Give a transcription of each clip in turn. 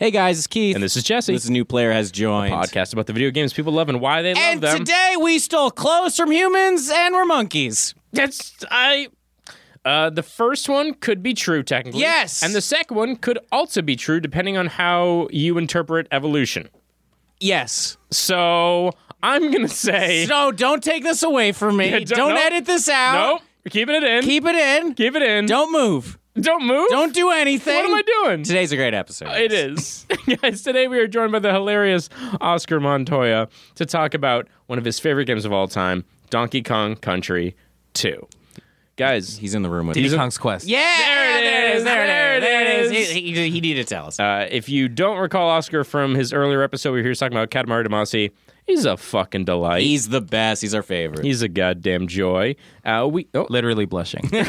Hey guys, it's Keith. And this is Jesse. This new player has joined. podcast about the video games people love and why they love And them. today we stole clothes from humans and we're monkeys. That's I. Uh, the first one could be true technically. Yes. And the second one could also be true depending on how you interpret evolution. Yes. So I'm gonna say So don't take this away from me. Yeah, don't don't- nope. edit this out. no. Keeping it in. Keep it in. Keep it in. Don't move. Don't move. Don't do anything. What am I doing? Today's a great episode. It is. Guys, today we are joined by the hilarious Oscar Montoya to talk about one of his favorite games of all time, Donkey Kong Country 2. Guys, He's in the room with Diddy us. Kong's Quest. Yeah, There it is, There it is. there it is. He, he- he needed to tell us. uh, if you don't recall Oscar from his earlier episode where he was talking about Katamari Damacy, he's a fucking delight. He's the best. He's our favorite. He's a goddamn joy. Uh, we oh, Literally blushing. this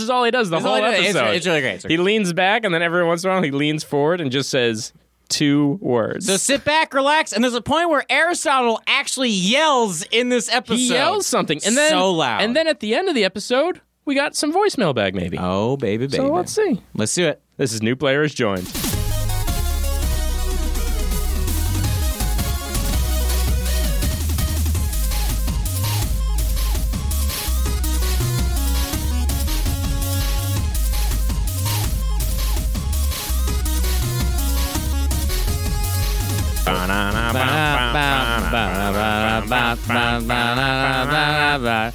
is all he does the It's whole all- it's- episode. It's, really great. It's really he leans back and then every once in a while he leans forward and just says two words. So sit back, relax, and there's a point where Aristotle actually yells in this episode. he yells something and then so loud. And then at the end of the episode, we got some voicemail bag maybe. oh baby, baby, so let's see. let's do it. This is new players joined. An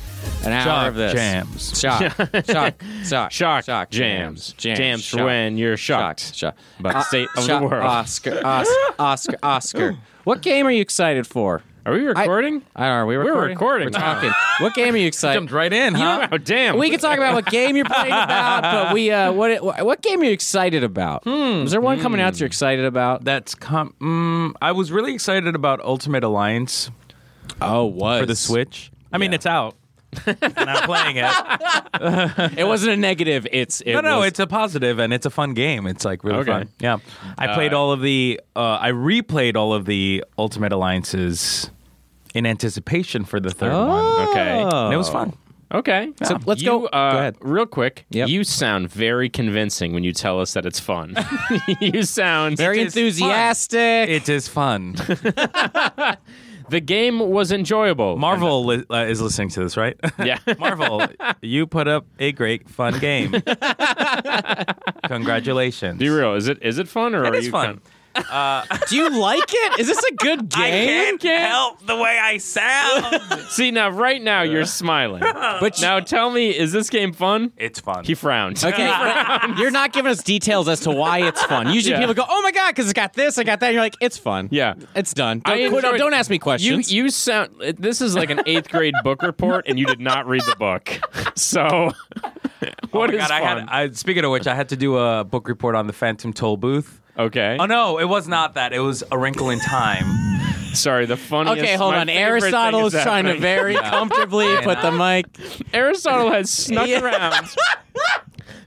hour Shock of this. jams. Shock. Shock. Shock. Shock, jams, jams, for when you're Shock. shocked Shock. by the state of Shock. the world. Uh, Oscar. Oscar. Oscar. Oscar. What game are you excited for? Are we recording? I don't know. Are we We're recording? recording. We're talking. what game are you excited? Jumped right in, huh? oh damn! We can talk about what game you're playing about, but we uh, what what game are you excited about? Is there one coming out you're excited about? Hmm, That's com. Mm, I was really excited about Ultimate Alliance Oh, was for the Switch. I mean, it's out. and I'm playing it. It wasn't a negative. It's it No, no, was- it's a positive and it's a fun game. It's like really Okay. fun. Yeah, I played all of the. Uh, I replayed all of the Ultimate Alliances in anticipation for the third one. Okay. Oh. And it was fun. Okay. So let's go- You, Uh, go ahead. Real quick. Yep. You sound very convincing when you tell us that it's fun. you sound very it is fun. enthusiastic. It is fun. The game was enjoyable. Marvel li- uh, is listening to this, right? yeah. Marvel, you put up a great fun game. Congratulations. Be real. Is it is it fun or It are is you fun. kind of- Do you like it? Is this a good game? help the way I sound. See now, right now you're smiling. But you- now tell me, is this game fun? it's fun. He frowned. Okay, but you're not giving us details as to why it's fun. Usually Yeah. people go, "Oh my god, because it's got this, I got that." And you're like, "It's fun." Yeah. it's done. I Don't, don't- enjoyed- don't ask me You questions. you sound. This is like an eighth grade book report, and you did not read the book. So what is Oh God, I fun? had. I, speaking of which, I had to do a book report on the Phantom Toll Booth. okay. Oh no, it was not that. It was A Wrinkle in Time. Sorry. The funniest. okay, hold my on. favorite thing Aristotle is trying to happening. very comfortably put the mic. Aristotle has snuck Yeah. around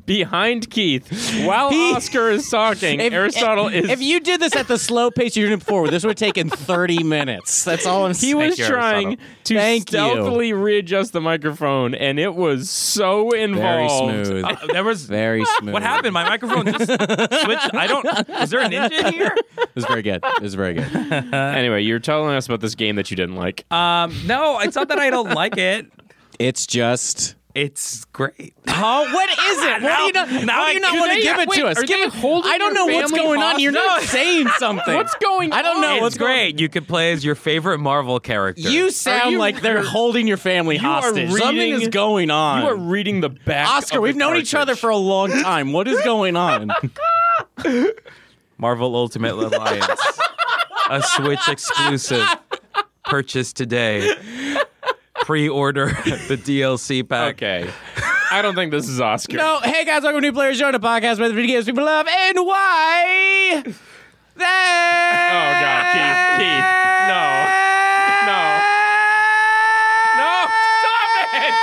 behind Keith while He- Oscar is talking. If- Aristotle is. If you did this at the slow pace you're doing before, this would have taken 30 minutes. That's all I'm saying. he was you, trying Aristotle. to Thank you. stealthily readjust the microphone, and it was so involved. smooth. Uh, there was. Very smooth. What happened? My microphone just switched. I don't. Is there a ninja here? It was very good. It was very good. Anyway, you're telling us about this game that you didn't like. Um, no, it's not that I don't like it. It's just. It's great. Oh, what is it? Why do you not, Now why do you not I- want to they- give it wait, to us? are Give they it- holding I don't your know what's family going on. You're not saying something. What's going I don't know on? what's It's going great. You could play as your favorite Marvel character. You sound you- like they're holding your family are hostage. Something reading- is going on. You are reading the back. Oscar, of we've the known each other cartridge. for a long time. What is going on? Marvel Ultimate Alliance, a Switch exclusive. Purchase today. Pre-order the DLC pack. Okay. I don't think this is Oscar. No, hey guys, welcome to New Players Show, the podcast where the video games people love and why. Oh God, Keith, Keith, no, no, no, stop it!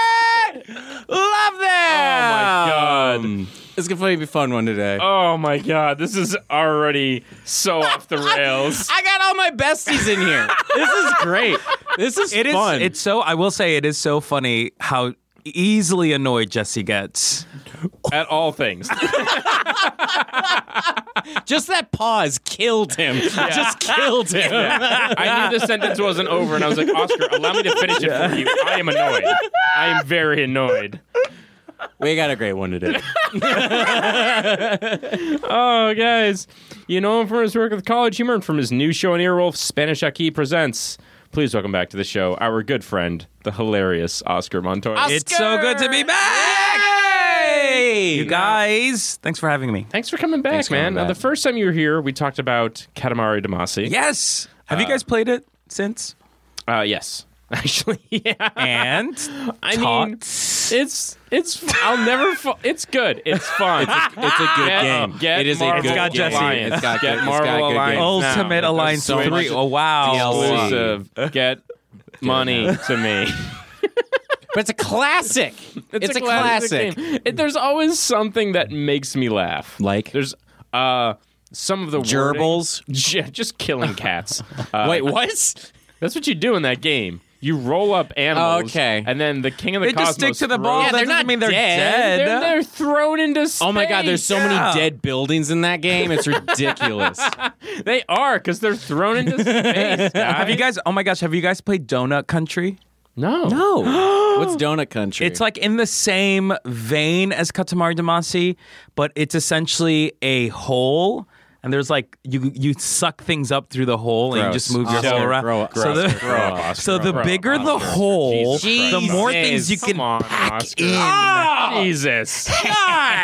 Love Oh, my them. Um, It's going to be a fun one today. Oh my God, this is already so off the rails. I got all my besties in here. this is great. This is It is. fun. It's so. I will say, it is so funny how easily annoyed Jesse gets. at all things. Just that pause killed him. Just killed him. I knew the sentence wasn't over, and I was like, Oscar, allow me to finish it for you. I am annoyed. I am very annoyed. We got a great one today. Oh, guys. You know him from his work with College Humor and from his new show on Earwolf, Spanish Aki Presents. Please welcome back to the show our good friend, the hilarious Oscar Montoya. It's so good to be back. You guys, thanks for having me. Thanks for coming back, Thanks for man. coming Now, the back. first time you were here, we talked about Katamari Damacy. Yes. Have you guys played it since? Uh, yes. Actually, yeah. And I mean, Tots? it's it's. I'll never. Fu- it's good. It's fun. It's a, It's a good Get- game. get it is Marvel a good got game. Jesse. It's got Get good, it's Marvel got good Alliance. games. Ultimate now. Alliance so much 3. Oh wow. DLC. exclusive. Get money to me. But it's a classic. It's, a, classic. game. It- there's always something that makes me laugh. Like? there's uh some of the wording- Gerbils. J- just killing cats. Uh, Wait, what? that's what you do in that game. You roll up animals. Okay. and then the king of the They just cosmos stick to the throws- ball. Yeah, that they're doesn't not mean they're dead. dead. They're, they're thrown into space. Oh my God! There's so many Yeah. dead buildings in that game. It's ridiculous. They are because they're thrown into space. have you guys? Oh my gosh! Have you guys played Donut Country? No. no. What's Donut Country? It's like in the same vein as Katamari Damacy, but it's essentially a hole. And there's like you you suck things up through the hole and you just Gross. move your Oscar, hole around. grow up, so Oscar, the, grow up, Oscar, so the grow up, bigger the Oscar. hole, Jesus the more things you Jesus. can Come on, pack Oscar. in. Ah! Ah! Jesus.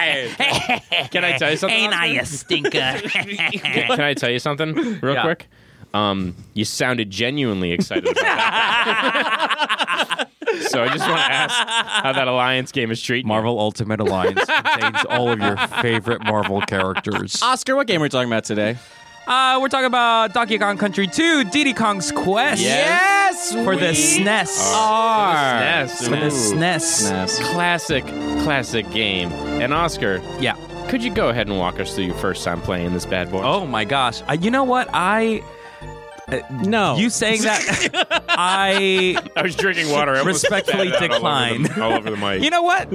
Can I tell you something? Ain't I a stinker? can, can I tell you something real Yeah. quick? Um, you sounded genuinely excited about that. so I just want to ask how that alliance game is treating you. Marvel Ultimate Alliance contains all of your favorite Marvel characters. Oscar. What game are we talking about today? Uh, we're talking about Donkey Kong Country 2, Diddy Kong's Quest. Yes, For the we SNES. Are. Yes, For the E ooh. SNES. SNES. Classic, E classic game. And Oscar, E Yeah. could you go ahead and walk us through your first time playing this bad boy? Oh my gosh. Uh, you know what? I. uh, No, You saying that? I. I was drinking water. I almost Respectfully spat it out all over the- decline. All over the mic. You know what?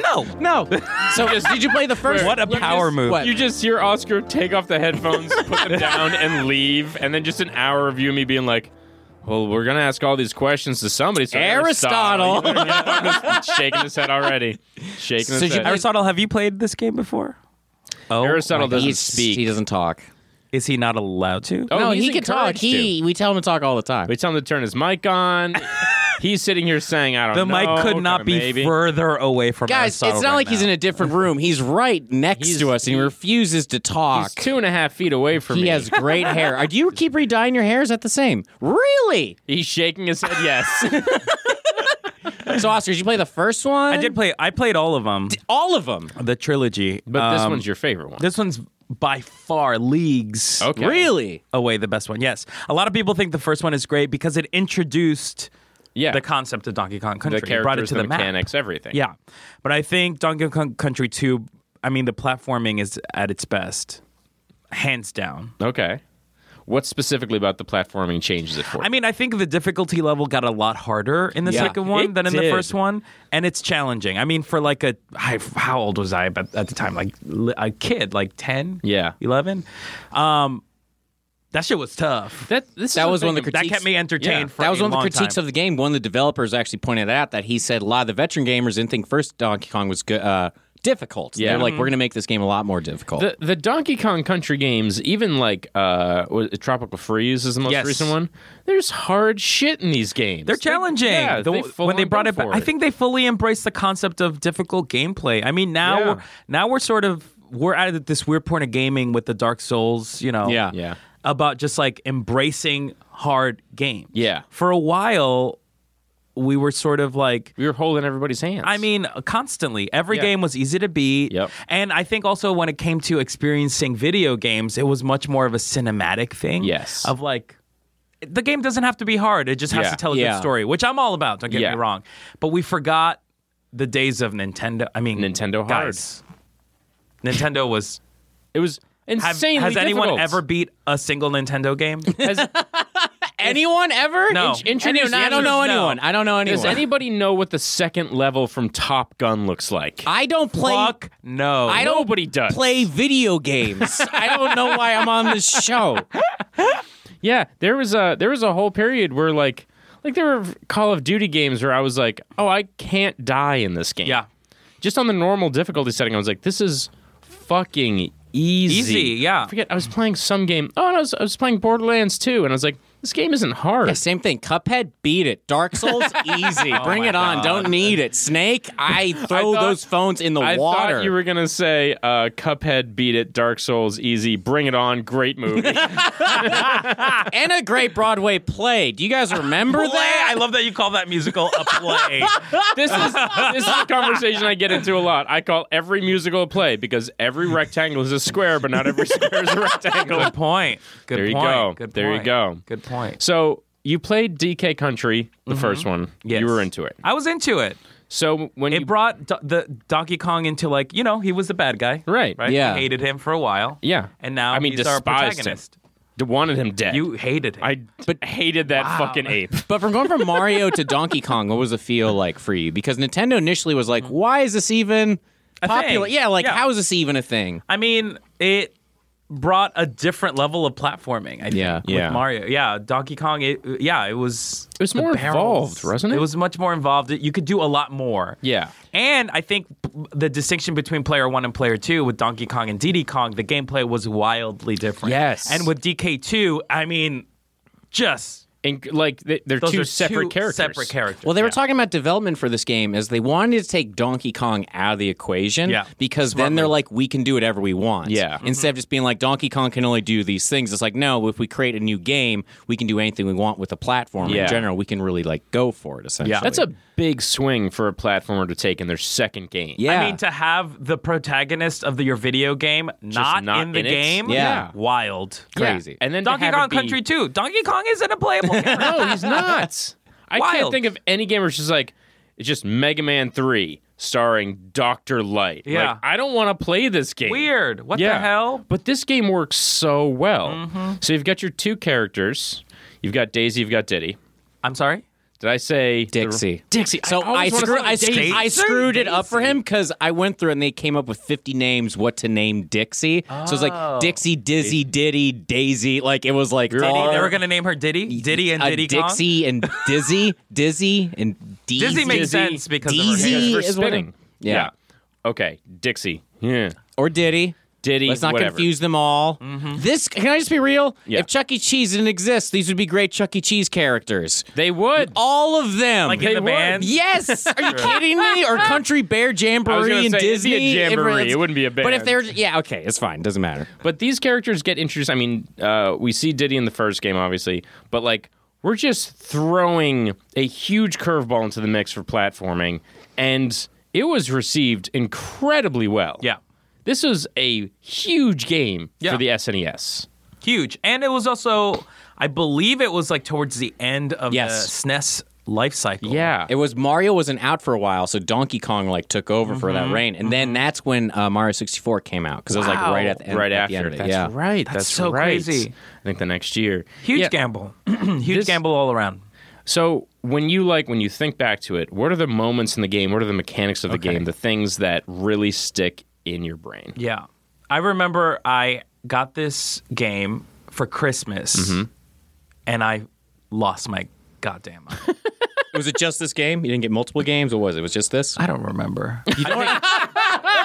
No. no. So did you play the first? What a you power just- move. what? You just hear Oscar take off the headphones, put them down, and leave, and then just an hour of you and me being like, "Well, we're gonna ask all these questions to somebody." So Aristotle. Aristotle, He's shaking his head already, shaking his So you head. play- Aristotle, have you played this game before? Oh, Aristotle my God. doesn't He's- speak. He doesn't talk. Is he not allowed to? Oh, no, he's he can talk. encouraged He we tell him to talk all the time. To. We tell him to turn his mic on. he's sitting here saying, "I don't the know." mic could not okay, be maybe. further away from Guys, Aristotle. it's not right like he's now. in a different room. He's right next He's- to us, and he refuses to talk. He's two and a half feet away from He me. has great hair. Are- Do you keep redying your hair? Is that the same? Really? He's shaking his head. Yes. So, Oscar, did you play the first one? I did play. I played all of them. all of them. The trilogy. But this Um, one's your favorite one. This one's by far leagues Okay. Really? away the best one. Yes. A lot of people think the first one is great because it introduced Yeah. the concept of Donkey Kong Country. the It brought it characters, to the, the, map. mechanics, everything. Yeah. But I think Donkey Kong Country 2, I mean, the platforming is at its best, hands down. Okay. What specifically about the platforming changes it for? you? I mean, I think the difficulty level got a lot harder in the Yeah, second one it than in the did. first one, and it's challenging. I mean, for like a I, how old was I at, at the time? Like li- a kid, like 10? Yeah. 11? Um that shit was tough. That this That is was the one of thing the That critiques. kept me entertained Yeah. for That was a one of the long critiques time. of the game. One of the developers actually pointed out that he said a lot of the veteran gamers didn't think first Donkey Kong was good, uh, difficult. Yeah. They're like, Mm-hmm. we're going to make this game a lot more difficult. The, the Donkey Kong Country games, even like uh, was it Tropical Freeze is the most Yes. recent one. There's hard shit in these games. They're challenging. They, yeah, The- they when they full-on brought go it back, for I think they fully embraced the concept of difficult gameplay. I mean, now Yeah. we're, now we're sort of we're at this weird point of gaming with the Dark Souls, you know. Yeah. Yeah. About just like embracing hard games. Yeah. For a while, we were sort of like we were holding everybody's hands. I mean, constantly. Every Yeah. game was easy to beat. Yep. And I think also when it came to experiencing video games, it was much more of a cinematic thing. Yes. Of like, the game doesn't have to be hard. It just has Yeah. to tell a Yeah. good story, which I'm all about. Don't get Yeah. me wrong. But we forgot the days of Nintendo. I mean, Nintendo hard. guys, Nintendo was. it was Have, insanely. has anyone difficult. ever beat a single Nintendo game? Has, anyone ever? No. Int- introduce- Anyone, I don't know no. anyone. I don't know anyone. Does anybody know what the second level from Top Gun looks like? I don't play. Fuck no. I don't Nobody does. play video games. I don't know why I'm on this show. Yeah, there was a there was a whole period where like like there were Call of Duty games where I was like, oh, I can't die in this game. Yeah. just on the normal difficulty setting, I was like, this is fucking easy. Easy, yeah. I forget. I was playing some game. Oh, and I was I was playing Borderlands 2, and I was like, this game isn't hard. Yeah, same thing. Cuphead, beat it. Dark Souls, easy. Bring Oh my it on. God. Don't need it. Snake, I throw thought- those phones in the I water. thought you were gonna say uh, Cuphead, beat it, Dark Souls, easy, bring it on, great movie. and a great Broadway play. Do you guys remember play. that? I love that you call that musical a play. this is this is a conversation I get into a lot. I call every musical a play because every rectangle is a square, but not every square is a rectangle. Good point. Good There you point. go. Good There you point. go. Good point. So you played DK Country, the Mm-hmm. first one. Yes. You were into it. I was into it. So when you It brought do- the Donkey Kong into like you know he was the bad guy, Right. Right. Yeah. You hated him for a while. Yeah. And now I mean, he's our despised him. protagonist. d- wanted him dead, You hated him. I d- hated that fucking ape. But from going from Mario to Donkey Kong, what was the feel like for you? Because Nintendo initially was Mm-hmm. like, why is this even A popular? thing. Yeah, like, Yeah. how is this even a thing? I mean, it brought a different level of platforming. I think, Yeah. with Yeah. Mario. Yeah, Donkey Kong. It, yeah, it was. It was the more barrels. involved, wasn't it? It was much more involved. You could do a lot more. Yeah. And I think p- the distinction between player one and player two with Donkey Kong and Diddy Kong, the gameplay was wildly different. Yes. And with DK2, I mean, just And like they, they're those two are separate two characters. Separate characters. Well, they were talking about development for this game as they wanted to take Donkey Kong out of the equation Yeah. because then they're like, we can do whatever we want. Yeah. Mm-hmm. Instead of just being like, Donkey Kong can only do these things, it's like, no, if we create a new game, we can do anything we want with the platform Yeah. in general. We can really like go for it, essentially. That's a big swing for a platformer to take in their second game. Yeah. I mean, to have the protagonist of the, your video game not, not in the in it? game, Yeah. wild. Yeah. crazy. And then to Donkey have it Kong be- Country 2. Donkey Kong isn't a playable character. No, he's not. I can't Wild. think of any game where it's just like it's just Mega Man Three starring Doctor Light. Yeah. Like, I don't want to play this game. Weird. What yeah. the hell? But this game works so well. Mm-hmm. So you've got your two characters. You've got Daisy. You've got Diddy. I'm sorry? Did I say Dixie. Dixie. So I, always wanna screw, call I, it screw- Daisy. I screwed it up for him because I went through and they came up with 50 names what to name Dixie. So it's like Dixie, Dizzy, Diddy, Daisy. Like it was like Oh. Diddy, all- they were going to name her Diddy? Diddy and uh, Diddy Kong? Dixie and Dizzy, Dizzy and Deezy. Dizzy makes sense because of her Deezy hair. for is what it- spinning. Yeah. Okay. Dixie. Yeah. or Diddy. Diddy. Let's not whatever. Mm-hmm. confuse them all. This can I just be real? Yeah. If Chuck E. Cheese didn't exist, these would be great Chuck E. Cheese characters. They would. All of them. Like They in the were. band? Yes. Are you kidding me? Or Country Bear Jamboree I was gonna and say, it'd Disney? be a jamboree. Everyone's- It wouldn't be a But if band. they're yeah, okay, it's fine. Doesn't matter. But these characters get introduced. I mean, uh, we see Diddy in the first game, obviously, but like we're just throwing a huge curveball into the mix for platforming, and it was received incredibly well. Yeah. this was a huge game Yeah. for the E SNES. Huge. And it was also, I believe it was like towards the end of Yes. the SNES life cycle. Yeah, It was Mario wasn't out for a while, so Donkey Kong like took over for Mm-hmm. that reign, and then that's when uh, Mario sixty four came out because it was like Wow. right at the end, right at after. the end of it. That's yeah. right. That's, That's so right. crazy. I think the next year. Huge Yeah. gamble. Huge This- gamble all around. So when you like when you think back to it, what are the moments in the game? What are the mechanics of the game? The things that really stick in your brain. Yeah. I remember I got this game for Christmas Mm-hmm. and I lost my goddamn mind. was it just this game? You didn't get multiple games? What was it? Was it just this? I don't remember. I, think-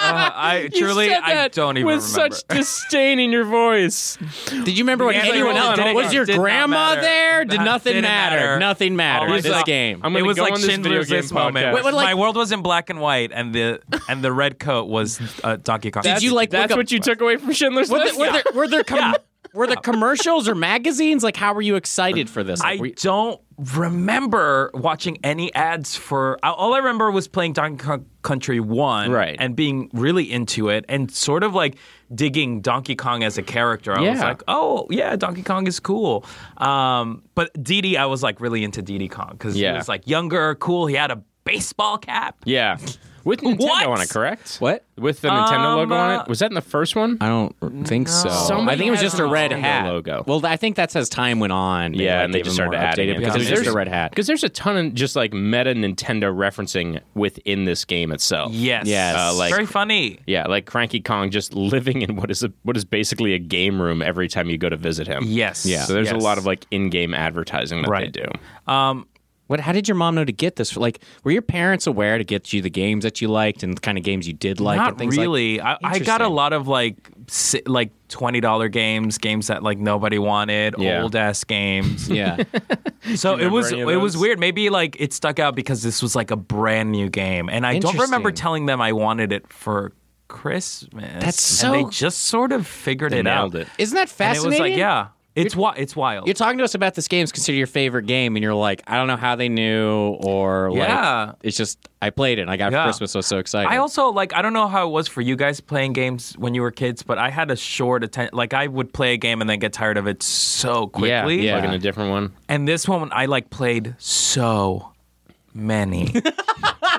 Uh, I truly I don't even with remember. such disdain in your voice. Did you remember what Yeah, anyone it else didn't- was? Your did not grandma matter. there? Did Not- nothing didn't matter. matter. Nothing mattered. Always this like- game. I'm it gonna was go like on this video Schindler's game List moment. podcast. Wait, what, like- my world was in black and white, and the and the red coat was uh, Donkey Kong. Did you like That's look what up- you took away from Schindler's Were List. there, were there, were there com- were there commercials or magazines? Like, how were you excited for this? Like, I were you- don't remember watching any ads for. I- All I remember was playing Donkey Kong Country One, Right. and being really into it, and sort of like digging Donkey Kong as a character. I was Yeah. like, oh yeah, Donkey Kong is cool. Um, but Diddy, I was like really into Diddy Kong because Yeah. he was like younger, cool. He had a baseball cap. yeah. with Nintendo What? on it, correct? What? with the Nintendo Um, logo on uh, it? Was that in the first one? I don't think so. Somebody I think it was has just a a red Nintendo hat logo. Well, I think that's as time went on. maybe, yeah, like, and they just even started more adding updated it because because it's just a there's- red hat. Because there's a ton of just like meta Nintendo referencing within this game itself. Yes. Yes. Uh, like- Very funny. Yeah, like Cranky Kong just living in what is a, what is basically a game room every time you go to visit him. Yes. Yeah. So there's a Yes. lot of like in-game advertising that Right. they do. Um, What? How did your mom know to get this? Like, were your parents aware to get you the games that you liked and the kind of games you did like? and Not things like- really. I, I got a Interesting. lot of like si- like twenty dollar games, games that like nobody wanted, Yeah. old ass games. Yeah. so it was any it of was those? weird. Maybe like it stuck out because this was like a brand new game, and I don't remember Interesting. telling them I wanted it for Christmas. That's And so- they just sort of figured it nailed out. it. Isn't that And it fascinating? was like, yeah, it's wi- it's wild. You're talking to us about this game's considered your favorite game, and you're like, I don't know how they knew, or Yeah. like, it's just I played it. and I got it Yeah. for Christmas. So I was so excited. I also like I don't know how it was for you guys playing games when you were kids, but I had a short attention. Like I would play a game and then get tired of it so quickly. yeah. Like in a different one. And this one I like played so many. times.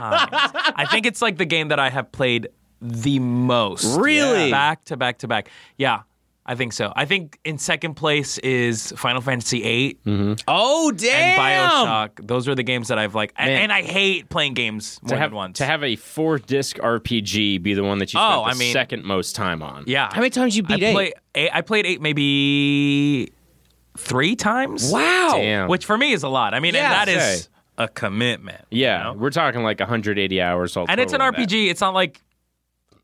I think it's like the game that I have played the most. Really? Back to back to back. Yeah. I think so. I think in second place is Final Fantasy VIII oh and damn! Bioshock. Those are the games that I've like, and, and I hate playing games more to have than once. to have a four disc RPG be the one that you spent Oh, the I mean- second most time on. yeah. How many times you I beat it? play eight. I played eight maybe three times. Wow. Damn. Which for me is a lot. I mean, Yeah. and that is a commitment. yeah, we're talking like 180 hours. All And it's an total of that. RPG. It's not like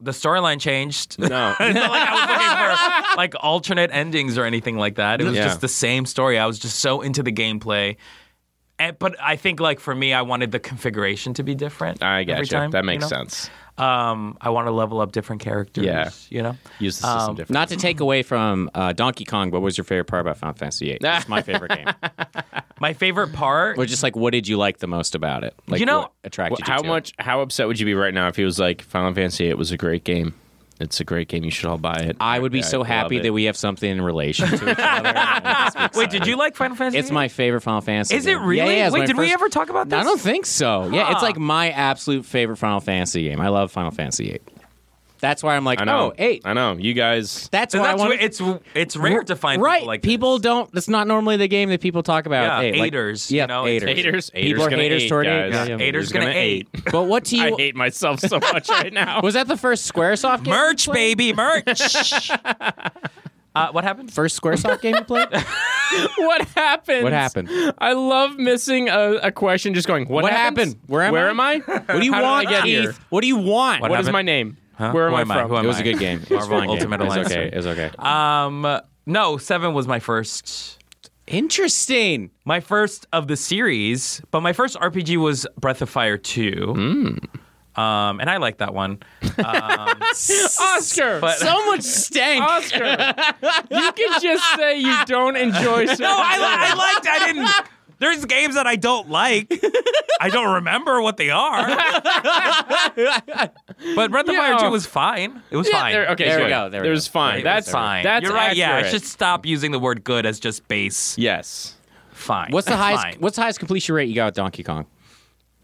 the storyline changed. No, It's not like I was looking for like alternate endings or anything like that. It was Yeah. just the same story. I was just so into the gameplay. And, but I think like for me, I wanted the configuration to be different. I every gotcha. time, that you makes know? sense. Um, I want to level up different characters. Yeah. you know. Use the system Um, different. Not to take away from uh, Donkey Kong, but what was your favorite part about Final Fantasy VIII? It's my favorite game. My favorite part. Or just like, what did you like the most about it? Like, You know- what attracted Well, you how to it? much? How upset would you be right now if he was like Final Fantasy? It was a great game. It's a great game. You should all buy it. I would be so love happy it. that we have something in relation to each other. Wait, did you like Final Fantasy? It's my favorite Final Fantasy. Is it game. really? Yeah, yeah, it's Wait, my did we first- ever talk about this? I don't think so. Yeah, it's Huh. like my absolute favorite Final Fantasy game. I love Final Fantasy VIII. That's why I'm like, I know. oh, eight. I know. You guys. That's And why I that's want. where- it's it's rare to find right. people like people this. don't. That's not normally the game that people talk about. Yeah, eight. Like- haters, yeah, you know, it's- haters. Haters. People are gonna haters hate, toward guys. it. Yeah, yeah. Haters gonna hate. But what do I you? hate myself so much right now. Was that the first SquareSoft game? merch, you played? baby, merch. uh, what happened? First SquareSoft game you played? what happened? What happened? I love missing a, a question. Just going. What, What happens? happened? Where am I? What What do you want, Did I get Keith? here? What do you want? what is happened? my name? Huh? Where am Who I am from? I? Who am it was I? a good game. It was a Marvel fun game. Ultimate It was Alliance. okay. It was okay. Um, no, seven was my first, Interesting. my first of the series. But my first RPG was Breath of Fire two. Hmm. Um, and I like that one. Um, Oscar. But- So much stank. Oscar. you can just say you don't enjoy. No, No, I, li- I liked. I didn't. There's games that I don't like. I don't remember what they are. but Breath of Fire Yeah. 2 was fine. It was fine. There, okay, There we good. go, there we It go. was fine. It That's It's fine. That's You're right. Yeah, I accurate. should stop using the word good as just base. Yes. Fine. What's the highest? Fine. What's the highest completion rate you got with Donkey Kong?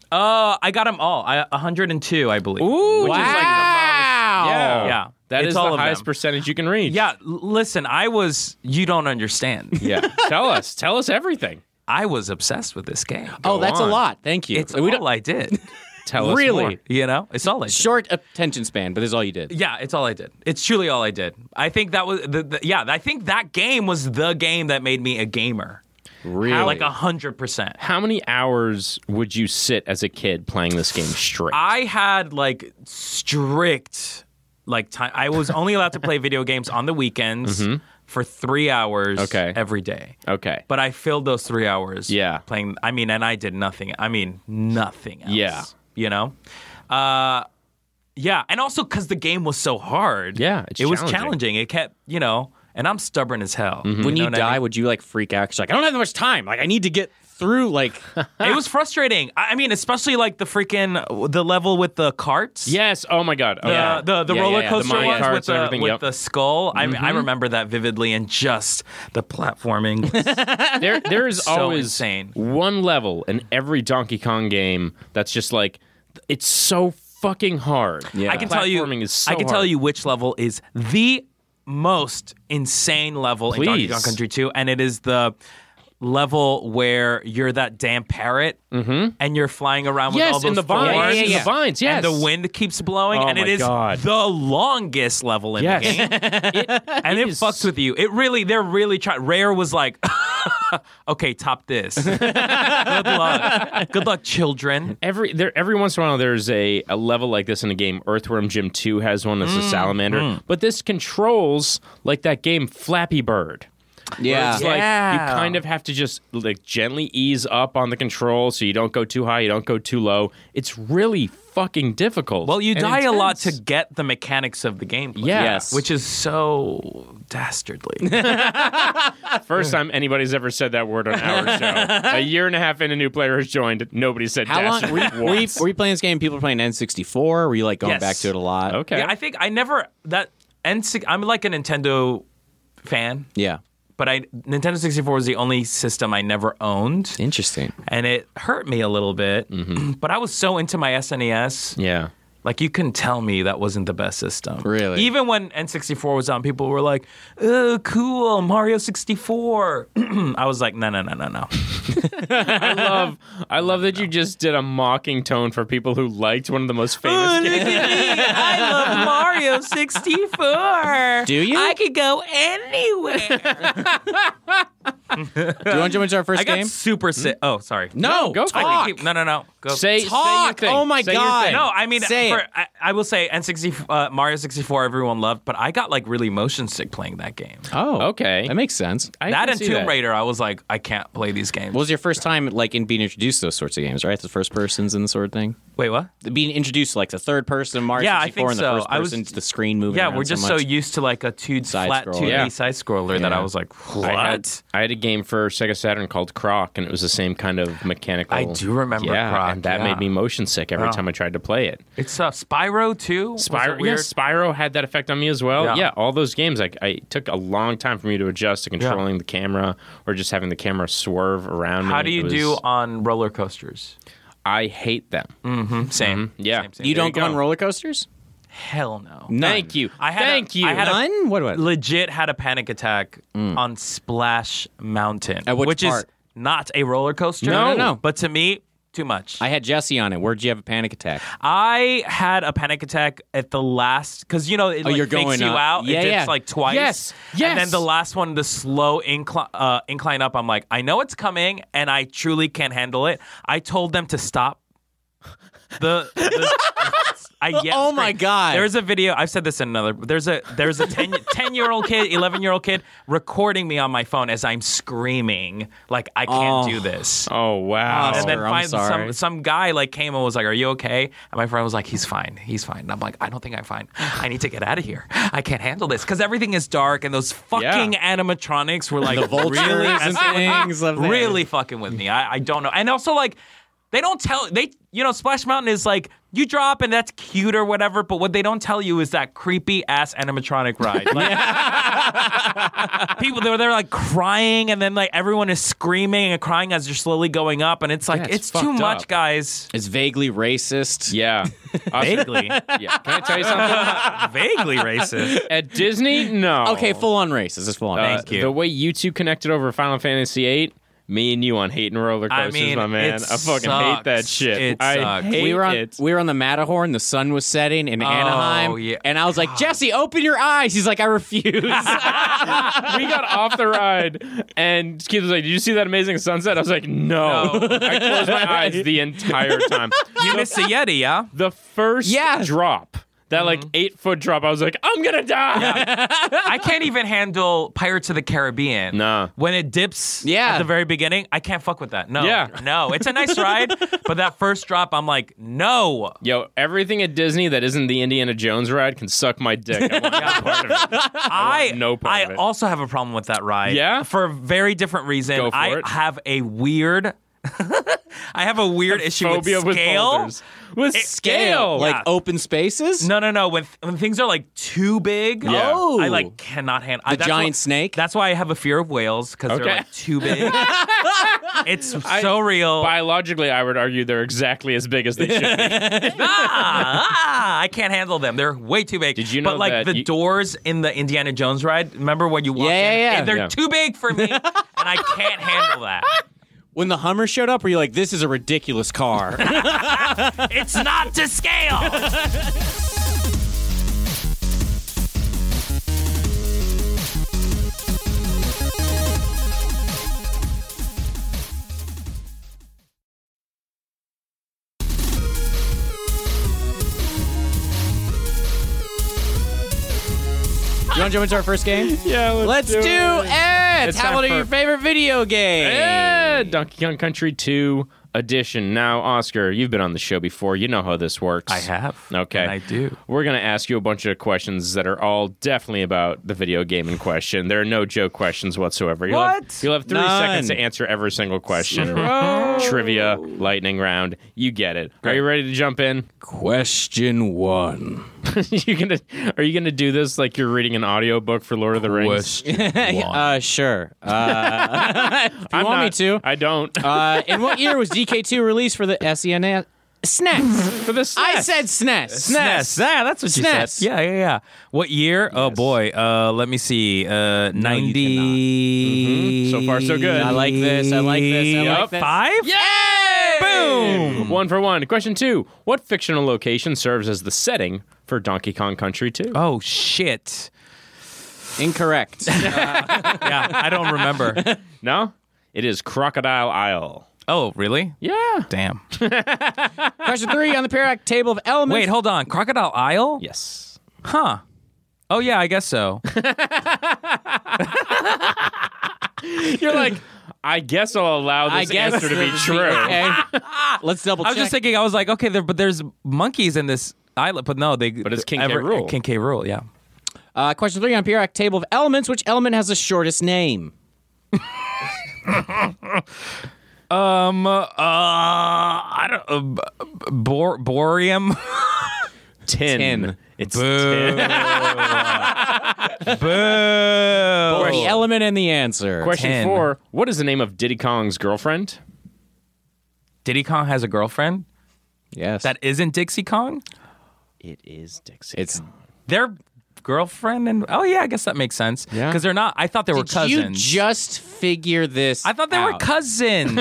Uh, I got them all. I 102, I believe. wow! is like yeah. Yeah. That is It's all the of highest them. percentage you can reach. Yeah, l- listen, I was you don't understand. Yeah. Tell us. Tell us everything. I was obsessed with this game. Oh, that's on. a lot. Thank you. It's we don't all I did. Tell us. Really? more. You know? It's all I did. short attention span, but this is all you did. Yeah, it's all I did. It's truly all I did. I think that was the, the yeah. I think that game was the game that made me a gamer. Really? Like a hundred percent. How many hours would you sit as a kid playing this game straight? I had like strict like time. I was only allowed to play video games on the weekends Mm-hmm. for three hours Okay. every day. okay. But I filled those three hours. Yeah. Playing. I mean, and I did nothing. I mean, nothing. Else, Yeah. You know. Uh, yeah, and also because the game was so hard. Yeah, it's it was challenging. challenging. It kept, you know, and I'm stubborn as hell. Mm-hmm. when you, know what I die, mean? would you like freak out? 'Cause you're like I don't have that much time. Like I need to get through. Like it was frustrating. I I mean, especially like the freaking the level with the carts. Yes. Oh my God. Oh, Uh, yeah. the the Yeah, yeah, roller yeah. The coaster mine ones carts with, and the, everything, with yep. the skull. I, Mm-hmm. I remember that vividly, and just the platforming. was- there there is So always insane. one level in every Donkey Kong game that's just like it's so fucking hard. Yeah. I can tell you. Platforming is so I can tell hard. you which level is the most insane level in Donkey Kong Please. Country 2, and it is the level where you're that damn parrot and you're flying around with all Yes, those in the vines, thorns, Yeah, yeah, yeah. Mm-hmm. in the vines. Yes, and the wind keeps blowing, Oh and it my is God. the longest level in Yes. the game. and it, is- fucks with you. It really, they're really trying. Rare was like, okay, top this. Good luck. Good luck, children. every there every once in a while there's a, a level like this in a game. Earthworm Jim 2 has one as a Mm. salamander. But this controls like that game Flappy Bird. yeah. It's like Yeah. you kind of have to just like gently ease up on the control so you don't go too high, you don't go too low. It's really fucking difficult. Well, you and die a lot to intense. get the mechanics of the gameplay. Yeah. Yes. Which is so dastardly. First time anybody's ever said that word on our show. A year and a half in, a new player has joined. Nobody said How long were dastardly you, were, you, once. were you playing this game? People were playing N64. Were you like going Yes. back to it a lot? Okay. Yeah, I think I never that N I'm like a Nintendo fan, Yeah. but I Nintendo 64 was the only system I never owned. Interesting. Mm-hmm. And it hurt me a little bit, but I was so into my SNES. yeah. Like you couldn't tell me that wasn't the best system. E Really? Even when N64 was on, people were like, "Oh, cool, Mario 64." I was like, "No, no, no, no, no." I love I Oh love that you just did a mocking tone for people who liked one of the most Oh, famous games. I love Mario 64. Do you? I could go anywhere. Do you want to jump into our first I got game? super sick. Oh, sorry. No, go go for it. talk. No, no, no. Go. Say, Talk. Say your thing. Oh my Say your God. thing. No, I mean, Say for, it. I, I will say N64, uh, Mario 64, everyone loved, but I got like really motion sick playing that game. Oh, Okay. That makes sense. I that can and see Tomb that. Raider, I was like, I can't play these games. What was your first time like in being introduced to those sorts of games, right? The first persons and the sort of thing. Wait, what? Being introduced to like the third person Mario Yeah, I 64 think and the so. first I was- person to the screen moving. Yeah, around we're just so, so, much. used to like a two Side flat scroll. 2D Yeah. side scroller that I was like, what? I had, I had a game for Sega Saturn called Croc, and it was the same kind of mechanical. I do remember yeah, Croc, and that yeah. Oh. made me motion sick every time I tried to play it. it's uh, Spyro too. Was it Spyro, weird? yes, Spyro had that effect on me as well. Yeah. Oh, Yeah, all those games, like I it took a long time for me to adjust to controlling the camera or just having the camera swerve around me. How do It you was- do on roller coasters? I hate them. Mm-hmm. Same. Mm-hmm. Yeah. Same, same. You There don't you go, go. on roller coasters? Hell no. Thank you. I had a- Thank you. I had a- None? What? What? Legit had a panic attack Mm. on Splash Mountain, At which which is part? not a roller coaster. No, no, no. But to me, too much. I had Jesse on it. Where'd you have a panic attack? I had a panic attack at the last because you know it like, Oh, you're fakes going you up. out. Yeah, it dips yeah. like twice. Yes, yes. And then the last one, the slow incline uh, incline up. I'm like, I know it's coming, and I truly can't handle it. I told them to stop. The. the- I yelled, Oh my screamed. God. There's a video. I've said this in another. There's a there's a 10, 10 year old kid, eleven year old kid recording me on my phone as I'm screaming like I can't Oh. do this. Oh wow. Oh, And then Sir, I'm finally, some sorry. some guy like came and was like, "Are you okay?" And my friend was like, "He's fine. He's fine." And I'm like, "I don't think I'm fine. I need to get out of here. I can't handle this because everything is dark and those fucking animatronics were like The vultures really, and things. of that. really fucking with me. I, I don't know. And also like, they don't tell they you know Splash Mountain is like you drop and that's cute or whatever, but what they don't tell you is that creepy ass animatronic ride. Like, people they're, they're like crying and then like everyone is screaming and crying as you're slowly going up and it's like it's it's, too fucked much up. guys It's vaguely racist. Yeah. Austin, vaguely yeah. Can I tell you something? vaguely racist At Disney, no. Okay, full on racist. It's full on. Uh, racist. Thank you. The way you two connected over Final Fantasy VIII, me and you on hating roller I coasters, mean, my man. it I fucking hate that sucks. shit. It I sucks. hate we were on it. we were on the Matterhorn. The sun was setting in Anaheim, Oh, yeah. and I was like, Jesse, open your eyes. He's like, I refuse. we got off the ride, and Keith was like, "Did you see that amazing sunset?" I was like, "No." No. I closed my eyes the entire time. you miss a yeti yeah Mm-hmm. The first Yeah. drop, that like eight foot drop, I was like, "I'm gonna die." I can't even handle Pirates of the Caribbean Nah. when it dips Yeah. at the very beginning I can't fuck with that no Yeah. no it's a nice ride but that first drop I'm like no Yo, everything at Disney that isn't the Indiana Jones ride can suck my dick. I want no part of it. I no part I of it. also have a problem with that ride. Yeah? for a very different reason. Go for I it. have a weird I have a weird issue Phobia with with scale. boulders. With scale, scale. like Yeah. open spaces. no, no, no. When th- when things are like too big, Yeah. Oh. I like cannot handle. The giant snake? That's why I have a fear of whales because Okay. they're like too big. it's so real. Biologically, I would argue they're exactly as big as they should be. ah, ah, I can't handle them. They're way too big. Did you But know like that the you- doors in the Indiana Jones ride, remember when you walked Yeah, in? yeah, yeah. and They're Yeah. too big for me, and I can't handle that. When the Hummer showed up, were you like, "This is a ridiculous car"? It's not to scale. Do you want to jump into our first game? yeah, Let's do it. It's How time about for- your favorite video game? Yeah, Donkey Kong Country 2 edition. Now, Oscar, you've been on the show before. You know how this works. I have. Okay. And I do. We're going to ask you a bunch of questions that are all definitely about the video game in question. There are no joke questions whatsoever. You'll What? Have, you'll have three None. seconds to answer every single question. Trivia, Oh. lightning round. You get it. Are you ready to jump in? Question one. you gonna, are you going to do this like you're reading an audiobook for Lord of the Rings? uh, sure. Uh, if you I'm want me not- to. I don't. Uh, in what year was DK2 released for the E SNES? SNES. for E this, I said E SNES. SNES. Yeah, Ah, that's what you SNES. said. Yeah, yeah, yeah. What year? Oh boy. Uh, let me see. Uh, Mm-hmm. ninety. So far, so good. I like this. I like this. I like Yup. this. Five. Yay! Boom! One for one. Question two What fictional location serves as the setting for Donkey Kong Country 2? Oh shit. Incorrect. Yeah, I don't remember. No? It is Crocodile Isle. oh, really? Yeah. Damn. Question three on the periodic table of elements. Wait, hold on. Crocodile Isle? Yes. Huh. Oh yeah, I guess so. You're like, I guess I'll allow I this guess answer to be this is the- true. okay. Let's double I check. was just thinking. I was like, okay, there, but there's monkeys in this island, but no, they. But it's King K. Rool. King K. Rule, yeah. Uh, question three on periodic table of elements. Which element has the shortest name? Um. Uh. I don't. Uh, b- b- bor- borium. Tin. Tin. It's Boo. tin. Or Boo. the element and the answer. Question Tin. four What is the name of Diddy Kong's girlfriend? Diddy Kong has a girlfriend Yes. that isn't Dixie Kong. It is Dixie. it's. Their girlfriend and oh yeah, I guess that makes sense. Yeah. Because they're not. I thought they were Did you cousins. just figure this? I thought they were out? cousins.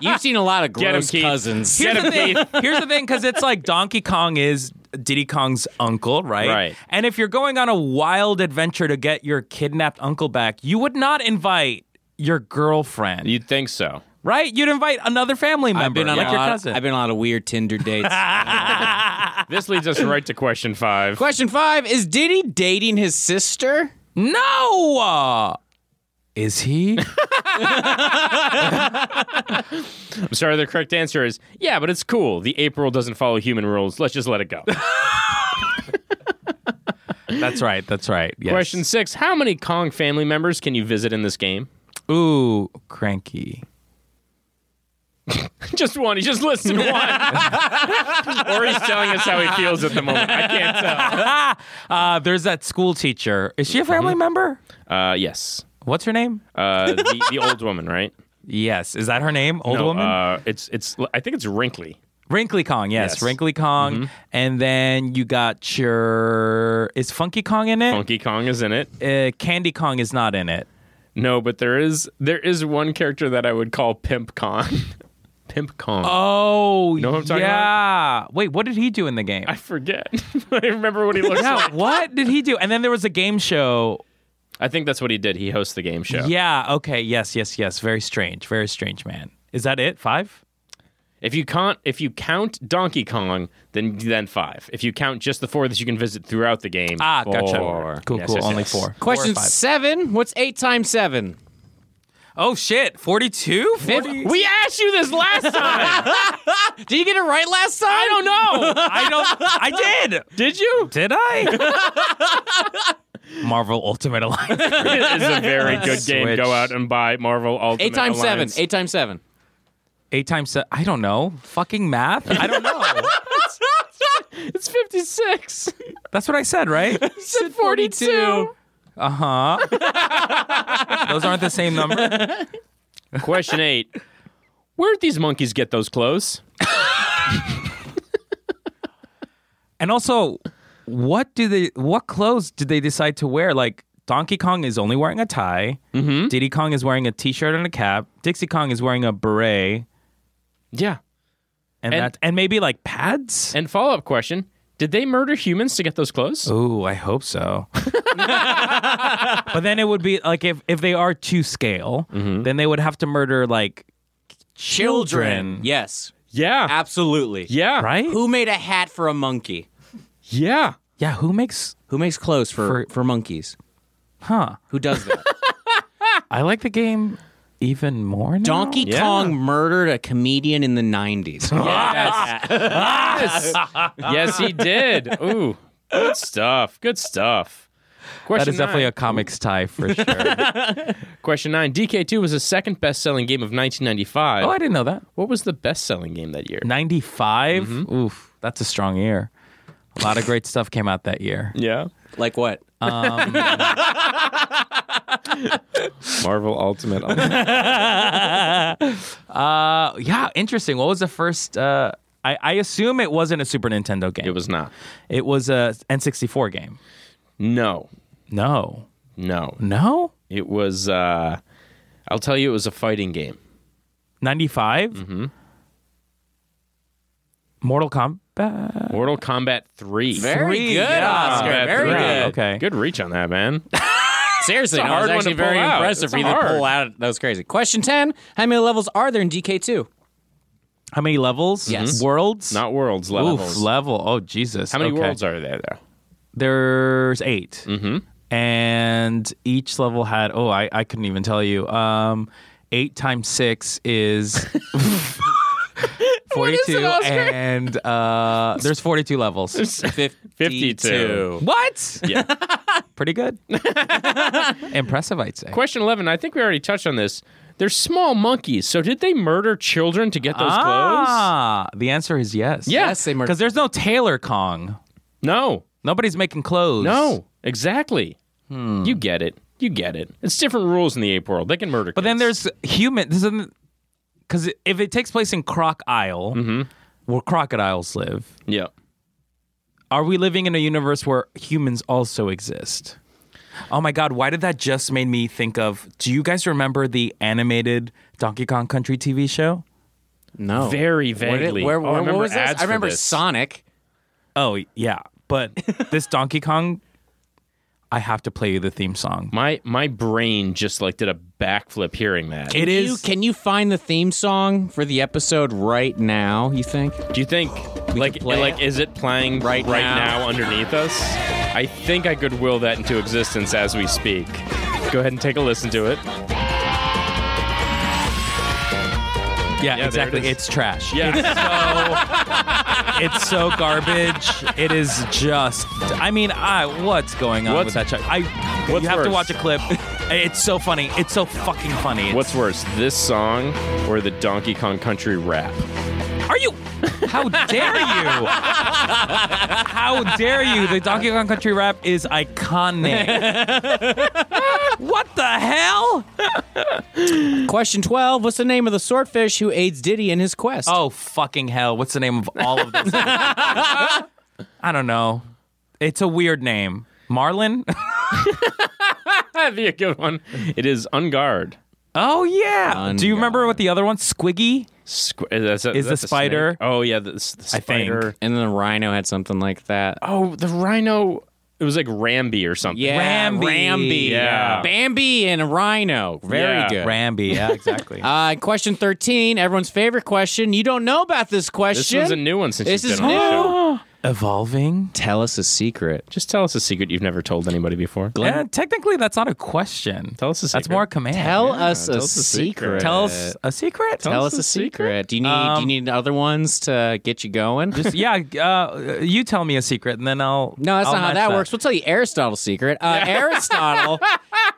You've seen a lot of Get 'em, gross Keith. cousins. Get Here's the him, thing. Keith. Here's the thing, because it's like Donkey Kong is Diddy Kong's uncle, right? Right. And if you're going on a wild adventure to get your kidnapped uncle back, you would not invite your girlfriend, You'd think so. right? You'd invite another family member, I've been on like a your lot. cousin. I've been on a lot of weird Tinder dates. This leads us right to question five. Question five is Diddy dating his sister? no. Uh, Is he? I'm sorry, the correct answer is yeah, but it's cool. The April doesn't follow human rules. Let's just let it go. that's right. That's right. Yes. Question six How many Kong family members can you visit in this game? Ooh, cranky. Just one. He just listed one. or he's telling us how he feels at the moment. I can't Uh, there's that school teacher. Is she a family member? tell. Uh, yes. What's her name? Uh, the, the old woman, right? Yes. Is that her name? Old No, woman? Uh, it's it's. I think it's Wrinkly. Wrinkly Kong, yes, Yes. Mm-hmm. Wrinkly Kong, and then you got your is Funky Kong in it? Funky Kong is in it. Uh, Candy Kong is not in it. No, but there is there is one character that I would call Pimp Kong. Pimp Kong. Oh, know what I'm talking yeah. Wait, what did he do in the game? I forget. I remember what he looks yeah, like. what did he do? And then there was a game show. I think that's what he did. He hosts the game show. Yeah. okay, yes, yes, yes. Very strange, very strange, man. Is that it? Five? If you can't, if you count Donkey Kong, then then five. If you count just the four that you can visit throughout the game, Ah, gotcha. four. Cool, Yes, cool. yes, Only yes. four. Question four or five. seven. What's eight times seven? Oh shit, forty-two. Forty. We asked you this last time. Did you get it right last time? I don't know. I don't. I did. Did you? Did I? Marvel Ultimate Alliance. It is a very good game. Switch. Go out and buy Marvel Ultimate eight times seven. Alliance. Eight times seven. Eight times se- I don't know. Fucking math. I don't know. It's 56. That's what I said, right? Uh-huh. It's at 42. Those aren't the same number. Question eight Where'd these monkeys get those clothes? And also, what do they? What clothes did they decide to wear? Like Donkey Kong is only wearing a tie. Mm-hmm. Diddy Kong is wearing a T-shirt and a cap. Dixie Kong is wearing a beret, Yeah. and, And- that and maybe like pads. And follow up question Did they murder humans to get those clothes? Oh, I hope so. but then it would be like if if they are to scale, Mm-hmm. then they would have to murder like children, Yes, Yeah. absolutely. Yeah. right? Who made a hat for a monkey? Yeah. Yeah, who makes? Who makes clothes for, for, For- monkeys? Huh? Who does that? I like the game even more. Now? Donkey Yeah. Kong murdered a comedian in the 90s. Yes. yes, he did. Ooh. Good stuff. Good stuff. Question That is definitely nine. a comics tie for sure. Question nine. DK2 was the second best selling game of 1995. oh, I didn't know that. What was the best selling game that year? Mm-hmm. 95 oof that's a strong year a lot of great stuff came out that year Yeah. like what? Um, Marvel Ultimate. uh yeah interesting what was the first uh I, I assume it wasn't a Super Nintendo game. it was not. It was a N64 game. No. No, No. no, It was uh I'll tell you it was a fighting game. ninety Mm-hmm. Mortal Kombat. Mortal Kombat 3. Very Three, good, yeah. Oscar. Kombat Very 3. good. Okay. Good reach on that, man. Seriously, It's a no, hard it one was actually to pull very out. impressive for you It's to hard. pull out. That was crazy. Question 10 How many levels are there in DK2? How many levels? Mm-hmm. Yes. Worlds? Not worlds levels. Oof, level. Oh, Jesus. How many okay. worlds are there though? There's 8 Mm-hmm. And each level had, oh, I, I couldn't even tell you. Um, eight times six is 42. and uh, there's 42 levels. 52. what? Yeah. Pretty good. Impressive, I'd say. Question 11, I think we already touched on this. They're small monkeys. So did they murder children to get those clothes? ah, the answer is yes. Yeah. Yes, they Because murdered. there's no Taylor Kong. No. Nobody's making clothes. Hmm. No. Exactly. You get it. You get it. It's different rules in the ape world. They can murder But then there's human. Because if it takes place in Croc Isle, where crocodiles live, Mm-hmm. Yeah. are we living in a universe where humans also exist? Oh my God, why did that just made me think of? Do you guys remember the animated Donkey Kong Country TV show? No. Oh. Very What did- vaguely. where- Oh, I where- what remember was this? ads I for remember this. Sonic. Oh, yeah. But this Donkey Kong, I have to play you the theme song. My my brain just like did a backflip hearing that. It You, is. can you find the theme song for the episode right now, you think? Do you think like play like it. is it playing Right right, now. now. underneath us? I think I could will that into existence as we speak. Go ahead and take a listen to it. Yeah, there it exactly. is. it's trash. Yeah. it's so garbage. It is just. I mean, I what's going on What's- with that child? I what's you have to worse? watch a clip. It's so funny. It's so fucking funny. It's- What's worse, this song or the Donkey Kong Country rap? are you? How dare you? How dare you? The Donkey Kong Country rap is iconic. what the hell? Question 12 What's the name of the swordfish who aids Diddy in his quest? Oh fucking hell! What's the name of all of this? I don't know. It's a weird name. Marlin? That'd be a good one. It is Unguard. Oh yeah. Do you remember what the other one? Squiggy? Squ- is that- Is the that spider? snake? Oh yeah, the, s- the I think. spider. And then the rhino had something like that. Oh, the rhino. It was like Rambi or something. Yeah, Rambi. Rambi. Yeah. Bambi and a rhino. Very Yeah. good. Rambi, yeah, exactly. uh, question 13, everyone's favorite question. You don't know about this question. This was a new one since This you've is been on the show. new. Evolving? Tell us a secret. Just tell us a secret you've never told anybody before. Yeah, Uh, technically, that's not a question. Tell us a That's secret. more a command. Tell us a tell us a secret. secret. Tell us a secret. Um, Tell us a secret. Do you need do you need other ones to get you going? Just- yeah, uh, you tell me a secret, and then I'll. no, that's I'll not how match that works. We'll tell you Aristotle's secret. Uh, Aristotle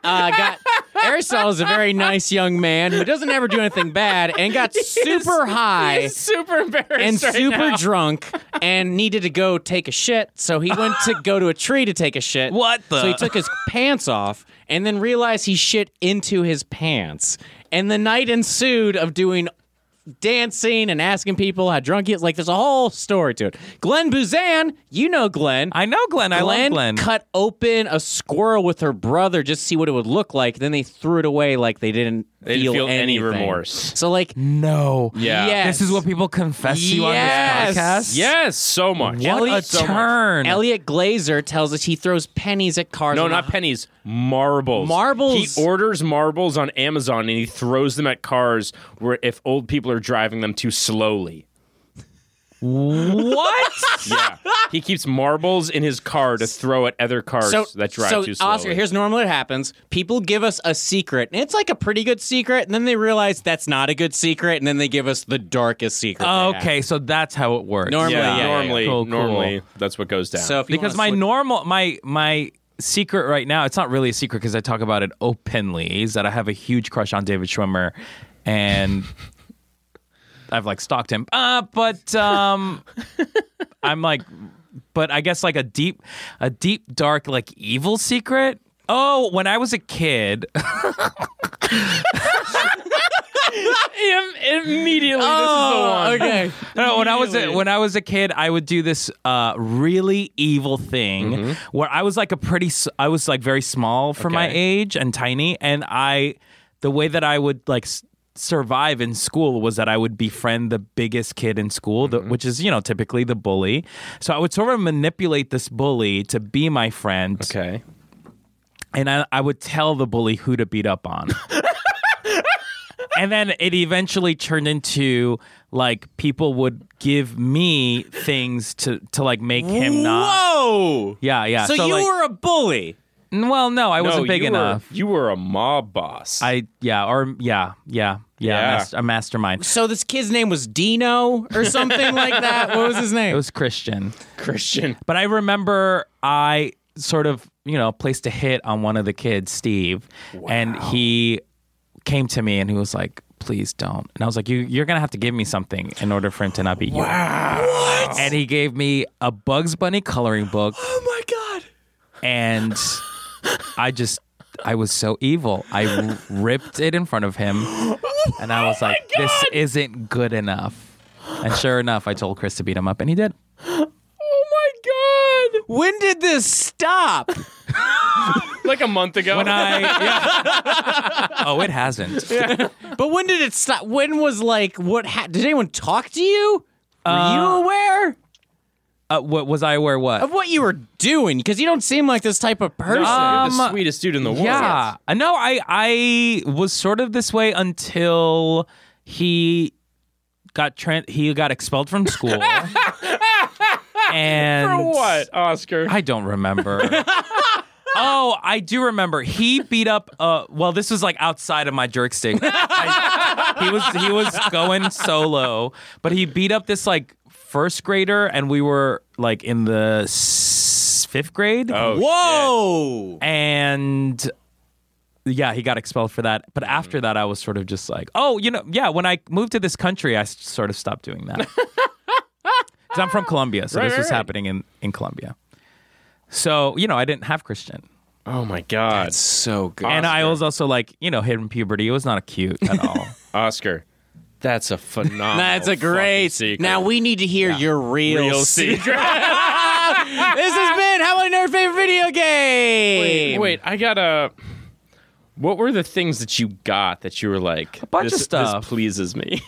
uh, got Aircell is a very nice young man who doesn't ever do anything bad and got super high He's super embarrassed and right super now. drunk and needed to go take a shit. So he went to go to a tree to take a shit. What the- So he took his pants off and then realized he shit into his pants. And the night ensued of doing dancing and asking people how drunk he is. Like there's a whole story to it. Glenn Buzan, you know Glenn. I know Glenn. I love Glenn. cut open a squirrel with her brother just to see what it would look like. Then they threw it away like they didn't They didn't feel any anything. remorse. So like, no. Yeah. yes. This is what people confess to you on Yes. this podcast. Yes, so much. What Elliot- a so much. turn. Elliot Glazer tells us he throws pennies at cars. No, on not the- pennies. Marbles. Marbles. He orders marbles on Amazon and he throws them at cars where if old people are driving them too slowly. What? Yeah. he keeps marbles in his car to throw at other cars So, that drive so too slowly. Oscar, here's normally what happens. People give us a secret, and it's like a pretty good secret, and then they realize that's not a good secret, and then they give us the darkest secret. they have. okay, so that's how it works. Normally, yeah, yeah, yeah, normally, yeah. Cool, cool. normally that's what goes down. So if you because my wanna slip- normal my my secret right now it's not really a secret because i talk about it openly is that i have a huge crush on david schwimmer and i've like stalked him uh, but um i'm like but i guess like a deep a deep dark like evil secret oh when i was a kid immediately, oh, okay. No, when I was a, Really? when I was a kid, I would do this uh, really evil thing Mm-hmm. where I was like a pretty s- I was like very small for my Okay. age and tiny, and I the way that I would like s- survive in school was that I would befriend the biggest kid in school, Mm-hmm. the, which is you know typically the bully. So I would sort of manipulate this bully to be my friend, okay. and I, I would tell the bully who to beat up on. and then it eventually turned into like people would give me things to to like make him not. Whoa. Yeah, yeah. So, you like- were a bully. N- well, no, I No, wasn't big you were- enough. you were a mob boss. I yeah or yeah yeah yeah, Yeah. mas- a mastermind. So this kid's name was Dino or something like that. What was his It name? was Christian, Christian. but I remember I sort of you know placed a hit on one of the kids, Steve, and he came to me and he was like. Please don't. And I was like, you, you're going to have to give me something in order for him to not beat you. And he gave me a Bugs Bunny coloring book. oh my god. and I just I was so evil. I ripped it in front of him, and I was like, "This isn't good enough." And sure enough, I told Chris to beat him up, and he did. Oh my When did this stop? god! Like a month ago. When I yeah. oh, it hasn't. But when did it stop? When was like what? Ha- did anyone talk to you? Were you aware Uh, what was I aware? What? of what you were doing? Because you don't seem like this type of person. You're the Um, sweetest dude in the world. Yeah, I know. I I was sort of this way until he got tran he got expelled from school. and For what, Oscar? I don't remember. oh, I do remember. He beat up. Uh, well, this was like outside of my jerk stick. I- he was he was going solo, but he beat up this like first grader, and we were like in the s- fifth grade. Oh, Whoa! And yeah, he got expelled for that. But Mm-hmm. after that, I was sort of just like, oh, you know, yeah. When I moved to this country, I s- sort of stopped doing that. 'Cause I'm from Colombia, so Right, this right, was right. happening in in Colombia. So you know, I didn't have Christian, Oh my God, So good. and I was also like, you know, hidden puberty. It was not cute at all. Oscar, that's a phenomenal. That's a fucking great. secret. Now we need to hear your real, real secret. secret. this has been how I nerd favorite video game. Wait, I gotta. What were the things that you got that you were like? A bunch of this, stuff. This pleases me.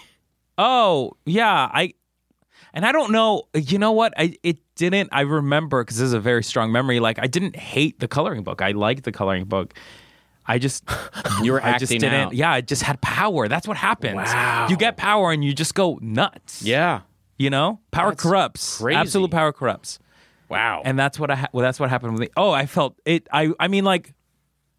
oh yeah, I. And I don't know, you know what? I it didn't. I remember because this is a very strong memory. Like I didn't hate the coloring book. I liked the coloring book. I just you were I just acting didn't. out. Yeah, I just had power. That's what happens. Wow. You get power and you just go nuts. Yeah. You know, power corrupts. crazy. Absolute power corrupts. Wow. And that's what I. Ha- well, that's what happened with me. Oh, I felt it. I. I mean, like,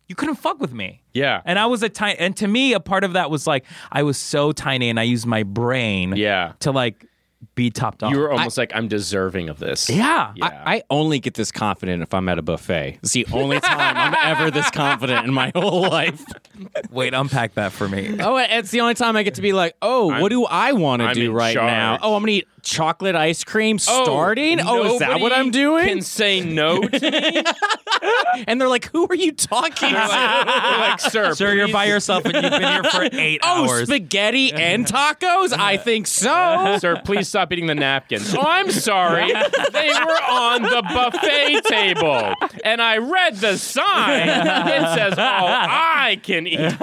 you couldn't fuck with me. yeah. And I was a tiny. And to me, a part of that was like I was so tiny, and I used my brain. yeah. To like be top dog. You were almost like, I'm deserving of this. yeah. Yeah. I, I only get this confident if I'm at a buffet. It's the only time I'm ever this confident in my whole life. Wait, unpack that for me. Oh, it's the only time I get to be like, oh, what do I want to I'm do in right now? charge. Oh, I'm gonna eat chocolate ice cream starting. Oh, is that what I'm nobody doing? Can say no. To And they're like, who are you talking to? like, sir, Sir, you're please- by yourself and you've been here for eight Oh, hours. spaghetti and tacos? I think so. Sir, please stop eating the napkins. Oh, I'm sorry. They were on the buffet table, and I read the sign. It says, "Oh, I can eat."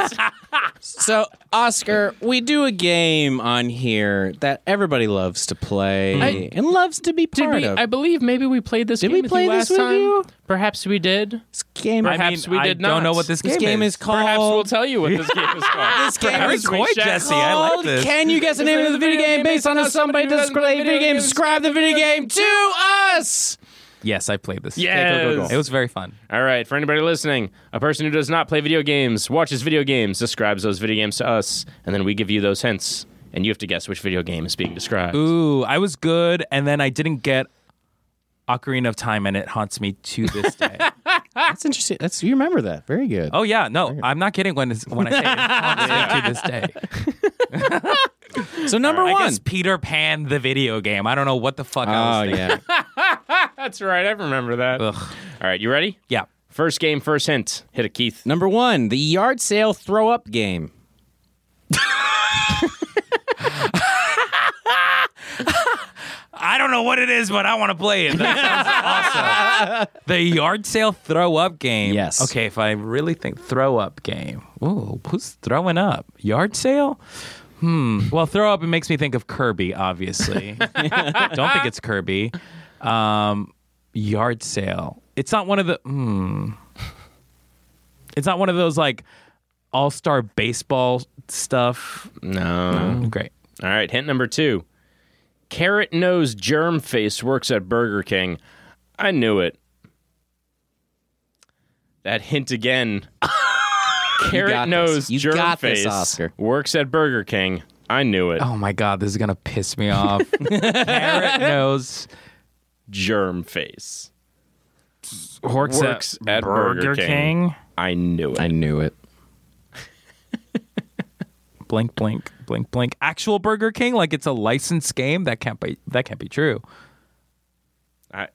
So, Oscar, we do a game on here that everybody loves to play I- and loves to be part of. believe maybe we played this. Did we play this with you? Perhaps we did. this game, I mean, perhaps we I did don't not. know what this, this game is called. Perhaps we'll tell you what this game is called. This game Very is coy, we check- Jesse. I like called this. Can you guess the name of the video game based on how somebody who doesn't described play the video video game? games? Describe the video game to us. Yes, I played this. Okay, go, go, go. Yes. It was very fun. All right, for anybody listening, a person who does not play video games watches video games, describes those video games to us, and then we give you those hints, and you have to guess which video game is being described. Ooh, I was good, and then I didn't get Ocarina of Time, and it haunts me to this day. That's interesting. That's you remember that. Very good. oh yeah, no, I'm not kidding when it's, when I say it haunts me to this day. so number I one. guess Peter Pan the video game. I don't know what the fuck I Oh was thinking. yeah. That's right, I remember that. Ugh. All right, you ready? Yeah. First game, first hint. Hit it, Keith. number one, the yard sale throw up game. I don't know what it is, but I want to play it. That sounds awesome. The yard sale throw up game. Yes. Okay, if I really think throw up game. Ooh, who's throwing up? Yard sale? Hmm. Well, throw up, it makes me think of Kirby, obviously. don't think it's Kirby. Um, yard sale. It's not one of the. Hmm. It's not one of those like all star baseball stuff. No. Great. All right, hint number two. Carrot Nose Germ Face works at Burger King. I knew it. That hint again. got Carrot this. Nose You Germ got this, Face Oscar. works at Burger King. I knew it. Oh my god, this is gonna piss me off. Carrot nose Germ Face horks works at Burger, King. I knew it. knew it. Blink, blink, blink, blink. Actual Burger King, like it's a licensed game. That can't be. That can't be true. I-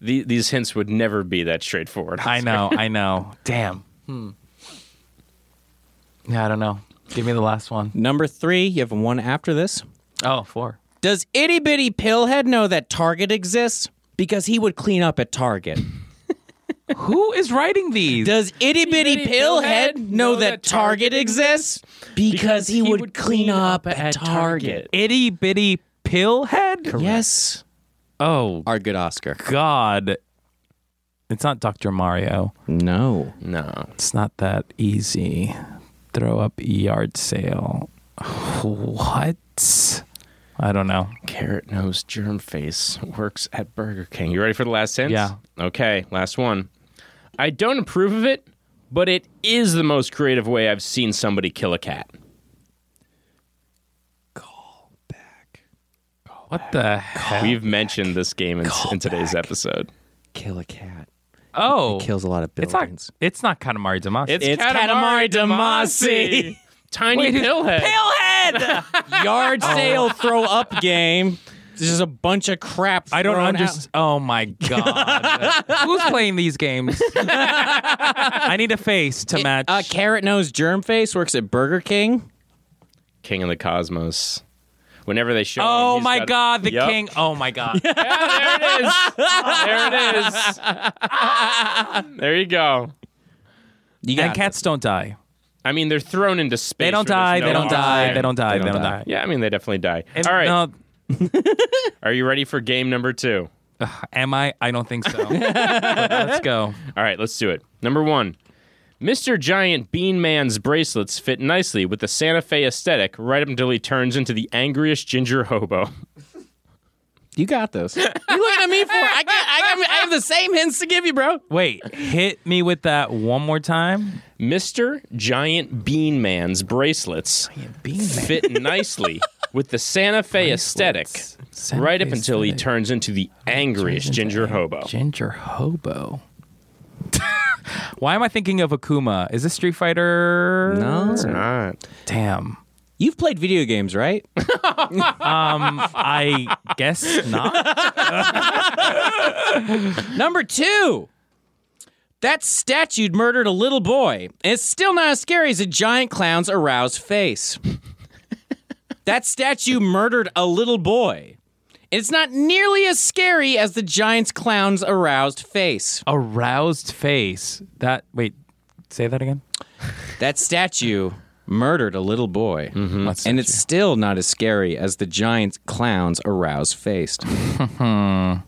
the- these hints would never be that straightforward. I know. I know. Damn. Hmm. Yeah, I don't know. Give me the last one. Number three, you have one after this. Oh, four. Does itty bitty pillhead know that Target exists? Because he would clean up at Target. Who is writing these? Does itty bitty Bitty pillhead Pillhead know that Target exists? Because he would clean up at Target. Itty bitty pillhead. Yes. Oh Our good Oscar. God. It's not Dr. Mario. No. No. It's not that easy. Throw up yard sale. What? I don't know. Carrot Nose Germ Face works at Burger King. You ready for the last hint? Yeah. Okay, last one. I don't approve of it, but it is the most creative way I've seen somebody kill a cat. What the hell? We've mentioned this game in, in today's episode. Kill a cat. Oh, Kills a lot of it's not. buildings. It's not Katamari Damacy. It's Katamari Damacy. Tiny Pillhead. Pillhead. Yard Oh. sale throw up game. This is a bunch of crap. I don't thrown out. understand. Oh my god. Who's playing these games? I need a face to match. Uh, Carrot Nose Germface works at Burger King. King of the Cosmos. Whenever they show him, oh he's my got- god, the Yup. king. Oh my god. Yeah, there it is. there it is. There you go. You and got cats don't die. I mean, they're thrown into space. They don't where die. there's no they don't die. oxygen. They don't die. They don't die. Yeah, I mean, they definitely die. And- uh, All right. no, Are you ready for game number two? Uh, Am I? I don't think so. But let's go. All right, let's do it. Number one Mr. Giant Bean Man's bracelets fit nicely with the Santa Fe aesthetic right up until he turns into the angriest ginger hobo. it. You got this. you looking at me for? I got, I, got, I have the same hints to give you, bro. Wait, hit me with that one more time. Mr. Giant Bean Man's bracelets fit nicely with the Santa Fe aesthetic right up face until he that- turns into the angriest ginger hobo. Ginger hobo. Why am I thinking of Akuma? Is this Street Fighter? It's not. Damn. You've played video games, right? Um, I guess not. Number two. That statue murdered a little boy, and it's still not as scary as a giant clown's aroused face. that statue murdered a little boy, and it's not nearly as scary as the giant's clown's aroused face. Aroused face. That wait, say that again. That statue murdered a little boy, Let's- and it's still not as scary as the giant clown's aroused face. oh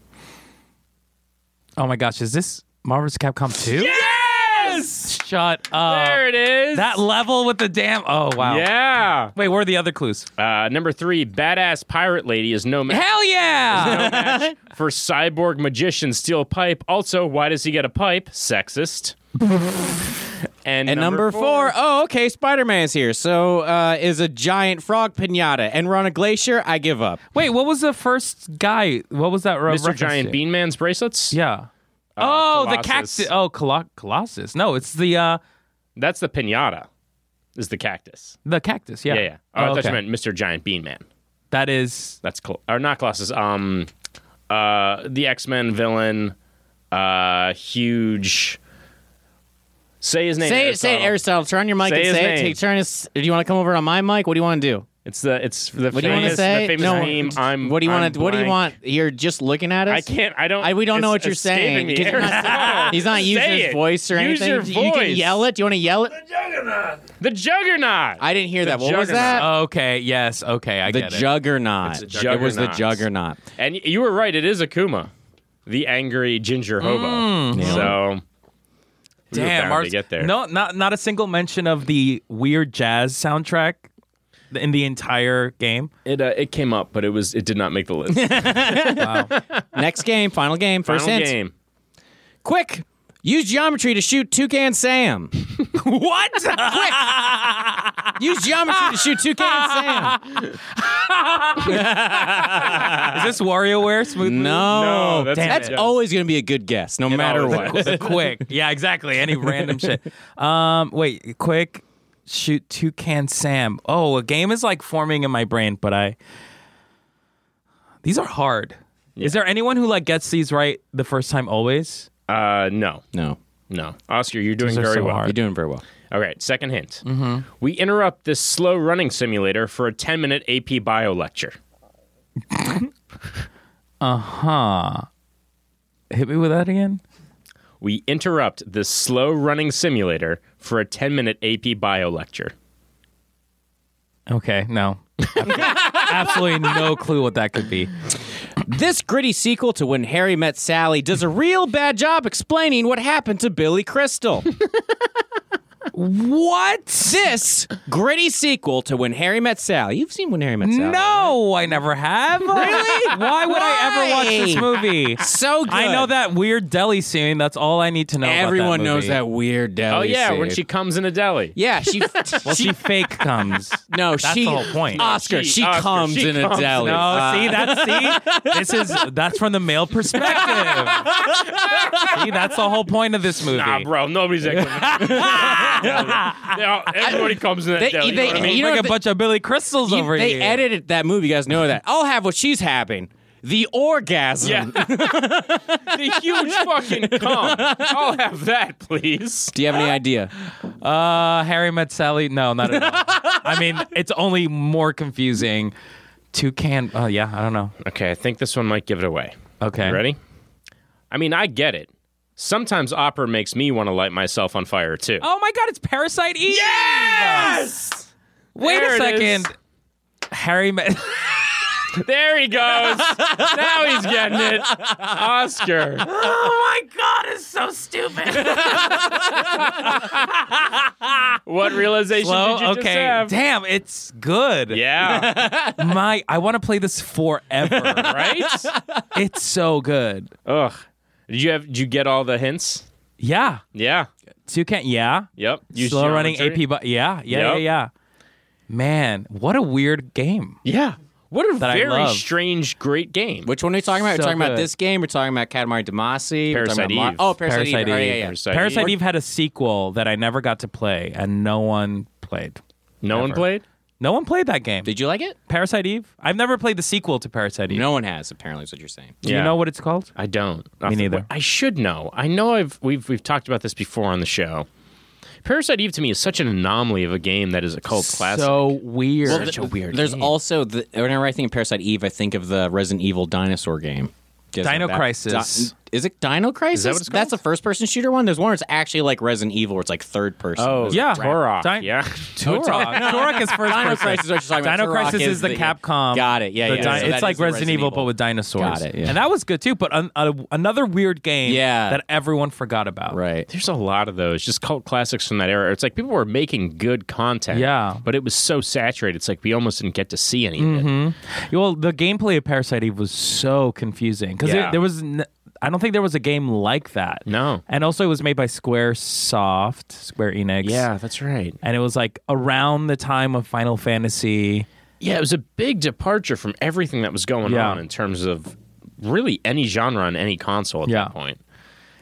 my gosh, is this Marvel's Capcom 2? Yes! Shut up. There it is. That level with the damn Oh wow. yeah. Wait, where are the other clues? Uh, number three, badass pirate lady is no match Hell yeah! for cyborg magician steel pipe. Also, why does he get a pipe? Sexist. and, And number, four, oh okay, Spider Man's here. So uh, is a giant frog pinata and run a glacier. I give up. Wait, what was the first guy? What was that? ro- Mr. reference Giant to? Bean Man's bracelets. Yeah. oh, the Colossus. cactus. Oh, colo- Colossus. No, it's the uh That's the pinata. Is the cactus. the cactus. Yeah. Yeah, yeah. Oh, Oh, I thought okay. you meant Mr. Giant Bean Man. That is That's cool. Or not Colossus. Um, uh, the X Men villain. Uh, huge. Say his name. Say it, say it, Aristotle. Aristotle. Turn your mic Say and his say it. name. Take turn. His, do you want to come over on my mic? What do you want to do? It's the it's the What do you want famous, to say? the famous meme. I'm. what do you I'm want to? What do you blank. want? You're just looking at us. I can't. I don't. I, we don't know it's what you're escaping saying. me. 'cause you're Aristotle, not, he's not using say his it. voice or Use anything. Your You voice. can yell it. Do you want to yell it? The juggernaut. I didn't hear that. What was juggernaut. that? okay. Yes. Okay. I the get juggernaut. It's a It was the juggernaut. juggernaut. and y- you were right. It is Akuma, the angry Mm, ginger it. hobo. so. we were bound Damn, Mars. to get there. No, not not a single mention of the weird jazz soundtrack in the entire game. It uh, it came up, but it was it did not make the list. Final Next game, final game, first hint. game. Quick, use geometry to shoot Toucan Sam. what? Use geometry to shoot Toucan Sam. is this WarioWare smooth? move? No, No, that's damn, it. that's always going to be a good guess, no matter always what. is. The quick. Yeah, exactly. Any random shit. Um, wait, quick. Shoot, toucan Sam. Oh, a game is like forming in my brain, but I. These are hard. Is there anyone who like gets these right the first time always? Uh, no, No, no. Oscar, you're doing These are very so well. you're hard. Mm-hmm. doing very well. All right, second hint. We interrupt this slow running simulator for a 10 minute AP bio lecture. Uh-huh. Hit me with that again. We interrupt this slow running simulator for a 10 minute AP bio lecture. Okay, no. Absolutely no clue what that could be. This gritty sequel to When Harry Met Sally does a real bad job explaining what happened to Billy Crystal. what? This gritty sequel to When Harry Met Sally. You've seen When Harry Met Sally. No, I never have. Really? Why would I ever watch this Why? movie? So good. I know that weird deli scene. That's all I need to know. about that Everyone knows movie. that weird deli. Oh, yeah, scene. when she comes in a deli. Yeah, she. Well, she, fake comes. no, That's she. the whole point. Oscar, she, She- Oscar, comes she in comes a deli. No, Uh, see that's see this is that's from the male perspective. see, that's the whole point of this movie. Nah, bro, nobody's that good. They all- Everybody comes in that They- deli. they- you know what I you mean? know like a what the- bunch of Billy Crystals you- over they here. edited that movie. You guys know that. I'll have what she's having. The orgasm. Yeah. the huge fucking cum. I'll have that, please. Do you have any idea? Uh, Harry Met Sally. No, not at all. I mean, it's only more confusing. Toucan. Oh yeah, I don't know. Okay, I think this one might give it away. Okay, You ready? I mean, I get it. Sometimes opera makes me want to light myself on fire too. Oh my God, it's Parasite Eve. Yes! Wait There a it second. Harry Met. There he goes. now he's getting it. Oscar. oh my God, it's so stupid. What realization did you Slow. just Okay. have? Damn, it's good. Yeah, My, I want to play this forever. right? it's so good. Ugh. Did you have did you get all the hints? Yeah. Yeah. Toucan. Yeah. Yep. Use Slow running geometry. AP. But yeah. Yeah. Yep. Yeah. Yeah. Man, what a weird game. Yeah. What a That I very love. strange, great game. Which one are we talking about? So we're talking about good. this game. We're talking about Katamari Damacy. we're talking Parasite about Mar- Eve. oh, Parasite, Parasite Eve. Oh, Eve. yeah, yeah. Parasite Parasite Eve. Eve had a sequel that I never got to play, and no one played. No one Ever. played. No one played that game. Did you like it? Parasite Eve? I've never played the sequel to Parasite Eve. No one has. Apparently, is what you're saying. Do Yeah. you know what it's called? I don't. Off the- neither. I should know. I know I've we've we've talked about this before on the show. Parasite Eve to me is such an anomaly of a game that is a cult classic. So weird. Well, th- There's also the whenever I think of Parasite Eve, I think of the Resident Evil dinosaur game. Guess Dino what that- Crisis. Di- is it Dino Crisis? what it's That's a first-person shooter one. There's one where it's actually like Resident Evil, where it's like third-person. oh There's a yeah. crap- Turok. Di- yeah. Oh, Turok. Turok is first Dino person. Crisis is what you're talking about. Dino Turok Crisis is is the the- Capcom. Got it. Yeah, the yeah. di- So that it's like is the Resident, Resident Evil, Evil. but with dinosaurs. Got it, yeah. And that was good too. But an, a, another weird game. Yeah. That everyone forgot about. right. There's a lot of those, just cult classics from that era. It's like people were making good content, Yeah. but it was so saturated. It's like we almost didn't get to see any of it. Mm-hmm. Well, the gameplay of Parasite Eve was so confusing because Yeah. there was. N- I don't think there was a game like that. No. And also, it was made by SquareSoft, Square Enix. Yeah, that's right. And it was like around the time of Final Fantasy. Yeah, it was a big departure from everything that was going Yeah. on in terms of really any genre on any console at Yeah. that point.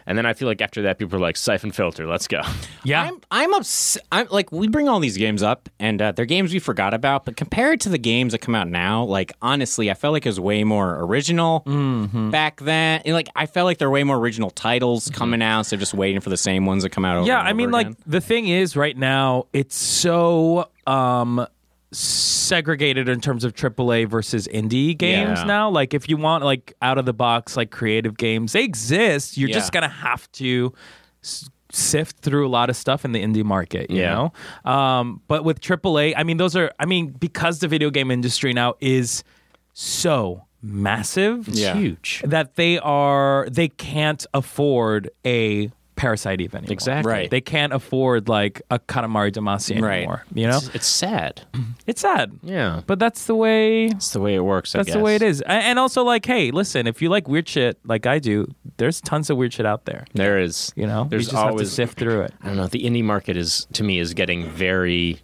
And then I feel like after that, people were like, "Siphon filter, let's go." Yeah. I'm I'm obs- I'm like we bring all these games up and uh, they're games we forgot about, but compared to the games that come out now, like honestly, I felt like it was way more Mm-hmm. original back then. And, like I felt like there are way more original titles coming out, so just waiting for the same ones that come out. Over yeah and i mean over like again. the thing is right now it's so um segregated in terms of AAA versus indie games Yeah. now like if you want like out of the box like creative games they exist you're just Yeah. gonna have to s- sift through a lot of stuff in the indie market you Yeah. know um but with AAA i mean those are i mean because the video game industry now is so massive Yeah. Huge. that they are they can't afford a parasite Eve anymore. Exactly. Right. They can't afford like a Katamari Damacy Right. anymore. You know, Mm-hmm. It's, it's sad. it's sad. Yeah, But that's the way. that's the way it works. I That's the way it guess. is. A- And also, like, hey, listen, if you like weird shit like I do, there's tons of weird shit out there. There is. You know, there's you just always. have to sift through it. I don't know. The indie market is to me is getting very.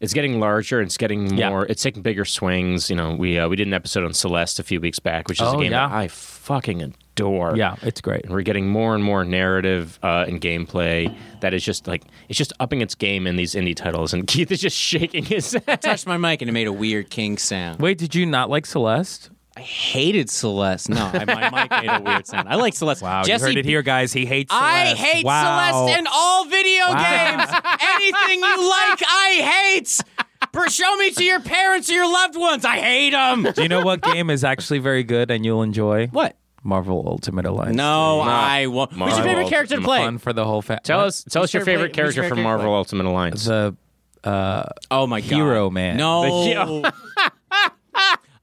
It's getting larger. It's getting Yeah. more. It's taking bigger swings. You know, we uh, we did an episode on Celeste a few weeks back, which is Oh, a game yeah. that I fucking adore. Yeah, it's great. and we're getting more and more narrative uh, and gameplay that is just like it's just upping its game in these indie titles. And Keith is just shaking his head. touched my mic and it made a weird king sound. Wait, did you not like Celeste? I hated Celeste. No, I, my mic made a weird sound. I like Celeste. Wow, Jesse you heard it here, guys. He hates. I Celeste. hate wow. Celeste and all video Wow. games. Anything you like, I hate. Per- Show me to your parents or your loved ones. I hate them. Do you know what game is actually very good and you'll enjoy? What? Marvel Ultimate Alliance. No, I won't. Who's your Marvel favorite character to Ultimate play? fun for the whole family. Tell us, tell us your your favorite play- who's character your from favorite Marvel Ultimate Alliance. the Oh my god, Hero Man. The No. hero-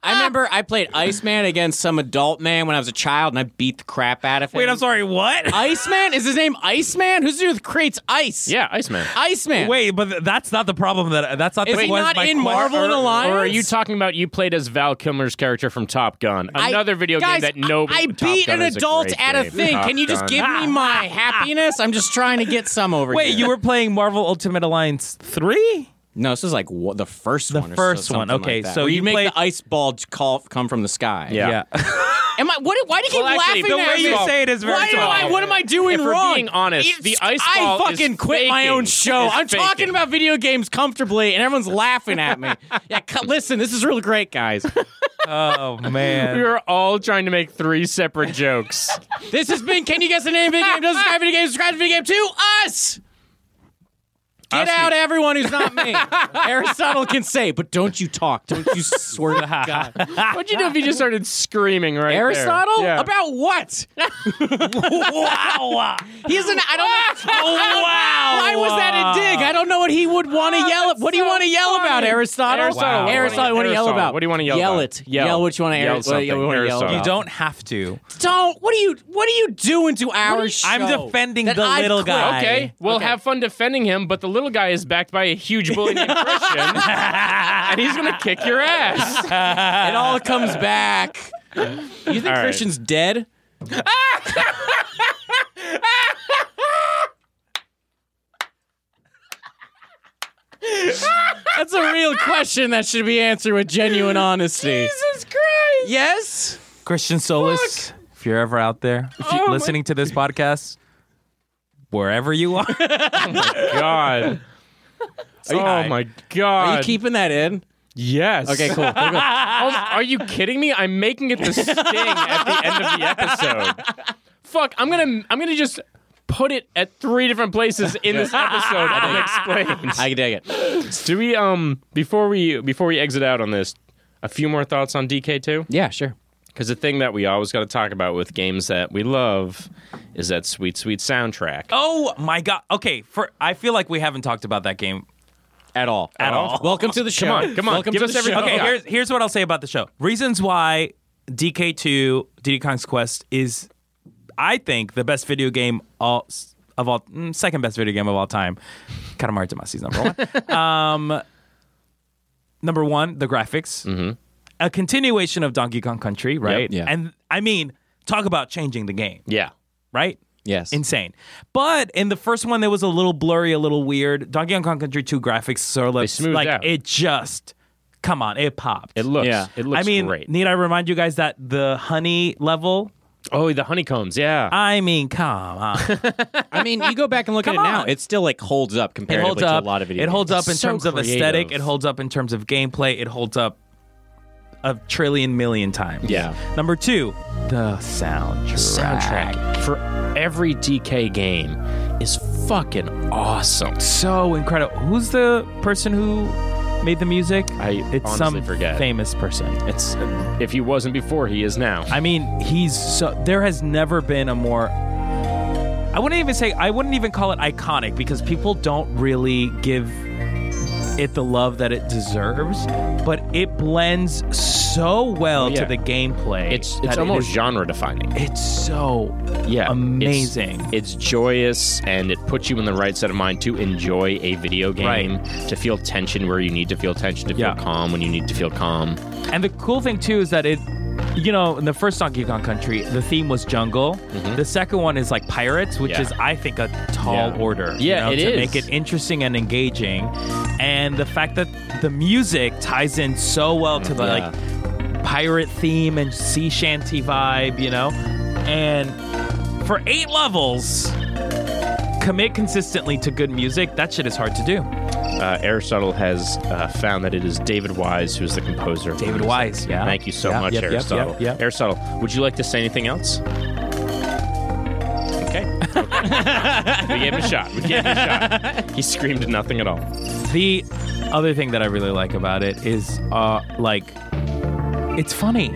I remember I played Iceman against some adult man when I was a child, and I beat the crap out of him. Wait, I'm sorry, what? Iceman is his name. Iceman. Who's the dude that creates ice? yeah, Iceman. Iceman. Wait, but th- that's not the problem. That that's not. Is the he was not my in question. Marvel and Alliance? Or are you talking about you played as Val Kilmer's character from Top Gun? I- Another video guys, game that I- nobody. I, Top beat Gun an is adult great at a game. thing. Top Can you just Gun. give me my happiness? I'm just trying to get some over Wait, here. you were playing Marvel Ultimate Alliance three? No, this is like wha- the first one. or first so- one. something Okay, like that. so Where you you make played- the ice ball j- call come from the sky. Yeah. Am I? What? Why do you Well, keep actually, the laughing way at you me? say it is very Why do I? small. What am I doing If we're wrong? being honest, the ice ball I is fucking quit my faking. own show. It's I'm talking faking. about video games comfortably, and everyone's laughing at me. yeah, cut, listen, this is really great, guys. Oh We man. were all trying to make three separate jokes. This has been. Can you guess the name of the game? Doesn't describe video game. Describe video game to us. Get Us out, everyone who's not me. Aristotle can say, but don't you talk. Don't you swear to God. What'd you do if you just started screaming right there? Aristotle? Yeah. About what? wow. He's an. I don't know. Oh, wow. Why was that a dig? I don't know what he would want to Oh, yell. At. What do you want to yell about, Aristotle? Aristotle, Wow. Aristotle, what do you yell Aristotle, about? what do you wanna yell Yell about? it. Yell. Yell, what you want to Yell yell, what you wanna something. yell Aristotle. about. You don't have to. Don't. What are you? What are you doing to our show? I'm defending that the I've little quit? guy. Okay, we'll have fun defending him, but the little guy is backed by a huge bully named Christian, and he's gonna kick your ass. It all comes back. You think right. Christian's dead? That's a real question that should be answered with genuine honesty. Jesus Christ! Yes. Christian Solis, if you're ever out there if Oh you're my- listening to this podcast, wherever you are, Oh God. oh my God. Are you keeping that in? yes. Okay, cool. We're good. Also, are you kidding me? I'm making it the sting at the end of the episode. Fuck, I'm gonna I'm gonna just put it at three different places in this episode and explain. I can dig it. Do we um before we before we exit out on this, a few more thoughts on DK two? Yeah, sure. Because the thing that we always got to talk about with games that we love is that sweet sweet soundtrack. oh my god. Okay, for I feel like we haven't talked about that game At all. At all. Welcome to the show. on, come on, Welcome give to us the every- show. Okay, Okay. here's here's what I'll say about the show. Reasons why DK2 Diddy Kong's Quest is, I think, the best video game all of all mm, second best video game of all time. Katamari Damacy's number one. um, number one, the graphics, Mm-hmm. a continuation of Donkey Kong Country, right? Yeah. And I mean, talk about changing the game, Yeah. right? Yes. Insane. But in the first one, there was a little blurry, a little weird. Donkey Kong Country 2 graphics, so let's, smoothed like, out. it just, come on, it popped. It looks Yeah. it looks I mean, great. need I remind you guys that the honey level? Oh, the honeycombs, yeah. I mean, come on. It I mean, you go back and look at it Come now, on. it still like holds up comparatively holds to up. a lot of video it games. holds up in It's so terms of aesthetic. creative. It holds up in terms of gameplay. It holds up a trillion million times. Yeah. Number two, the soundtrack. soundtrack for every DK game is fucking awesome. So incredible. Who's the person who made the music? I it's honestly some forget. famous person. It's if he wasn't before, he is now. I mean, he's so. There has never been a more. I wouldn't even say. I wouldn't even call it iconic because people don't really give it the love that it deserves. But it blends so well Yeah. to the gameplay. It's that it's it almost is- genre defining. it's so. Yeah, amazing. It's, it's joyous and it puts you in the right set of mind to enjoy a video game, to feel tension where you need to feel tension, to feel Yeah. calm when you need to feel calm. And the cool thing too is that it. You know, in the first Donkey Kong Country, the theme was jungle. The second one is like pirates, which Mm-hmm. Yeah. is, I think, a tall Yeah. order. Yeah, you know, it to is. make it interesting and engaging. And the fact that the music ties in so well to the Yeah. like pirate theme and sea shanty vibe, you know? And for eight levels, commit consistently to good music, that shit is hard to do. Uh, Aristotle has uh, found that it is David Wise who is the composer. of the David music. Wise, yeah. Thank you so Yeah, much, yep, yep, yep, Aristotle. yep. Aristotle, would you like to say anything else? Okay. okay. we gave him a shot. We gave him a shot. He screamed nothing at all. The other thing that I really like about it is, uh, like, it's funny.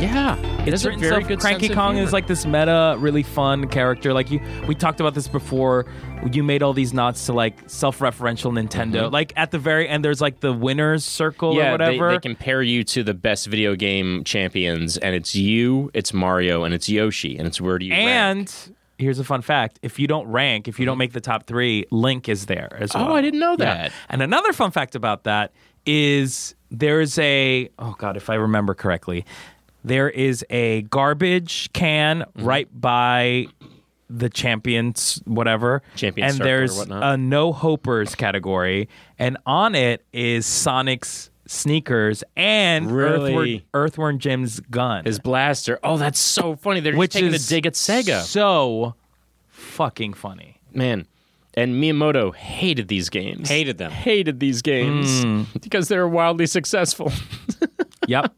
Yeah, It's written so- Cranky Kong is like this meta, really fun character. Like you, we talked about this before. You made all these nods to like self-referential Nintendo. Like at the very end, there's like the winners circle or Mm-hmm. yeah. They, whatever. they compare you to the best video game champions, and it's you, it's Mario, and it's Yoshi, and it's where do you rank. Mm-hmm. and here's a fun fact: if you don't rank, if you don't make the top three, Link is there as well. Oh, I didn't know Yeah. that. And another fun fact about that is there is a oh god, if I remember correctly, there is a garbage can Mm-hmm. right by the champions whatever Champion and circle or there's whatnot. a no hopers category and on it is sonic's sneakers and earthworm, Really? earthworm jim's gun His blaster. Oh, that's so funny. They're which just taking is a dig at Sega, So fucking funny. man. And Miyamoto hated these games. Hated them. Hated these games Hmm. because they were wildly successful. Yep.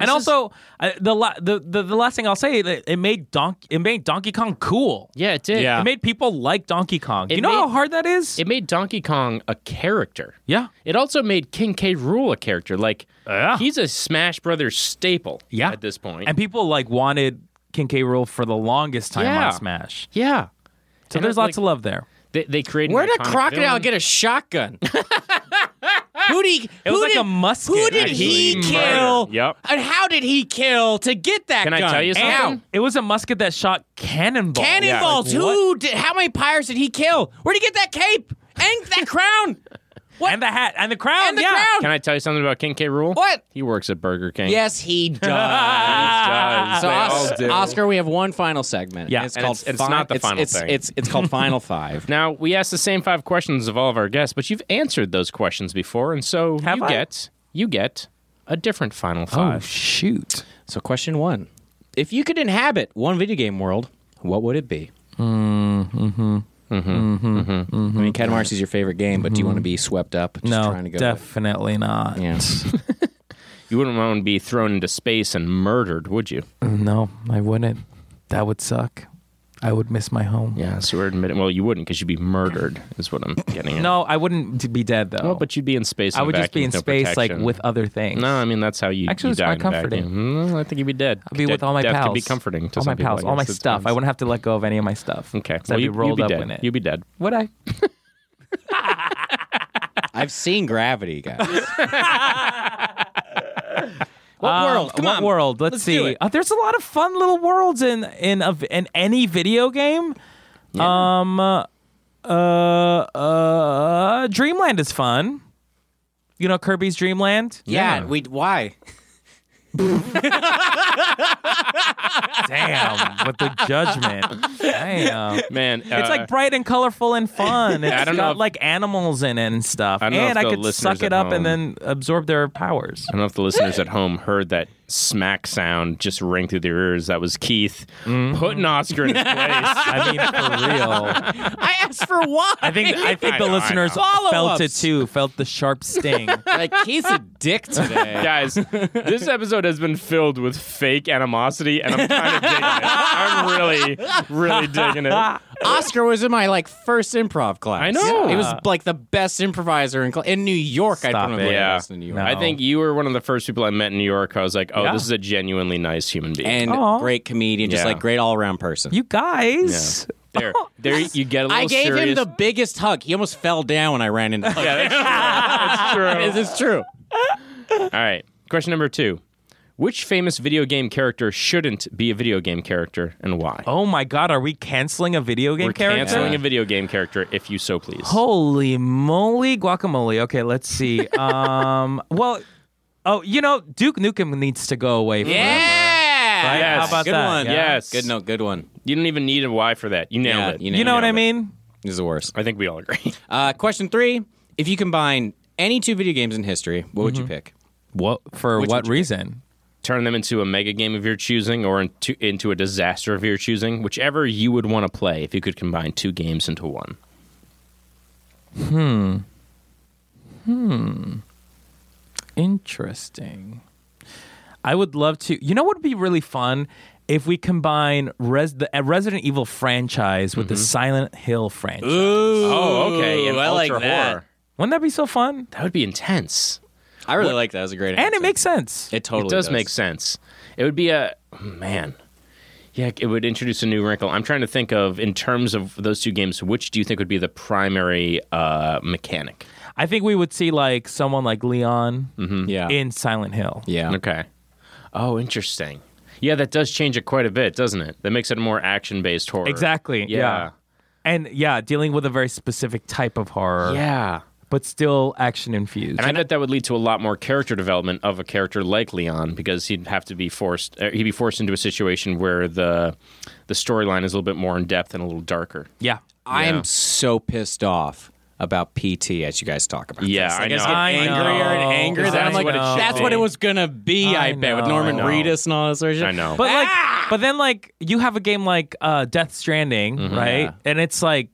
and also I the, la- the the the last thing I'll say that it made Don- it made Donkey Kong cool. Yeah, it did. Yeah. It made people like Donkey Kong. It you know made- how hard that is? It made Donkey Kong a character. yeah. It also made King K. Rule a character. Like Yeah. he's a Smash Brothers staple. Yeah. At this point. And people like wanted King K. Rule for the longest time Yeah. on Smash. yeah. So there's lots of love there. They, they created. Where did a Crocodile get a shotgun? who did he, It who was like did- a musket, Who did he actually. kill? Murder. Yep. And how did he kill to get that Can I gun? tell you Ow. something? It was a musket that shot cannonballs. Cannonballs. Like, what? who did? How many pirates did he kill? Where would he get that cape and that crown? What? And the hat and the crown. And the yeah. crown. Can I tell you something about King K. Rule? What? He works at Burger King. Yes, he does. does. So They Os- all do. Oscar, we have one final segment. Yeah, and it's and called. it's- it's not the Fi- final it's, thing. It's, it's called Final Five. Now, we asked the same five questions of all of our guests, but you've answered those questions before, and so Have you I? get you get a different final Oh five. shoot. So, question one: If you could inhabit one video game world, what would it be? Mm-hmm. Mm-hmm. Mm-hmm. Mm-hmm. I mean, Catamarcy is your favorite game, but do you want to be swept up? Just Mm-hmm. No, trying to go definitely not. Yeah. You wouldn't want to be thrown into space and murdered, would you? No, I wouldn't. That would suck. I would miss my home. Yeah, so we're admitting. Well, you wouldn't because you'd be murdered, is what I'm getting at. No, I wouldn't d- be dead though. Well, but you'd be in space. I a would just be vacuum in no space protection. like with other things. No, I mean that's how you. Actually, you it's die quite in a vacuuming. comforting. Mm, I think you'd be dead. I'd be Dead- with all my death pals. could be comforting to all some my people, pals, I all my guess. It stuff. I depends. wouldn't have to let go of any of my stuff. Okay, so I'd be you- rolled you'd up be dead. in it. You'd be dead. Would I? I've seen Gravity, guys. what Um, world? Come what on, world? Let's, Let's see. do it. Uh, there's a lot of fun little worlds in in of in any video game. Um, uh, uh, Dreamland is fun. You know Kirby's Dreamland. Yeah, Yeah. we. Why? Damn, with the judgment. Damn. Man, It's uh, like bright and colorful and fun. It's I don't know got if- like animals in it and stuff. I don't know and if I the could listeners suck it at up and home- then absorb their powers. I don't know if the listeners at home heard that smack sound just ring through their ears. That was Keith Mm-hmm. putting Oscar in his place. I mean, for real. I asked for why. I think I think Oh. I the know, I listeners know. felt it Follow-ups. too. Felt the sharp sting. like he's a dick today. Guys, this episode has been filled with fake animosity, and I'm kind of digging it. I'm really, really digging it. Oscar was in my like first improv class. I know. He was like the best improviser in cla- in New York. I Stop put him it. in Yeah, class in New York. I think you were one of the first people I met in New York. I was like, oh, Yeah. this is a genuinely nice human being. and Aw. great comedian, just Yeah. like great all around person. You guys. there, there, you get a little I gave him serious- the biggest hug. He almost fell down when I ran into him. Yeah, that's true. That's true. This is Uh, true. All right. Question number two. Which famous video game character shouldn't be a video game character and why? Oh my god, are we canceling a video game We're character? canceling a video game character if you so please. Holy moly, guacamole. Okay, let's see. Um, well, oh, you know, Duke Nukem needs to go away. forever. Yeah. Right? Yes. How about good that? one. Yeah. Yes. Good no, good one. You don't even need a why for that. You nailed Yeah, it. you You know what I Nailed it. mean? This is the worst. I think we all agree. Uh, question three: If you combine any two video games in history, what would you pick? What for? Which what would you reason? Turn them into a mega game of your choosing or into, into a disaster of your choosing, whichever you would want to play if you could combine two games into one. Hmm. Interesting. I would love to. You know what would be really fun if we combine Res, the uh, Resident Evil franchise with the Silent Hill franchise. oh, okay. And Mm-hmm. I like ultra that. horror. Wouldn't that be so fun? That would be intense. I really like that. It was a great. And answer. it makes sense. it totally it does, make sense. It would be a man. Yeah, it would introduce a new wrinkle. I'm trying to think of in terms of those two games, which do you think would be the primary uh, mechanic? I think we would see like someone like Leon Mm-hmm. Yeah. in Silent Hill. yeah. Okay. Oh, interesting. Yeah, that does change it quite a bit, doesn't it? That makes it a more action-based horror. Exactly. Yeah. Yeah. And yeah, dealing with a very specific type of horror, Yeah. but still action infused. And I bet that would lead to a lot more character development of a character like Leon because he'd have to be forced. Uh, he'd be forced into a situation where the the storyline is a little bit more in depth and a little darker. yeah. I am so pissed off about PT as you guys talk about. Yeah, this. I Like, it's know. getting I angrier know. and angrier. That's That I'm like, what it should that's be. what it was gonna be. I, I bet with know. Norman I know. Reedus and all that sort of shit. Oh, I know. But like, Ah! but then like you have a game like uh, Death Stranding, Mm-hmm. right? And it's like,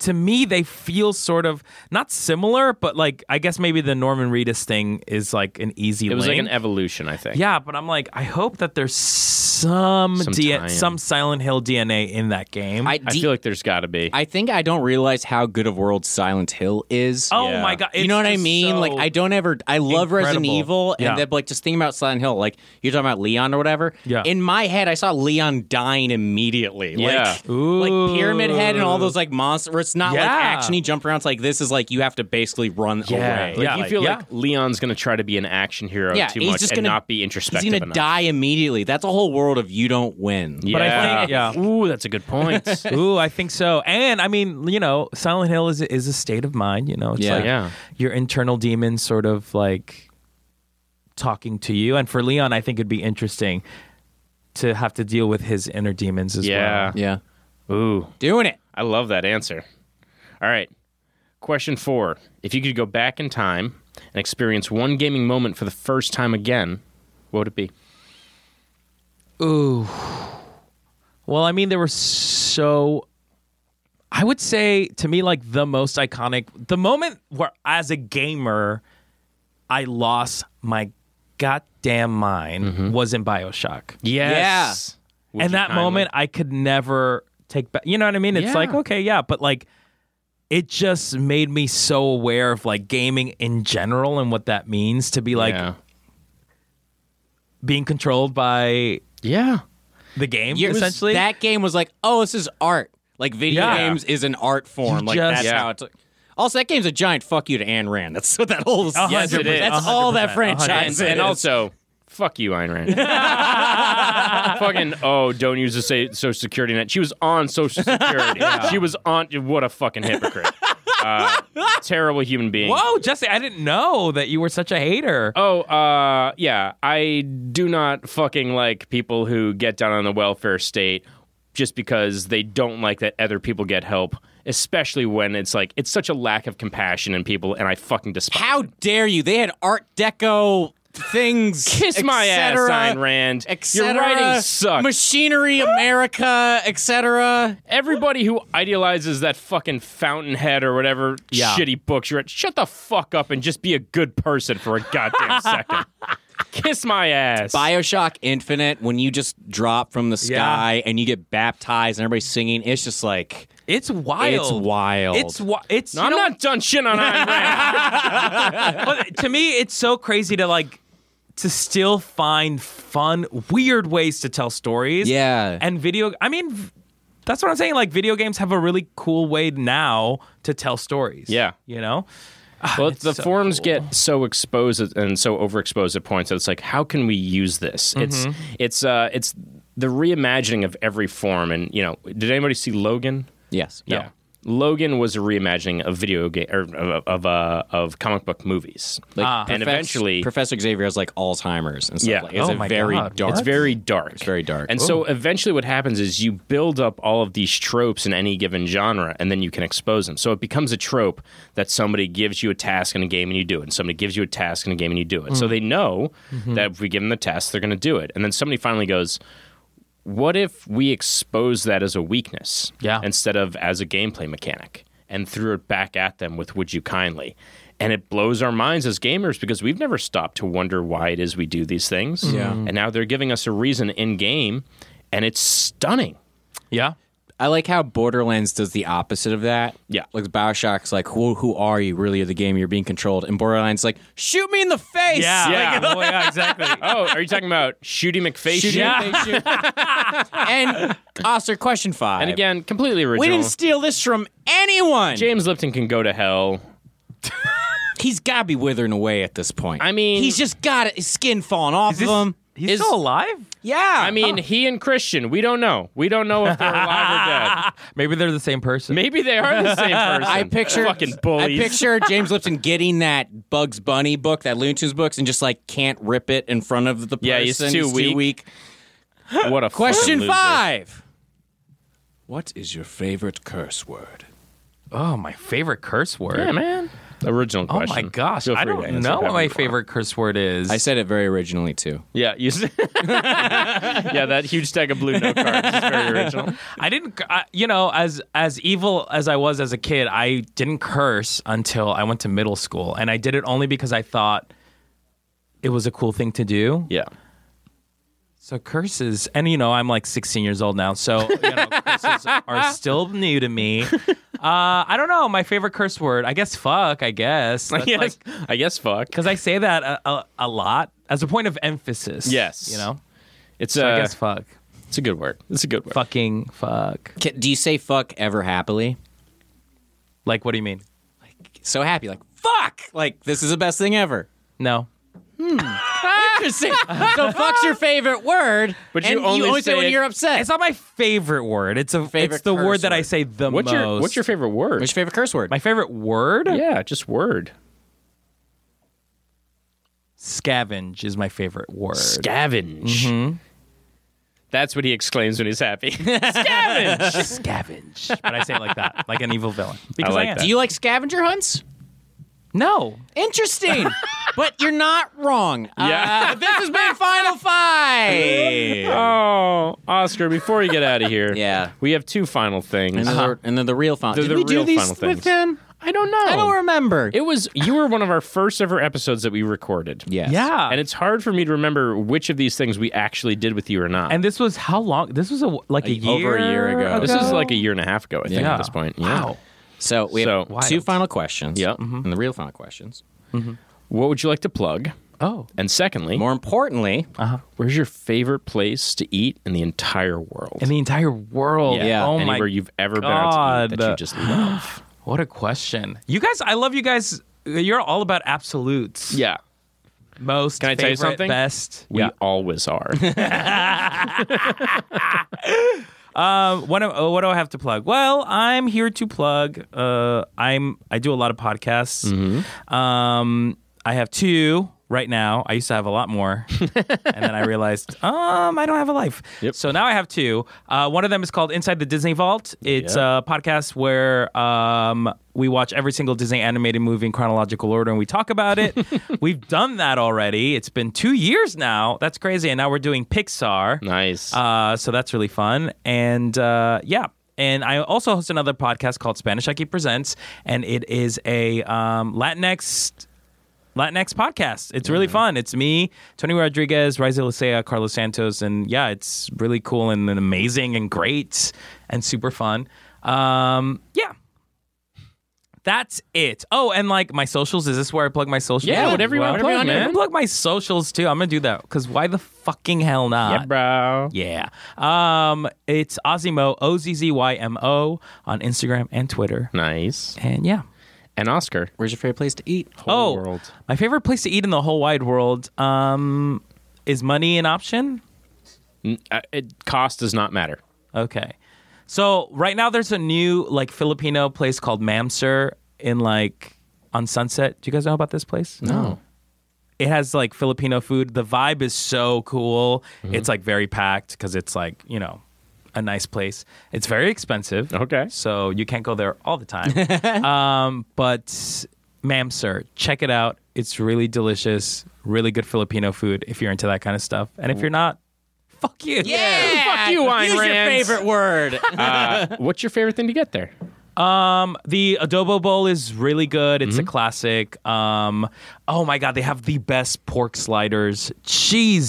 to me, they feel sort of not similar, but like I guess maybe the Norman Reedus thing is like an easy. it was like link. an evolution, I think. yeah, but I'm like, I hope that there's some Some D- tie-in. some Silent Hill DNA in that game. I, I de- feel like there's got to be. I think I don't realize how good of world Silent Hill is. oh yeah. my god, you it's know what I just mean? so- like I don't ever. I love Resident incredible. Evil, Yeah. and then like just thinking about Silent Hill. Like you're talking about Leon or whatever. Yeah. In my head, I saw Leon dying immediately. Yeah. Like, like Pyramid Head and all those like monsters. it's not like Yeah. actiony jump rounds. Like this is like you have to basically run away. Like, Yeah, you like- feel yeah. like Leon's going to try to be an action hero Yeah, too he's much just and gonna- not be He's introspective gonna enough. die immediately. That's a whole world of you don't win. Yeah. But I think- yeah. Ooh, that's a good point. Ooh, I think so. And I mean, you know, Silent Hill is is a state of mind. You know, it's Yeah. like Yeah. your internal demons sort of like talking to you. And for Leon, I think it'd be interesting to have to deal with his inner demons as yeah. Yeah, Ooh, doing it. I love that answer. All right. Question four. If you could go back in time and experience one gaming moment for the first time again, what would it be? well. Ooh. Well, I mean, there were so. I would say to me, like the most iconic, the moment where as a gamer, I lost my goddamn mind was in Bioshock. Yes. Would and Mm-hmm. you that kindly- moment I could never take back. You know what I mean? It's Yeah. like, okay, yeah, but like it just made me so aware of like gaming in general and what that means to be like yeah. being controlled by yeah. the game It was- essentially. that game was like, oh, this is art. Like video Yeah. games is an art form. You like just- that's Yeah. how it's. Also, that game's a giant fuck you to Ayn Rand. That's what that whole. Yes, it is. That's all that 100%, franchise And, is. and also, fuck you, Ayn Rand. fucking, oh, don't use the sa- social security net. She was on social security. She was on, what a fucking hypocrite. Uh, terrible human being. Whoa, Jesse, I didn't know that you were such a hater. Oh, uh, yeah. I do not fucking like people who get down on the welfare state just because they don't like that other people get help, especially when it's like, it's such a lack of compassion in people, and I fucking despise How dare you? They had Art Deco things. Kiss et my cetera, ass, Ayn Rand. et Your cetera, writing sucks. Machinery America, etc. Everybody who idealizes that fucking fountainhead or whatever Yeah. shitty books you're at, shut the fuck up and just be a good person for a goddamn second. Kiss my ass. Bioshock Infinite, when you just drop from the sky and you get baptized and everybody's singing, it's just like It's wild. it's wild. It's wi- it's No, you I'm know not done shit on Ayn Rand. but to me, it's so crazy to like to still find fun, weird ways to tell stories. Yeah. and video. I mean, v- that's what I'm saying. Like, video games have a really cool way now to tell stories. Yeah. you know. Well, the so forms cool. get so exposed at- and so overexposed at points that it's like, how can we use this? Mm-hmm. It's it's uh it's the reimagining of every form. And you know, did anybody see Logan? yes. No. Yeah. Logan was a reimagining of video game or of of, uh, of comic book movies, Like and Profess- eventually Professor Xavier has like Alzheimer's and stuff. Yeah. Like, it's Oh a my very God, dark. It's very dark. It's very dark. Oh. And so eventually what happens is you build up all of these tropes in any given genre and then you can expose them. So it becomes a trope that somebody gives you a task in a game and you do it. And somebody gives you a task in a game and you do it. So they know that if we give them the task, they're going to do it. And then somebody finally goes, what if we expose that as a weakness Yeah. instead of as a gameplay mechanic and threw it back at them with would you kindly and it blows our minds as gamers because we've never stopped to wonder why it is we do these things Yeah. and now they're giving us a reason in game and it's stunning Yeah, I like how Borderlands does the opposite of that. Yeah. Like Bioshock's like, who who are you really of the game? You're being controlled. And Borderlands is like, shoot me in the face. yeah, Yeah. Oh, yeah, exactly. oh are you talking about shooty mcface Shoot me Yeah. in the face, shoot. and Oscar question five. and again completely original we didn't steal this from anyone. james lipton can go to hell he's gotta be withering away at this point. I mean- he's just got it, his skin falling off Is this- of him. he's Is- still alive. Yeah. i mean he and christian we don't know we don't know if they're alive or dead Maybe they're the same person. maybe they are the same person I picture fucking bullies I picture James Lipton getting that Bugs Bunny book, that Looney Tunes books, and just like can't rip it in front of the person. Yeah, he's too weak. what a fucking Question loser. five. What is your favorite curse word? Oh, my favorite curse word. Yeah, man. Original Oh question. my gosh, Feel I free to don't answer know what however my you want. favorite curse word is. I said it very originally too. Yeah, you. s- yeah, that huge stack of blue note cards is very original. I didn't, I, you know, as as evil as I was as a kid, I didn't curse until I went to middle school, and I did it only because I thought it was a cool thing to do. Yeah. So curses, and you know, I'm like 16 years old now, so you know, curses are still new to me. Uh, I don't know my favorite curse word. I guess fuck. I guess I guess, I guess fuck. because I say that a, a, a lot as a point of emphasis. Yes. you know. It's So a, I guess fuck, it's a good word. It's a good word. fucking fuck. K- Do you say fuck ever happily? Like, what do you mean? So happy, like fuck, like this is the best thing ever. No. hmm, Interesting. so fuck's your favorite word, But and you only say, say when it- you're upset. It's not my favorite word. It's a Favorite it's the curse word that I word. say the What's most. your What's your favorite word? What's your favorite curse word? my favorite word? yeah, just word. Scavenge is my favorite word. Mm-hmm. Scavenge. That's what he exclaims when he's happy. Scavenge. scavenge. But I say it like that, like an evil villain. Because I, like am. that. Do you like scavenger hunts? No. Interesting, but you're not wrong. Yeah. Uh, this has been Final Five. oh, Oscar! Before you get out of here, Yeah. we have two final things. And, then the, and then the real final. The- Did the we do real these final with things. him? I don't know. I don't remember. Oh. It was you were one of our first ever episodes that we recorded. yes. Yeah. And it's hard for me to remember which of these things we actually did with you or not. And this was how long? This was a like a, year over a year ago. this is like a year and a half ago, I think, Yeah. at this point. Yeah. Wow. So we So- have two Wild. Mm-hmm. final questions. Yeah. And the real final questions. What would you like to plug? Oh. Uh-huh. And secondly, More importantly, where's your favorite place to eat in the entire world? In the entire world. Yeah. Oh Anywhere my. you've ever been out to eat that you God. just love. What a question. You guys, I love you guys. You're all about absolutes. yeah. Most. Can I favorite, tell you something? Best. We always are. Um, what, do, uh, what do I have to plug? Well, I'm here to plug. Uh, I'm I do a lot of podcasts. Mm-hmm. Um, I have two right now. I used to have a lot more, and then I realized um, I don't have a life. Yep. So now I have two. Uh, one of them is called Inside the Disney Vault. It's Yeah. a podcast where um, we watch every single Disney animated movie in chronological order and we talk about it. We've done that already. It's been two years now. That's crazy. And now we're doing Pixar. nice. Uh, so that's really fun. And uh, yeah. And I also host another podcast called Spanish Aki Presents, and it is a um, Latinx Latinx podcast. It's really fun. It's me, Tony Rodriguez, Raisa Licea, Carlos Santos, and yeah, it's really cool and amazing and great and super fun. Um, yeah. That's it. Oh, and like my socials. Is this where I plug my socials? Yeah, as whatever you wanna plug, I'm gonna man. plug my socials too. I'm gonna do that because why the fucking hell not? yeah, bro. Yeah. Um, it's Ozzymo, O Z Z Y M O, on Instagram and Twitter. Nice. And yeah. And Oscar. where's your favorite place to eat? Whole oh, world. my favorite place to eat in the whole wide world um, is money an option? N- uh, it- cost does not matter. Okay. So right now there's a new like Filipino place called Mamser in like on Sunset. Do you guys know about this place? No. It has like Filipino food. The vibe is so cool. Mm-hmm. It's like very packed because it's like, you know, a nice place. It's very expensive. Okay. So you can't go there all the time. um, but Mamser, check it out. It's really delicious, really good Filipino food if you're into that kind of stuff. And if you're not, fuck you. Fuck you, Ayn Use Rand. your favorite word. Uh, what's your favorite thing to get there? Um, the adobo bowl is really good. Mm-hmm. It's a classic. Um, oh my god, they have the best pork sliders.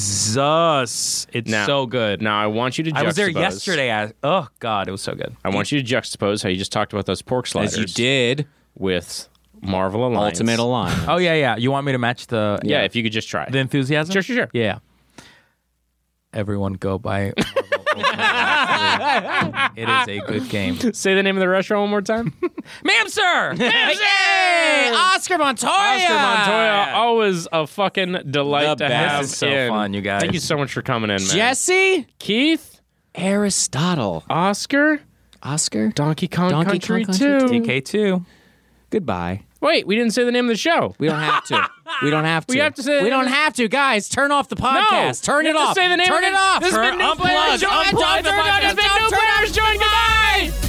Jesus, it's Now- so good. Now I want you to. Juxtapose. I was there yesterday. I, oh god, it was so good. I want you to juxtapose how you just talked about those pork sliders As you did, with Marvel Alliance. ultimate alliance. Oh yeah, yeah. You want me to match the Yeah, if you could just try. the enthusiasm? Sure, sure, sure. Yeah. Everyone go buy. it is a good game. Say the name of the restaurant one more time. Ma'am, sir. Hey, Oscar Montoya. Uh, Oscar Montoya, always a fucking delight The to best. have. This is so in. fun, you guys. Thank you so much for coming in, man. Jesse Keith, Aristotle. Oscar, Oscar. Donkey Kong Donkey Country Kong 2. Country DK two. Goodbye. Wait, we didn't say the name of the show. We don't have to. We don't have to. have to say- We don't have to, guys. Turn off the podcast. Turn you it have to off. say the name Turn of it the- off. This has Turn been New Players. unplug. Join- Unplug the Turn it off. This has been podcast. New Turn it Players. Join. Goodbye.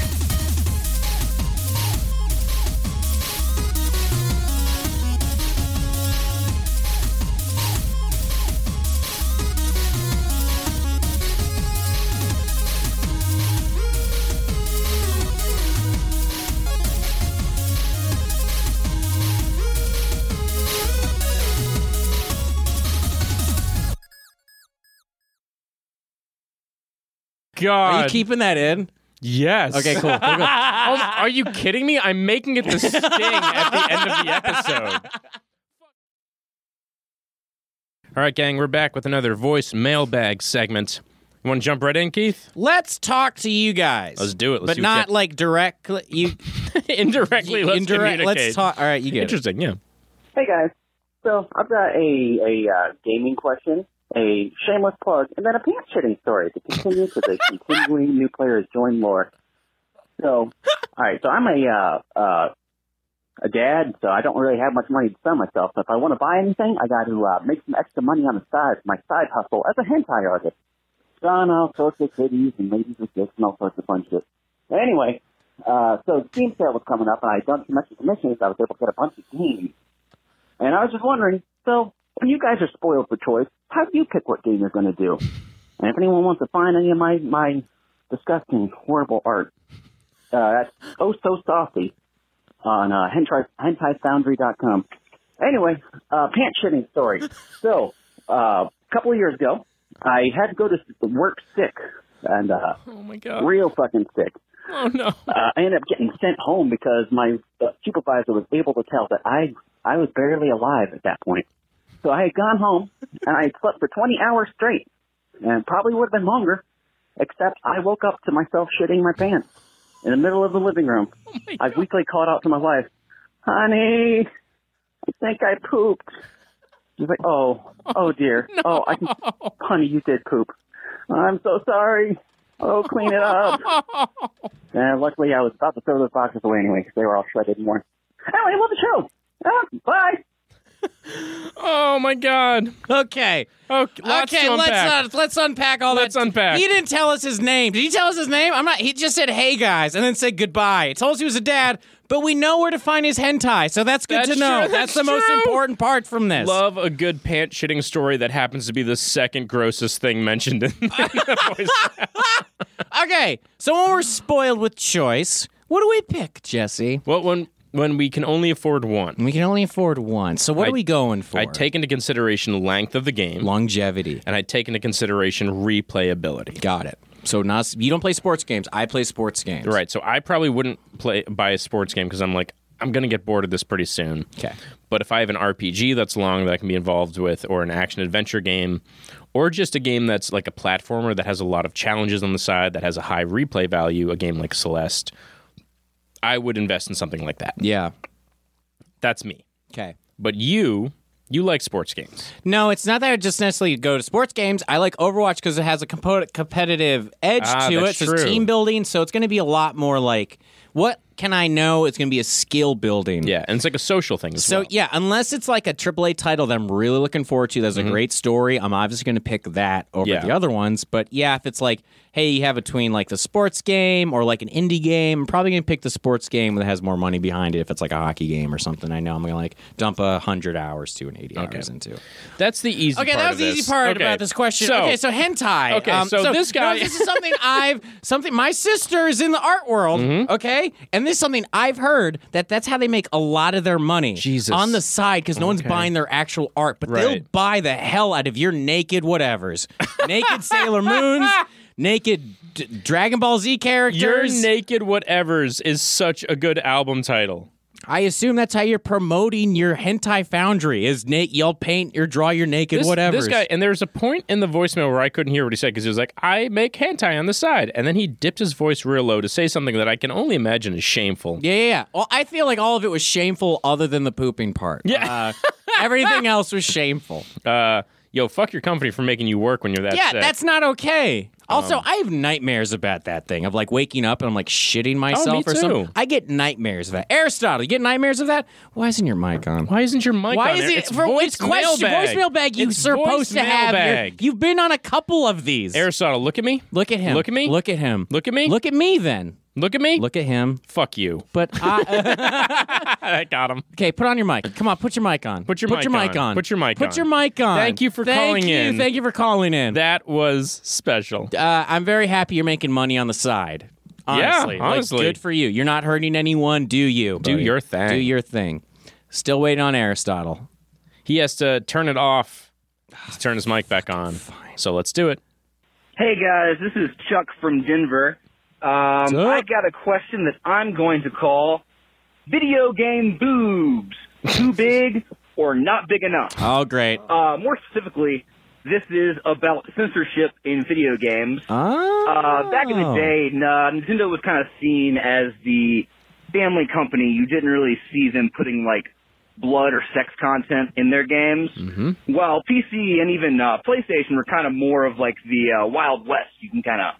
God. Are you keeping that in? yes. Okay, cool. We're good. Oh, are you kidding me? I'm making it the sting at the end of the episode. All right, gang, we're back with another voice mailbag segment. You want to jump right in, Keith? Let's talk to you guys. Let's do it. Let's but see what not you- like directly. You Indirectly, let's indirect. Let's communicate. talk. All right, you get it. Interesting, yeah. Hey guys, so I've got a a uh, gaming question, a shameless plug, and then a pants shitting story to continue because the continuing new players join more. So, all right, so I'm a uh, uh, a dad, so I don't really have much money to spend myself. So if I want to buy anything, I got to uh, make some extra money on the side, my side hustle as a hentai artist. Done all sorts of goodies and ladies with dicks and all sorts of fun shit. Anyway, uh, so Steam sale was coming up, and I done some extra commissions. I was able to get a bunch of games. And I was just wondering, so when you guys are spoiled for choice, how do you pick what game you're going to do? And if anyone wants to find any of my my disgusting, horrible art, uh, that's oh so saucy on uh, hentai hentaifoundry.com. Anyway, uh, pant shitting story. So uh, a couple of years ago, I had to go to s- work sick and uh, Oh my god. real fucking sick Oh no. uh, I ended up getting sent home because my uh, supervisor was able to tell that I I was barely alive at that point. So I had gone home and I had slept for 20 hours straight, and probably would have been longer, except I woke up to myself shitting my pants in the middle of the living room. I weakly called out to my wife, "Honey, I think I pooped." She's like, "Oh, oh dear, oh, I can, honey, you did poop. I'm so sorry. Oh, clean it up." And luckily, I was about to throw those boxes away anyway because they were all shredded and worn. Anyway, love the show. Ah, bye. Oh my god. Okay. Okay, lots okay, to let's unpack. uh, let's unpack all Let's that. unpack. He didn't tell us his name. Did he tell us his name? I'm not. He just said, "Hey guys," and then said goodbye. It told us he was a dad, but we know where to find his hentai, so that's good That's to know. true, that's the most true. important part from this. Love a good pant shitting story that happens to be the second grossest thing mentioned in, in the voice. Okay, so when we're spoiled with choice, what do we pick, Jesse? Well, when when we can only afford one, We can only afford one. So what I- are we going for? I take into consideration length of the game, longevity. and I take into consideration replayability. Got it. So not you don't play sports games. I play sports games. Right. So I probably wouldn't play buy a sports game because I'm like I'm gonna get bored of this pretty soon. Okay. But if I have an RPG that's long that I can be involved with, or an action adventure game, or just a game that's like a platformer that has a lot of challenges on the side that has a high replay value, a game like Celeste, I would invest in something like that. Yeah. That's me. Okay. But you, you like sports games. No, it's not that I just necessarily go to sports games. I like Overwatch because it has a compo- competitive edge Ah, to it. that's So it's true. team building. So it's going to be a lot more like what can I know? It's going to be a skill building. Yeah, and it's like a social thing as So well. yeah, unless it's like a AAA title that I'm really looking forward to, that's a great story. I'm obviously going to pick that over Mm-hmm. Yeah. the other ones. But yeah, if it's like, hey, you have between like the sports game or like an indie game, I'm probably going to pick the sports game that has more money behind it. If it's like a hockey game or something, I know I'm going to like dump a hundred hours to and eighty hours into. That's the easy Okay, part. that was of the easy this. part Okay, about this question. So, okay, so hentai. Um, Okay, so this guy- no, this is something I've something. My sister is in the art world. Mm-hmm. Okay, and this is something I've heard that that's how they make a lot of their money. Jesus. on the side because no one's buying their actual art, but they'll Right. buy the hell out of your naked whatevers, naked Sailor Moons, naked d- Dragon Ball Z Your characters. Naked Whatevers is such a good album title. I assume that's how you're promoting your hentai foundry. Is Nate? You'll paint or draw your naked This, whatevers. This guy, and there's a point in the voicemail where I couldn't hear what he said because he was like, I make hentai on the side. And then he dipped his voice real low to say something that I can only imagine is shameful. Yeah, yeah, yeah. Well, I feel like all of it was shameful, other than the pooping part. Yeah. Uh, everything else was shameful. Uh, yo, fuck your company for making you work when you're that yeah, sick. Um, that's not okay. Also, I have nightmares about that thing of like waking up and I'm like shitting myself or something. Oh, too. I get nightmares of that. Aristotle, you get nightmares of that? Why isn't your mic on? Why isn't your mic Why on is there? it It's for it's voicemail question bag. voicemail bag? You It's supposed to voicemail have. You're- bag. You've been on a couple of these. Aristotle, look at me. look at him. Look at me. Look at him. Look at me. Look at me. Then Look at me. look at him. Fuck you. But I. I got him. Okay, put on your mic. Come on, put your mic on. Put your mic on. on. Put your mic Put on. your mic on. Thank you for Thank calling you. in. Thank you for calling in. That was special. uh, I'm very happy you're making money on the side. Honestly, Like, honestly. good for you. You're not hurting anyone. Do you? Do buddy. your thing. Do your thing. Still waiting on Aristotle. He has to turn it off. He's turned his mic back on. So let's do it. Hey guys, this is Chuck from Denver. Um, up? I got a question that I'm going to call video game boobs. Too big or not big enough? Oh, great. Uh, more specifically, This is about censorship in video games. Ah. Oh. Uh, back in the day, nah, Nintendo was kind of seen as the family company. You didn't really see them putting like blood or sex content in their games. Mm-hmm. While PC and even uh, PlayStation were kind of more of like the uh, Wild West. You can kind of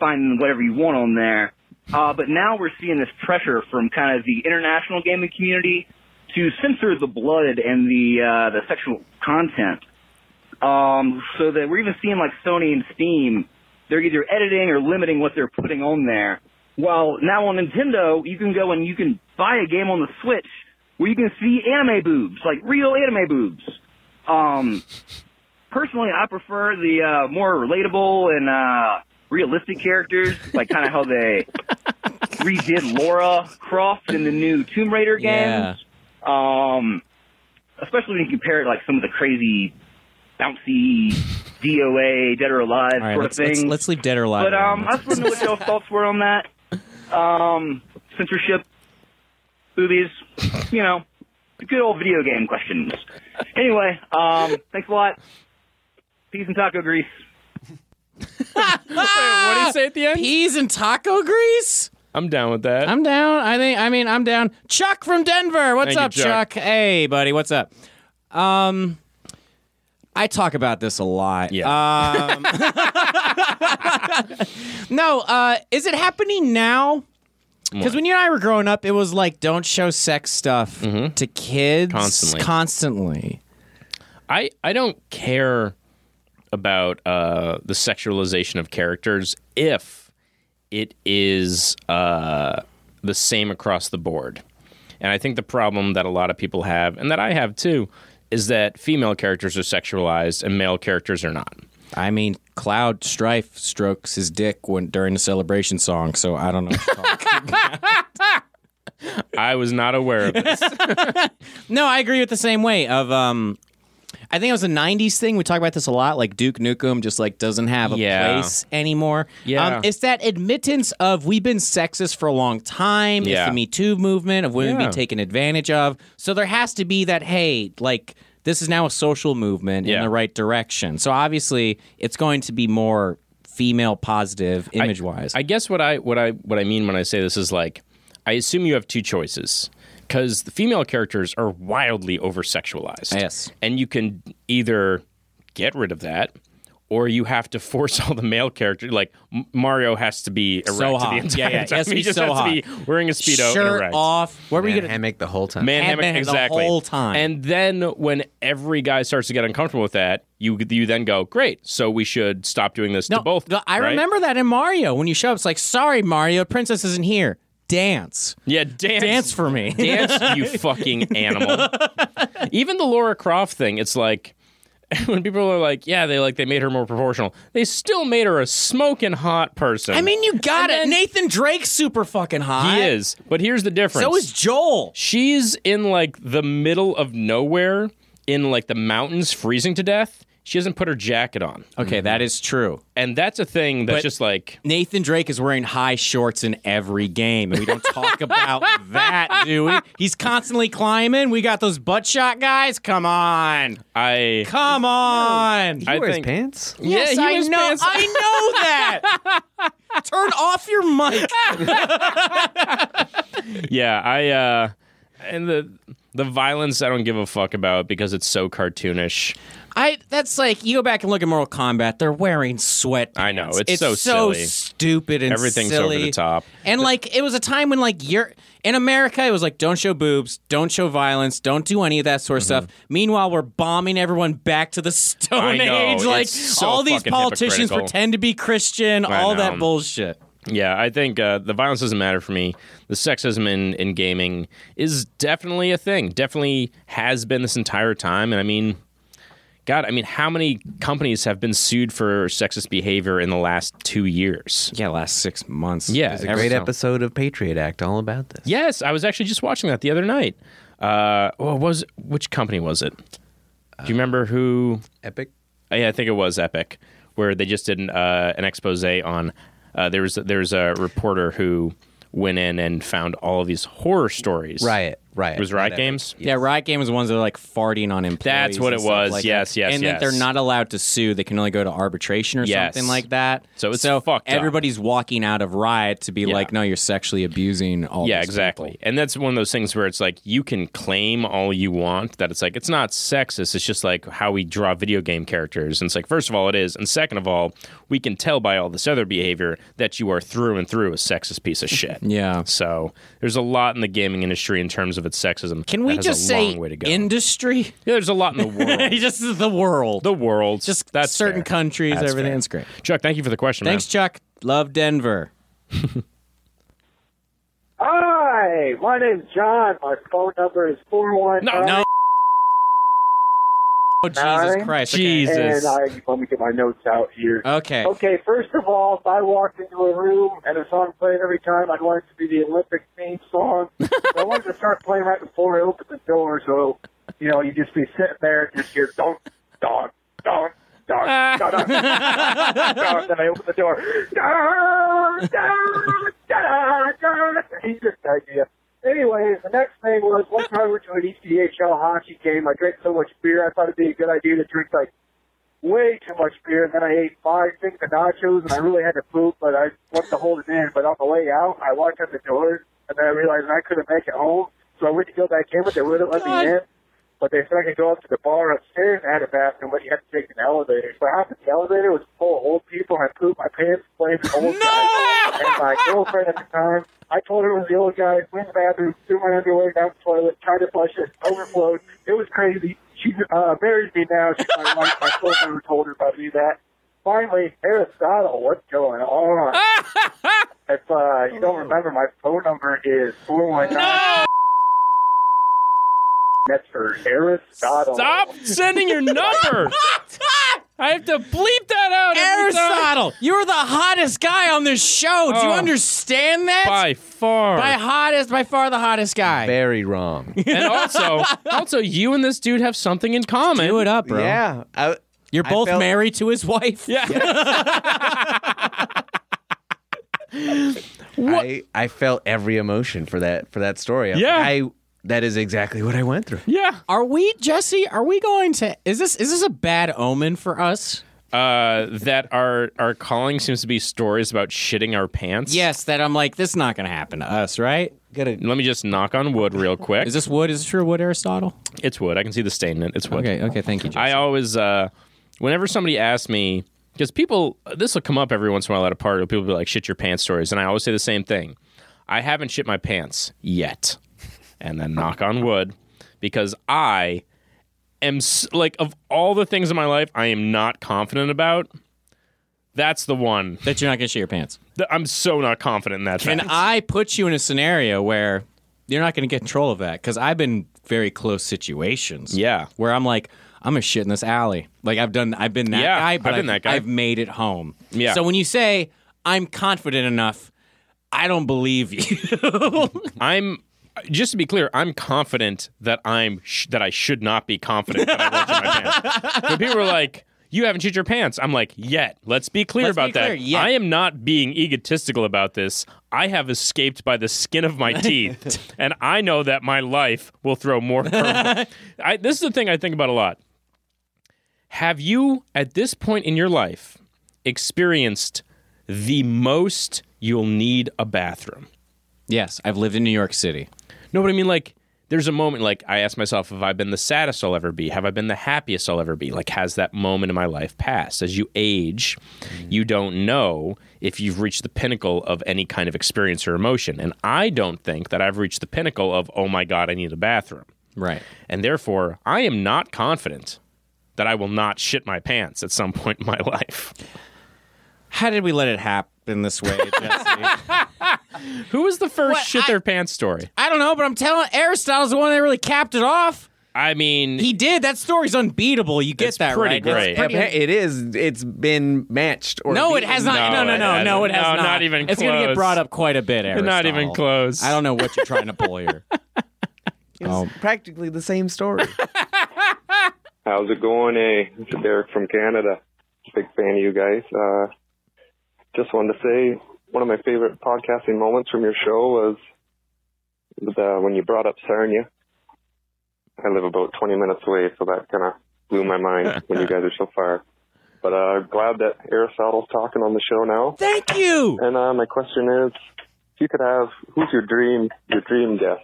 find whatever you want on there. Uh, but now we're seeing this pressure from kind of the international gaming community to censor the blood and the uh, the sexual content. Um, so that we're even seeing like Sony and Steam, they're either editing or limiting what they're putting on there. While now on Nintendo, you can go and you can buy a game on the Switch where you can see anime boobs, like real anime boobs. Um, personally, I prefer the uh, more relatable and uh, realistic characters, like kind of how they redid Laura Croft in the new Tomb Raider games. Yeah. Um, especially when you compare it like some of the crazy bouncy DOA Dead or Alive All right, sort let's, of let's, thing. let's leave Dead or Alive. but um, alone. I just want to know what y'all thoughts were on that. Um, censorship, movies, you know, the good old video game questions. Anyway, um, thanks a lot. Peace and taco grease. what do you say at the end? peas and taco grease. I'm down with that. I'm down. I think. I mean, I'm down. Chuck from Denver. What's Thank you, up, Chuck. Hey, buddy. What's up? Um, I talk about this a lot. Yeah. Um, no. Uh, is it happening now? Because when you and I were growing up, it was like don't show sex stuff to kids Mm-hmm. Constantly. Constantly. I I don't care about uh, the sexualization of characters if it is uh, the same across the board. And I think the problem that a lot of people have, and that I have too, is that female characters are sexualized and male characters are not. I mean, Cloud Strife strokes his dick when during the celebration song, so I don't know. what to talk. I was not aware of this. No, I agree with the same way of um I think it was a '90s thing. We talk about this a lot. Like Duke Nukem just like doesn't have a Yeah. place anymore. Yeah. um, it's that admittance of we've been sexist for a long time. It's Yeah. the Me Too movement of women Yeah. being taken advantage of. So there has to be that. Hey, like this is now a social movement Yeah. in the right direction. So obviously, it's going to be more female positive image wise. I guess what I what I what I mean when I say this is like I assume you have two choices because the female characters are wildly over sexualized. Yes. and you can either get rid of that. Or you have to force all the male characters, like M- Mario has to be erect hot. the entire Yeah, yeah, he time. has to be just so has hot. to be wearing a speedo and Shirt erect. off. Where are we Man gonna? hammock the whole time. Man Hand hammock, man the exactly. whole time. And then when every guy starts to get uncomfortable with that, you you then go, great. So we should stop doing this to both. the- I right? remember that in Mario when you show up. It's like, sorry, Mario, Princess isn't here. Dance, Yeah, dance, dance for me. dance, you fucking animal. Even the Laura Croft thing, it's like when people are like, yeah, they like they made her more proportional. They still made her a smoking hot person. I mean, you got it. And then- Nathan Drake's super fucking he hot. is. But here's the difference. So is Joel. She's in like the middle of nowhere, in like the mountains, freezing to death. She hasn't put her jacket on, Okay, that is true. and that's a thing that's But- just like Nathan Drake is wearing high shorts in every game, and we don't talk about that, do we? He's constantly climbing. We got those butt shot guys. Come on, I. come on. He I wears think- pants. yes, yeah, he I was know. pants- I know that. Turn off your mic. yeah, I uh and the the violence I don't give a fuck about because it's so cartoonish. I that's like you go back and look at Mortal Kombat. They're wearing sweat. I know, it's it's so silly. stupid and Everything's silly. over the top. And like it was a time when like you're in America, it was like don't show boobs, don't show violence, don't do any of that sort of stuff. Meanwhile, we're bombing everyone back to the Stone Mm-hmm. I know, Age. it's Like so all these fucking politicians hypocritical. pretend to be Christian, I all know. that bullshit. Yeah, I think uh, the violence doesn't matter for me. The sexism in, in gaming is definitely a thing. Definitely has been this entire time. And I mean, God, I mean, how many companies have been sued for sexist behavior in the last two years? Yeah, last six months. Yeah, There's every- Great episode of Patriot Act, all about this. Yes, I was actually just watching that the other night. Uh, what was which company was it? Do you remember who? Epic. Uh, yeah, I think it was Epic, where they just did an, uh, an expose on. Uh, there was there was a reporter who went in and found all of these horror stories. Riot. Riot. It was Riot whatever. Games. Yeah, Riot Game was ones that are like farting on employees. That's what and it stuff was. like Yes, that. yes, and And yes. they're not allowed to sue. They can only go to arbitration or Yes. something like that. So it's so fucked up. everybody's walking out of Riot to be Yeah. like, no, you're sexually abusing all Yeah, these exactly. people." And that's one of those things where it's like you can claim all you want that it's like it's not sexist. It's just like how we draw video game characters. And it's like first of all it is, and second of all, we can tell by all this other behavior that you are through and through a sexist piece of shit. Yeah. So there's a lot in the gaming industry in terms of its sexism. Can we that has just a say long way to go? industry? yeah, there's a lot in the world. just the world. the world. just that's certain fair. countries, That's everything. fair. It's great. Chuck, thank you for the question. Thanks, Chuck. Love Denver. Hi, my name's John. My phone number is four one. No, no. Oh, Jesus Nine. Christ. Jeez. Jesus. And I let me get my notes out here. Okay. okay. Okay, first of all, if I walked into a room and a song played every time, I'd want it to be the Olympic theme song. so I wanted to start playing right before I opened the door, so you know you just be sitting there and just hear donk, donk, donk. Dark, dark, dark, dark, then I open the door. Dark, dark, dark, dark. He's just an idea. Anyways, the next thing was one time we went to an E ECHL hockey game. I drank so much beer, I thought it'd be a good idea to drink like way too much beer, and then I ate five things of nachos, and I really had to poop, but I wanted to hold it in. But on the way out, I walked out the door, and then I realized I couldn't make it home, so I went to go back in, but they wouldn't let me in. But they said I could go up to the bar upstairs and had a bathroom, but you had to take an elevator. So I hopped in the elevator, it was full of old people, and I pooped my pants, played the old guy. And my girlfriend at the time, I told her it was the old guy, went in the bathroom, threw my underwear down the toilet, tried to flush it, overflowed. It was crazy. She uh, married me now. She's my wife. I still never told her if I knew that. Finally, Aristotle, what's going on? if uh, you don't remember, my phone number is 419. That's for Aristotle. Stop sending your number. I have to bleep that out. every time. Aristotle, you were the hottest guy on this show. Do you Oh. understand that? by far. By hottest, by far the hottest guy. Very wrong. and also, also, you and this dude have something in common. Do it up, bro. yeah. I, You're I both felt- married to his wife. Yeah. I I felt every emotion for that for that story. I'm like, Yeah. I that is exactly what I went through. Yeah. Are we, Jesse? Are we going to? Is this is this a bad omen for us? Uh, that our our calling seems to be stories about shitting our pants. Yes. That I'm like, this is not going to happen to us, right? Gotta Let me just knock on wood real quick. Is this wood? Is this true wood, Aristotle? it's wood. I can see the stain in it. It's wood. Okay. Okay. Thank you, Jesse. I always, uh, whenever somebody asks me, because people, this will come up every once in a while at a party. where People be like, "Shit your pants" stories, and I always say the same thing: I haven't shit my pants yet, and then knock on wood, because I am s- like of all the things in my life I am not confident about. That's the one that you're not going to shit your pants. that I'm so not confident in that. And fact. I put you in a scenario where you're not going to get control of that because I've been very close situations. Yeah. Where I'm like, I'm gonna shit in this alley. Like I've done, I've been that Yeah, guy, but I've been that guy. I've made it home. Yeah. So when you say I'm confident enough, I don't believe you. I'm just to be clear, I'm confident that I'm sh- that I should not be confident that I won't shit my pants. But people are like, "You haven't shit your pants." I'm like, "Yet." Let's be clear Let's be about that. clear, yet. I am not being egotistical about this. I have escaped by the skin of my teeth, and I know that my life will throw more. curve- I, this is the thing I think about a lot. Have you, at this point in your life, experienced the most you'll need a bathroom? yes, I've lived in New York City. No, but I mean, like, there's a moment, like, I ask myself, have I been the saddest I'll ever be? Have I been the happiest I'll ever be? Like, has that moment in my life passed? As you age, you don't know if you've reached the pinnacle of any kind of experience or emotion. And I don't think that I've reached the pinnacle of, oh my God, I need a bathroom. Right. And therefore, I am not confident that I will not shit my pants at some point in my life. How did we let it happen this way, Jesse? Who was the first What, shit I- their pants story? I don't know, but I'm telling Aristotle's the one that really capped it off. I mean, He did. That story's unbeatable. You get Mm. It's that pretty right. great. It's pretty it is. It's been matched. Or No, it beaten. has not. No, No, no, it no, no, hasn't. it has No, not. not even It's going to close. get brought up quite a bit, Aristotle. not even close. I don't know what you're trying to pull here. It's practically the same story. How's it going, eh? This is Derek from Canada. Big fan of you guys. Uh, just wanted to say one of my favorite podcasting moments from your show was the, when you brought up Sarnia. I live about 20 minutes away, so that kind of blew my mind when you guys are so far. But uh, glad that Aristotle's talking on the show now. Thank you. And uh, my question is, if you could have, who's your dream, your dream guest,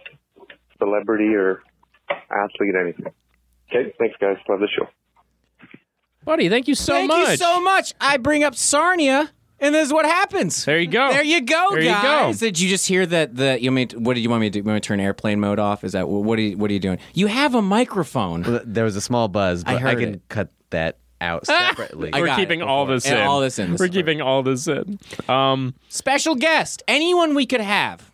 celebrity or athlete, anything? Okay, thanks guys. Love the show. buddy. Thank you so Thank much. you so much. I bring up Sarnia, and this is what happens. there you go. There you go, There you go. Oh, guys. Did you just hear that? The you mean what did you want me to do? You want me to turn airplane mode off? Is that what are you, what are you doing? You have a microphone. Well, There was a small buzz, but I, heard can it. cut that out separately. I We're got it keeping all before. this And in. all this in. This We're is great. keeping all this in. Um, Special guest, anyone we could have.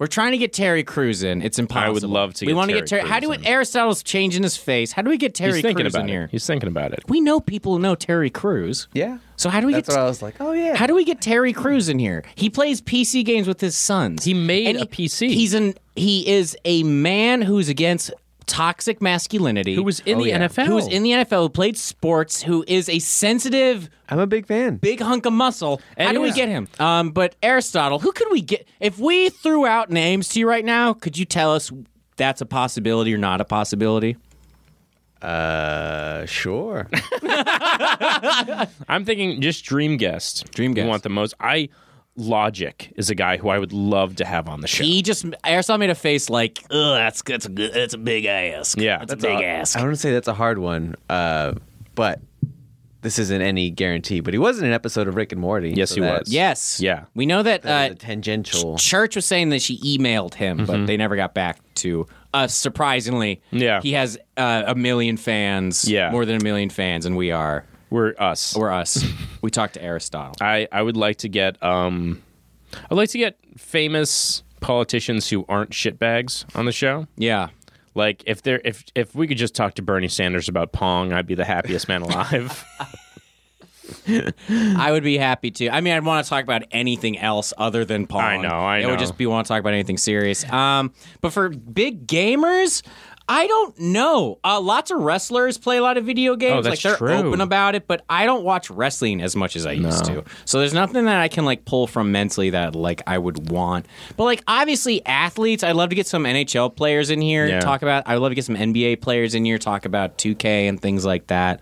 We're trying to get Terry Crews in. It's impossible. love to We get want to Terry get Terry. How do Crews we? Aristotle's changing his face. How do we get Terry he's thinking Crews about in it. here? He's thinking about it. We know people who know Terry Crews. yeah. So how do we That's get? what I was like. Oh yeah. How do we get Terry Crews in here? He plays PC games with his sons. He made And a PC. He's an he is a man who's against toxic masculinity. Who was Oh, in the NFL? who was in the NFL, who played sports, who is a sensitive I'm a big fan. big hunk of muscle. How And do we yeah. get him? Um, but Aristotle, who could we get? If we threw out names to you right now, could you tell us that's a possibility or not a possibility? Uh, sure. I'm thinking just dream guest. Dream You guest. want the most? I Logic is a guy who I would love to have on the show. He just Aristotle made a face like, "Ugh, that's that's a good, that's a big ass. Yeah. that's, a big ass." I want to say that's a hard one, uh, but this isn't any guarantee. But he was in an episode of Rick and Morty. Yes, so he that- was. Yes. Yeah. We know that that uh, was a tangential. Church was saying that she emailed him, but they never got back to us. Surprisingly, Mm-hmm. Yeah. he has uh, a million fans. Yeah. more than a million fans, and we are We're us. we're us. we talked to Aristotle. I I would like to get um, I'd like to get famous politicians who aren't shitbags on the show. Yeah, Like if they're if if we could just talk to Bernie Sanders about Pong, I'd be the happiest man alive. I would be happy to. I mean, I'd want to talk about anything else other than Pong. I know, I It know. would just be want to talk about anything serious. Um, but for big gamers, I don't know. Uh, lots of wrestlers play a lot of video games. Oh, that's like they're true. open about it, but I don't watch wrestling as much as I used to. So there's nothing that I can like pull from mentally that like I would want. But like obviously athletes, I'd love to get some NHL players in here Yeah. and talk about. I'd love to get some NBA players in here talk about 2K and things like that.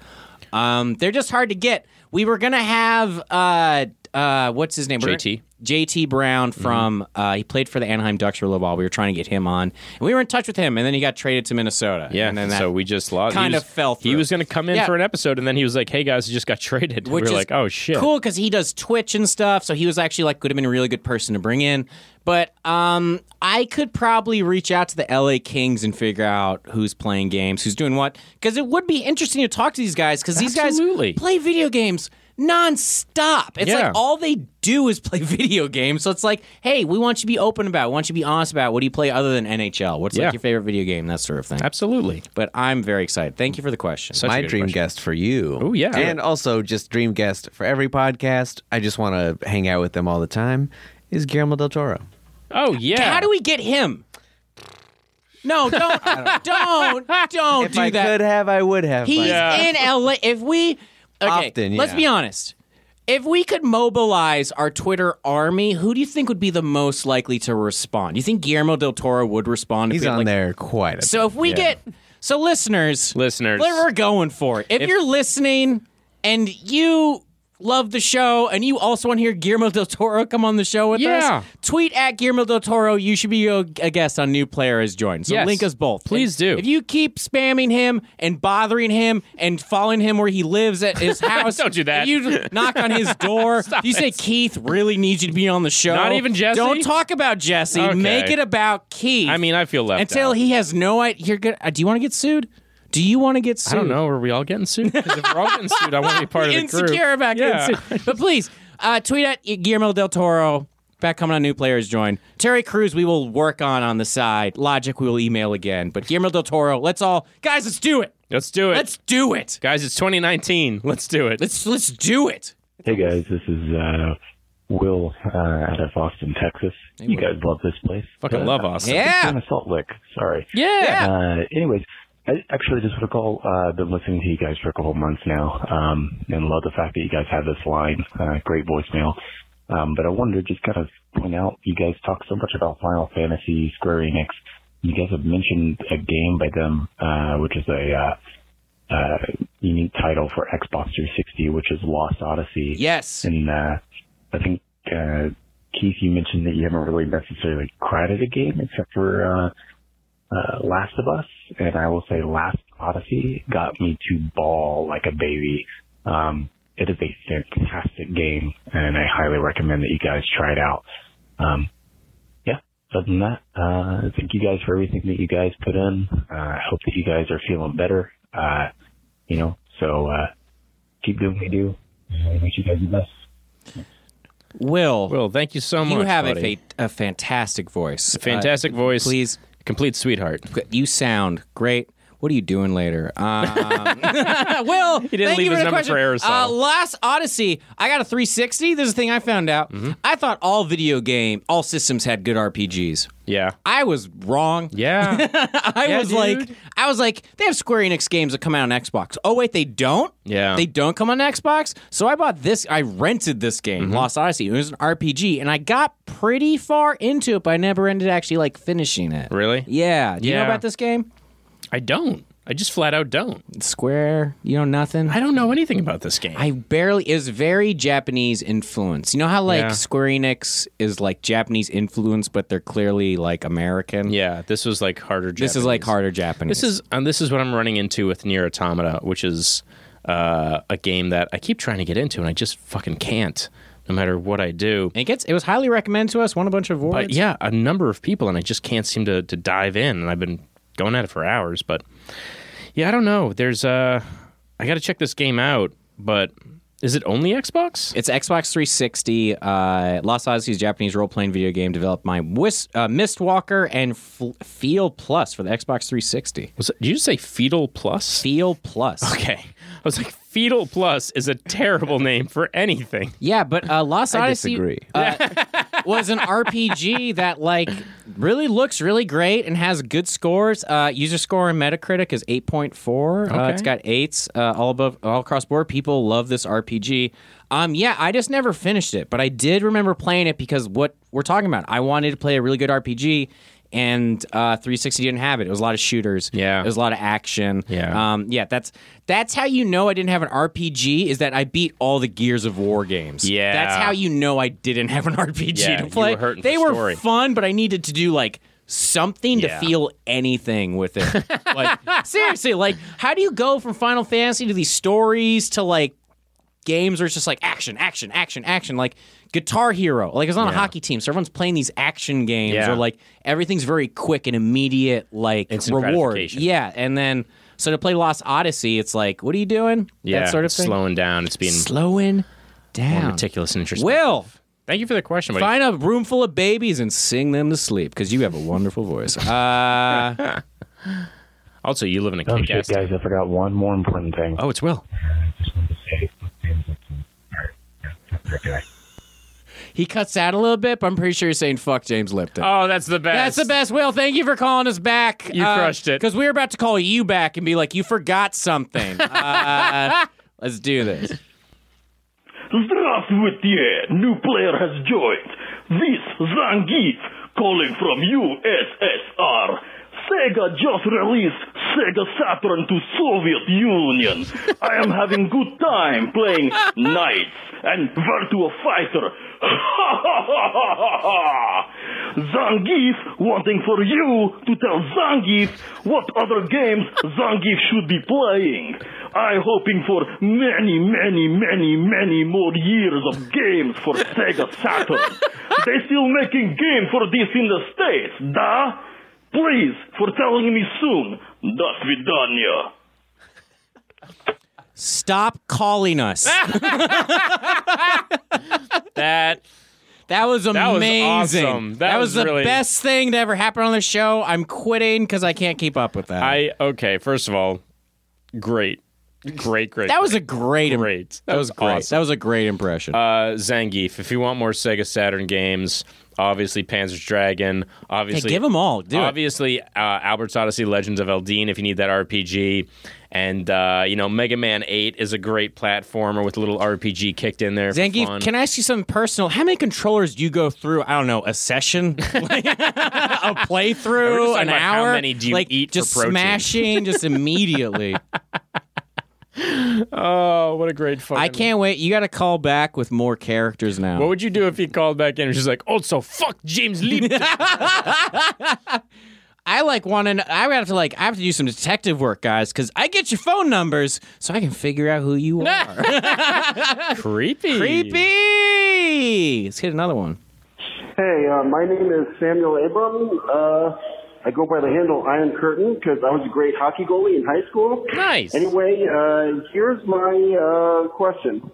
Um, they're just hard to get. We were gonna have uh, uh, what's his name? We're JT. gonna- JT Mm-hmm. Brown from uh, he played for the Anaheim Ducks for a little while. We were trying to get him on, and we were in touch with him, and then he got traded to Minnesota. yeah, and then that, so we just lost. he kinda was- fell He through. was going to come in Yeah. for an episode, and then he was like, "Hey guys, I just got traded." which we were is like, "Oh shit, cool because he does Twitch and stuff. So he was actually like could have been a really good person to bring in. But um, I could probably reach out to the LA Kings and figure out who's playing games, who's doing what, because it would be interesting to talk to these guys because these guys Absolutely. play video games nonstop. It's Yeah. like all they do is play video games. So it's like, hey, we want you to be open about, it. we want you to be honest about. it. What do you play other than NHL? What's Yeah. like your favorite video game? That sort of thing. Absolutely. But I'm very excited. Thank you for the question. Such a my good dream question. guest for you. Oh, yeah. and also just dream guest for every podcast. I just want to hang out with them all the time. Is Guillermo del Toro? Oh yeah. How do we get him? No, don't, don't, don't if Oh, do I that. could have, I would have. He's but- Yeah. in LA. If we, okay, Often, let's yeah. be honest. If we could mobilize our Twitter army, who do you think would be the most likely to respond? Do you think Guillermo del Toro would respond? if He's we had, on like- there quite a bit. So if we get, so listeners, Listeners. what we're going for. If, you're listening and you love the show and you also want to hear Guillermo del Toro come on the show with Yeah. us, tweet at Guillermo del Toro. You should be a a guest on New Player Has Joined. So Yes. link us both. Please And do. If you keep spamming him and bothering him and following him where he lives at his house, Don't do if that. you knock on his door. you say Keith really needs you to be on the show. Not even Jesse? Don't talk about Jesse. Okay. Make it about Keith. I mean, I feel left Until out. he has no idea. You're good. Uh, do you want to get sued? Do you want to get I sued? don't know. Are we all getting sued? 'Cause if we're all getting sued, I want to be part of the Insecure group. about yeah. getting sued. But please, uh, tweet at Guillermo del Toro. Back coming on new players join. Terry Crews, we will work on on the side. Logic, we will email again. But Guillermo del Toro, let's all guys, let's do it. Let's do it, Let's do it. guys. It's 2019. Let's do it. Let's let's do it. Hey guys, this is uh, Will uh, out of Austin, Texas. you guys love this place. Fucking Uh, love Austin. Yeah. kind of Salt Lick. Sorry. Yeah. Uh, anyways, I actually just want to call. Uh, been listening to you guys for a couple months now, um, and love the fact that you guys have this line. Uh, great voicemail. Um, but I wanted to just kind of point out, you guys talk so much about Final Fantasy, Square Enix. You guys have mentioned a game by them, uh, which is a uh, uh, unique title for Xbox 360, which is Lost Odyssey. Yes. And uh, I think uh, Keith, you mentioned that you haven't really necessarily cried at a game except for uh, uh, Last of Us, and I will say Last Odyssey got me to ball like a baby. Um, it is a fantastic game, and I highly recommend that you guys try it out. Um, yeah, other than that, uh, thank you guys for everything that you guys put in. Uh, I hope that you guys are feeling better. Uh, you know, so uh, keep doing what you do. and I wish you guys the best. Will, Will, thank you so much. you have a, buddy. fa- a fantastic voice. Uh, fantastic voice. please. complete sweetheart. Uh, you sound great. What are you doing later? Um, Will, he didn't thank you leave for his the number question. for Aerosol. Uh, last Odyssey, I got a 360. This is a thing I found out. Mm-hmm. I thought all video game, all systems had good RPGs. Yeah. I was wrong. Yeah. I Yeah, was like, dude. I was like, they have Square Enix games that come out on Xbox. Oh wait, they don't. Yeah. they don't come on Xbox. So I bought this. I rented this game, Mm-hmm. Lost Odyssey. It was an RPG, and I got pretty far into it, but I never ended up actually like finishing it. really? Yeah. Do you know Yeah. about this game? I don't. I just flat out don't. Square. You know nothing. I don't know anything about this game. I barely is very Japanese influence. You know how like Yeah. Square Enix is like Japanese influence, but they're clearly like American. yeah, this was like harder. This is like Japanese. harder Japanese. This is and this is what I'm running into with Near Automata, which is uh, a game that I keep trying to get into and I just fucking can't, no matter what I do. it gets it was highly recommended to us. Won a bunch of awards. But yeah, a number of people and I just can't seem to, to dive in and I've been going at it for hours, but yeah, I don't know. There's uh I gotta check this game out, but is it only Xbox? It's Xbox 360. Uh, Lost Odyssey's Japanese role playing video game developed by Wis- uh, Mistwalker and F- Feel Plus for the Xbox 360. Was it, did you just say Fetal Plus? Feel Plus. okay. I was like, Fetal Plus is a terrible name for anything. Yeah, but uh, Lost I Odyssey disagree. uh, was an RPG that like really looks really great and has good scores. Uh, user score on Metacritic is 8.4. Uh, Okay. it's got eights uh, all above all across board. People love this RPG. Um, yeah, I just never finished it, but I did remember playing it because what we're talking about. I wanted to play a really good RPG. And uh, 360 didn't have it. It was a lot of shooters. Yeah. it was a lot of action. Yeah. um, yeah. That's that's how you know I didn't have an RPG. Is that I beat all the Gears of War games. Yeah. that's how you know I didn't have an RPG Yeah, to you play. were hurting they for were story. fun, but I needed to do like something Yeah. to feel anything with it. like seriously, like how do you go from Final Fantasy to these stories to like games where it's just like action, action, action, action, like Guitar Hero. Like it's on a hockey team, so everyone's playing these action games Yeah. where like everything's very quick and immediate like Instant reward. gratification. Yeah, and then so to play Lost Odyssey, it's like, what are you doing? Yeah, that sort of it's thing. slowing down. It's being Slowing more down. meticulous and interesting. Will. Thank you for the question, buddy. Find a room full of babies and sing them to sleep because you have a wonderful voice. Uh, Also, you live in a Oh, kick-ass. shit, guys, I forgot one more important thing. Oh, it's Will. he cuts out a little bit, but I'm pretty sure you're saying "fuck James Lipton." Oh, that's the best. That's the best. Will, thank you for calling us back. Uh, You crushed it. Because we were about to call you back and be like, "You forgot something." Uh, let's do this. Здравствуйте! New player has joined. This Zangief calling from USSR. Sega just released Sega Saturn to Soviet Union. I am having good time playing Knights and Virtua Fighter. Ha ha ha ha ha ha! Zangief wanting for you to tell Zangief what other games Zangief should be playing. I hoping for many, many, many, many more years of games for Sega Saturn. they still making game for this in the States, da? Please, for telling me soon. Do свидания. Stop calling us. That That was was amazing. awesome. That was, was the really- best thing to ever happen on the show. I'm quitting because I can't keep up with that. I okay. First of all, great, great, great. that was a great, great. That was great. awesome. That was a great impression. Uh, Zangief. If you want more Sega Saturn games, obviously Panzer's Dragon. Hey, Obviously, give them all. Do it. obviously, uh, Albert's Odyssey: Legends of Elden. If you need that RPG, And uh, you know, Mega Man Eight is a great platformer with a little RPG kicked in there. for fun. Zangief, can I ask you something personal? How many controllers do you go through? I don't know, a session, Like, a We're just playthrough, talking an about how hour. many do you like eat for just protein? smashing, just immediately. Oh, what a great fucking! I can't wait. You got to call back with more characters now. What would you do if he called back in and she's like, "Oh, "Also, fuck James Lee." I like want to. I would have to like. I have to do some detective work, guys, because I get your phone numbers so I can figure out who you are. Creepy. Creepy. Let's hit another one. Hey, uh, my name is Samuel Abram. Uh, I go by the handle Iron Curtain because I was a great hockey goalie in high school. Nice. Anyway, uh, here's my uh, question.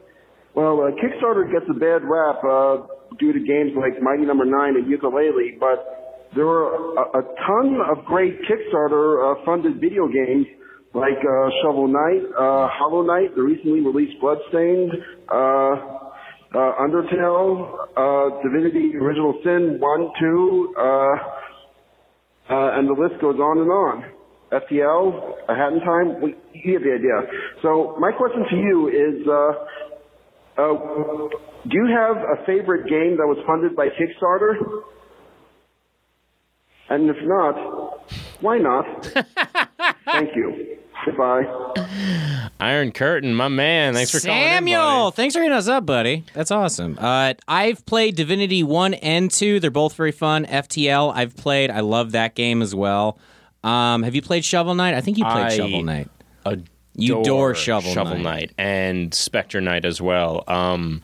Well, uh, Kickstarter gets a bad rap uh, due to games like Mighty Number Nine and Ukulele, but there were a, a ton of great Kickstarter-funded video games like uh, Shovel Knight, uh, Hollow Knight, the recently released Bloodstained, uh, uh, Undertale, uh, Divinity: Original Sin One, Two, uh, uh, and the list goes on and on. FTL, A Hat in Time. We, you get the idea. So my question to you is. Uh, uh, do you have a favorite game that was funded by Kickstarter? And if not, why not? Thank you. Goodbye. Iron Curtain, my man. Thanks for Samuel, calling in, buddy. thanks for hitting us up, buddy. That's awesome. Uh, I've played Divinity One and Two. They're both very fun. FTL, I've played. I love that game as well. Um, have you played Shovel Knight? I think you played I- Shovel Knight. Adore You adore Shovel Shovel Knight. Knight and Spectre Knight as well. Um,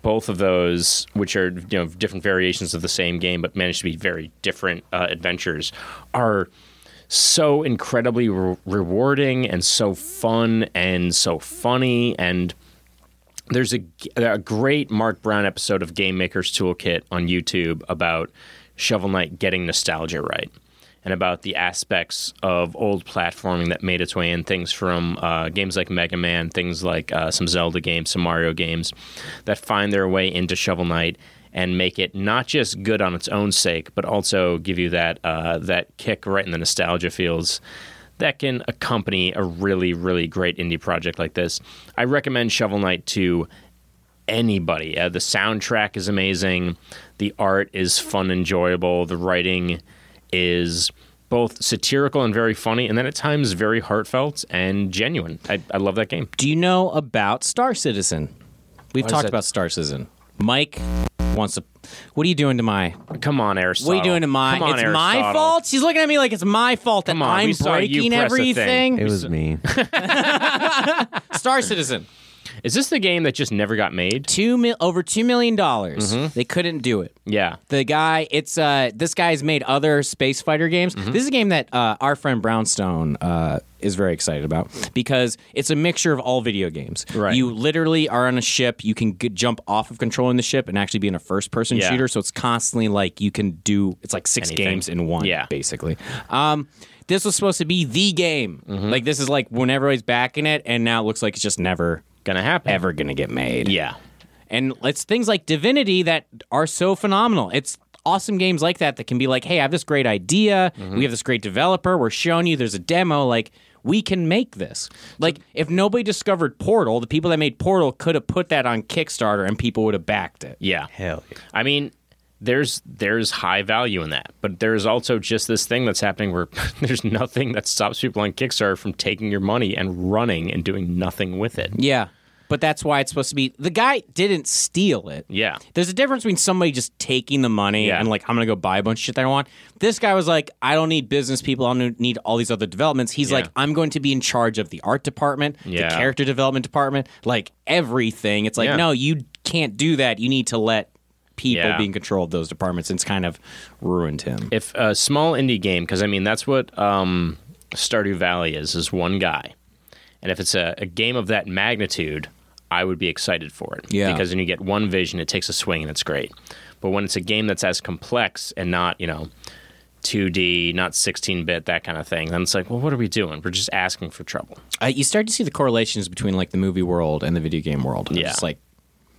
both of those, which are you know different variations of the same game, but manage to be very different uh, adventures, are so incredibly re- rewarding and so fun and so funny and there's a, a great Mark Brown episode of Game Maker's Toolkit on YouTube about Shovel Knight getting nostalgia right and about the aspects of old platforming that made its way in things from uh, games like Mega Man, things like uh, some Zelda games, some Mario games that find their way into Shovel Knight and make it not just good on its own sake, but also give you that uh, that kick right in the nostalgia feels that can accompany a really, really great indie project like this. I recommend Shovel Knight to anybody. Uh, the soundtrack is amazing. The art is fun, enjoyable. The writing is both satirical and very funny, and then at times very heartfelt and genuine. I, I love that game. Do you know about Star Citizen? We've What is talked that? about Star Citizen. Mike wants to. What are you doing to my? Come on, Aristotle. What are you doing to my? Come on, it's my Aristotle. fault. She's looking at me like it's my fault that Come on, we I'm saw you breaking press a everything. thing. It was me. Star Citizen. Is this the game that just never got made? Mm-hmm. Two mil over two million dollars. They couldn't do it. Yeah. The guy, it's uh, this guy's made other space fighter games. Mm-hmm. This is a game that uh, our friend Brownstone uh, is very excited about because it's a mixture of all video games. Right. You literally are on a ship. You can g jump off of controlling the ship and actually be in a first-person Yeah. shooter. So it's constantly like you can do. It's like six Anything. games in one. Yeah. basically. Um, this was supposed to be the game. Mm-hmm. Like this is like when everybody's backing it, and now it looks like it's just never Gonna happen. ever gonna get made. Yeah. And it's things like Divinity that are so phenomenal. It's awesome games like that that can be like, hey, I have this great idea. Mm-hmm. We have this great developer. We're showing you there's a demo. Like, we can make this. Like, if nobody discovered Portal, the people that made Portal could have put that on Kickstarter and people would have backed it. Yeah. Hell yeah. I mean, there's there's high value in that, but there's also just this thing that's happening where there's nothing that stops people on Kickstarter from taking your money and running and doing nothing with it. Yeah. But that's why it's supposed to be the guy didn't steal it. Yeah. There's a difference between somebody just taking the money Yeah. and like, I'm going to go buy a bunch of shit that I want. This guy was like, I don't need business people. I don't need all these other developments. He's Yeah. like, I'm going to be in charge of the art department, Yeah. the character development department, like everything. It's like, Yeah. no, you can't do that. You need to let people Yeah. be in control of those departments. It's kind of ruined him. If a small indie game, because I mean that's what um, Stardew Valley is, is one guy, and if it's a, a game of that magnitude, I would be excited for it. Yeah. Because then you get one vision, it takes a swing, and it's great. But when it's a game that's as complex and not, you know, 2D, not 16 bit, that kind of thing, then it's like, well, what are we doing? We're just asking for trouble. uh, you start to see the correlations between like the movie world and the video game world. And it's Yeah. just like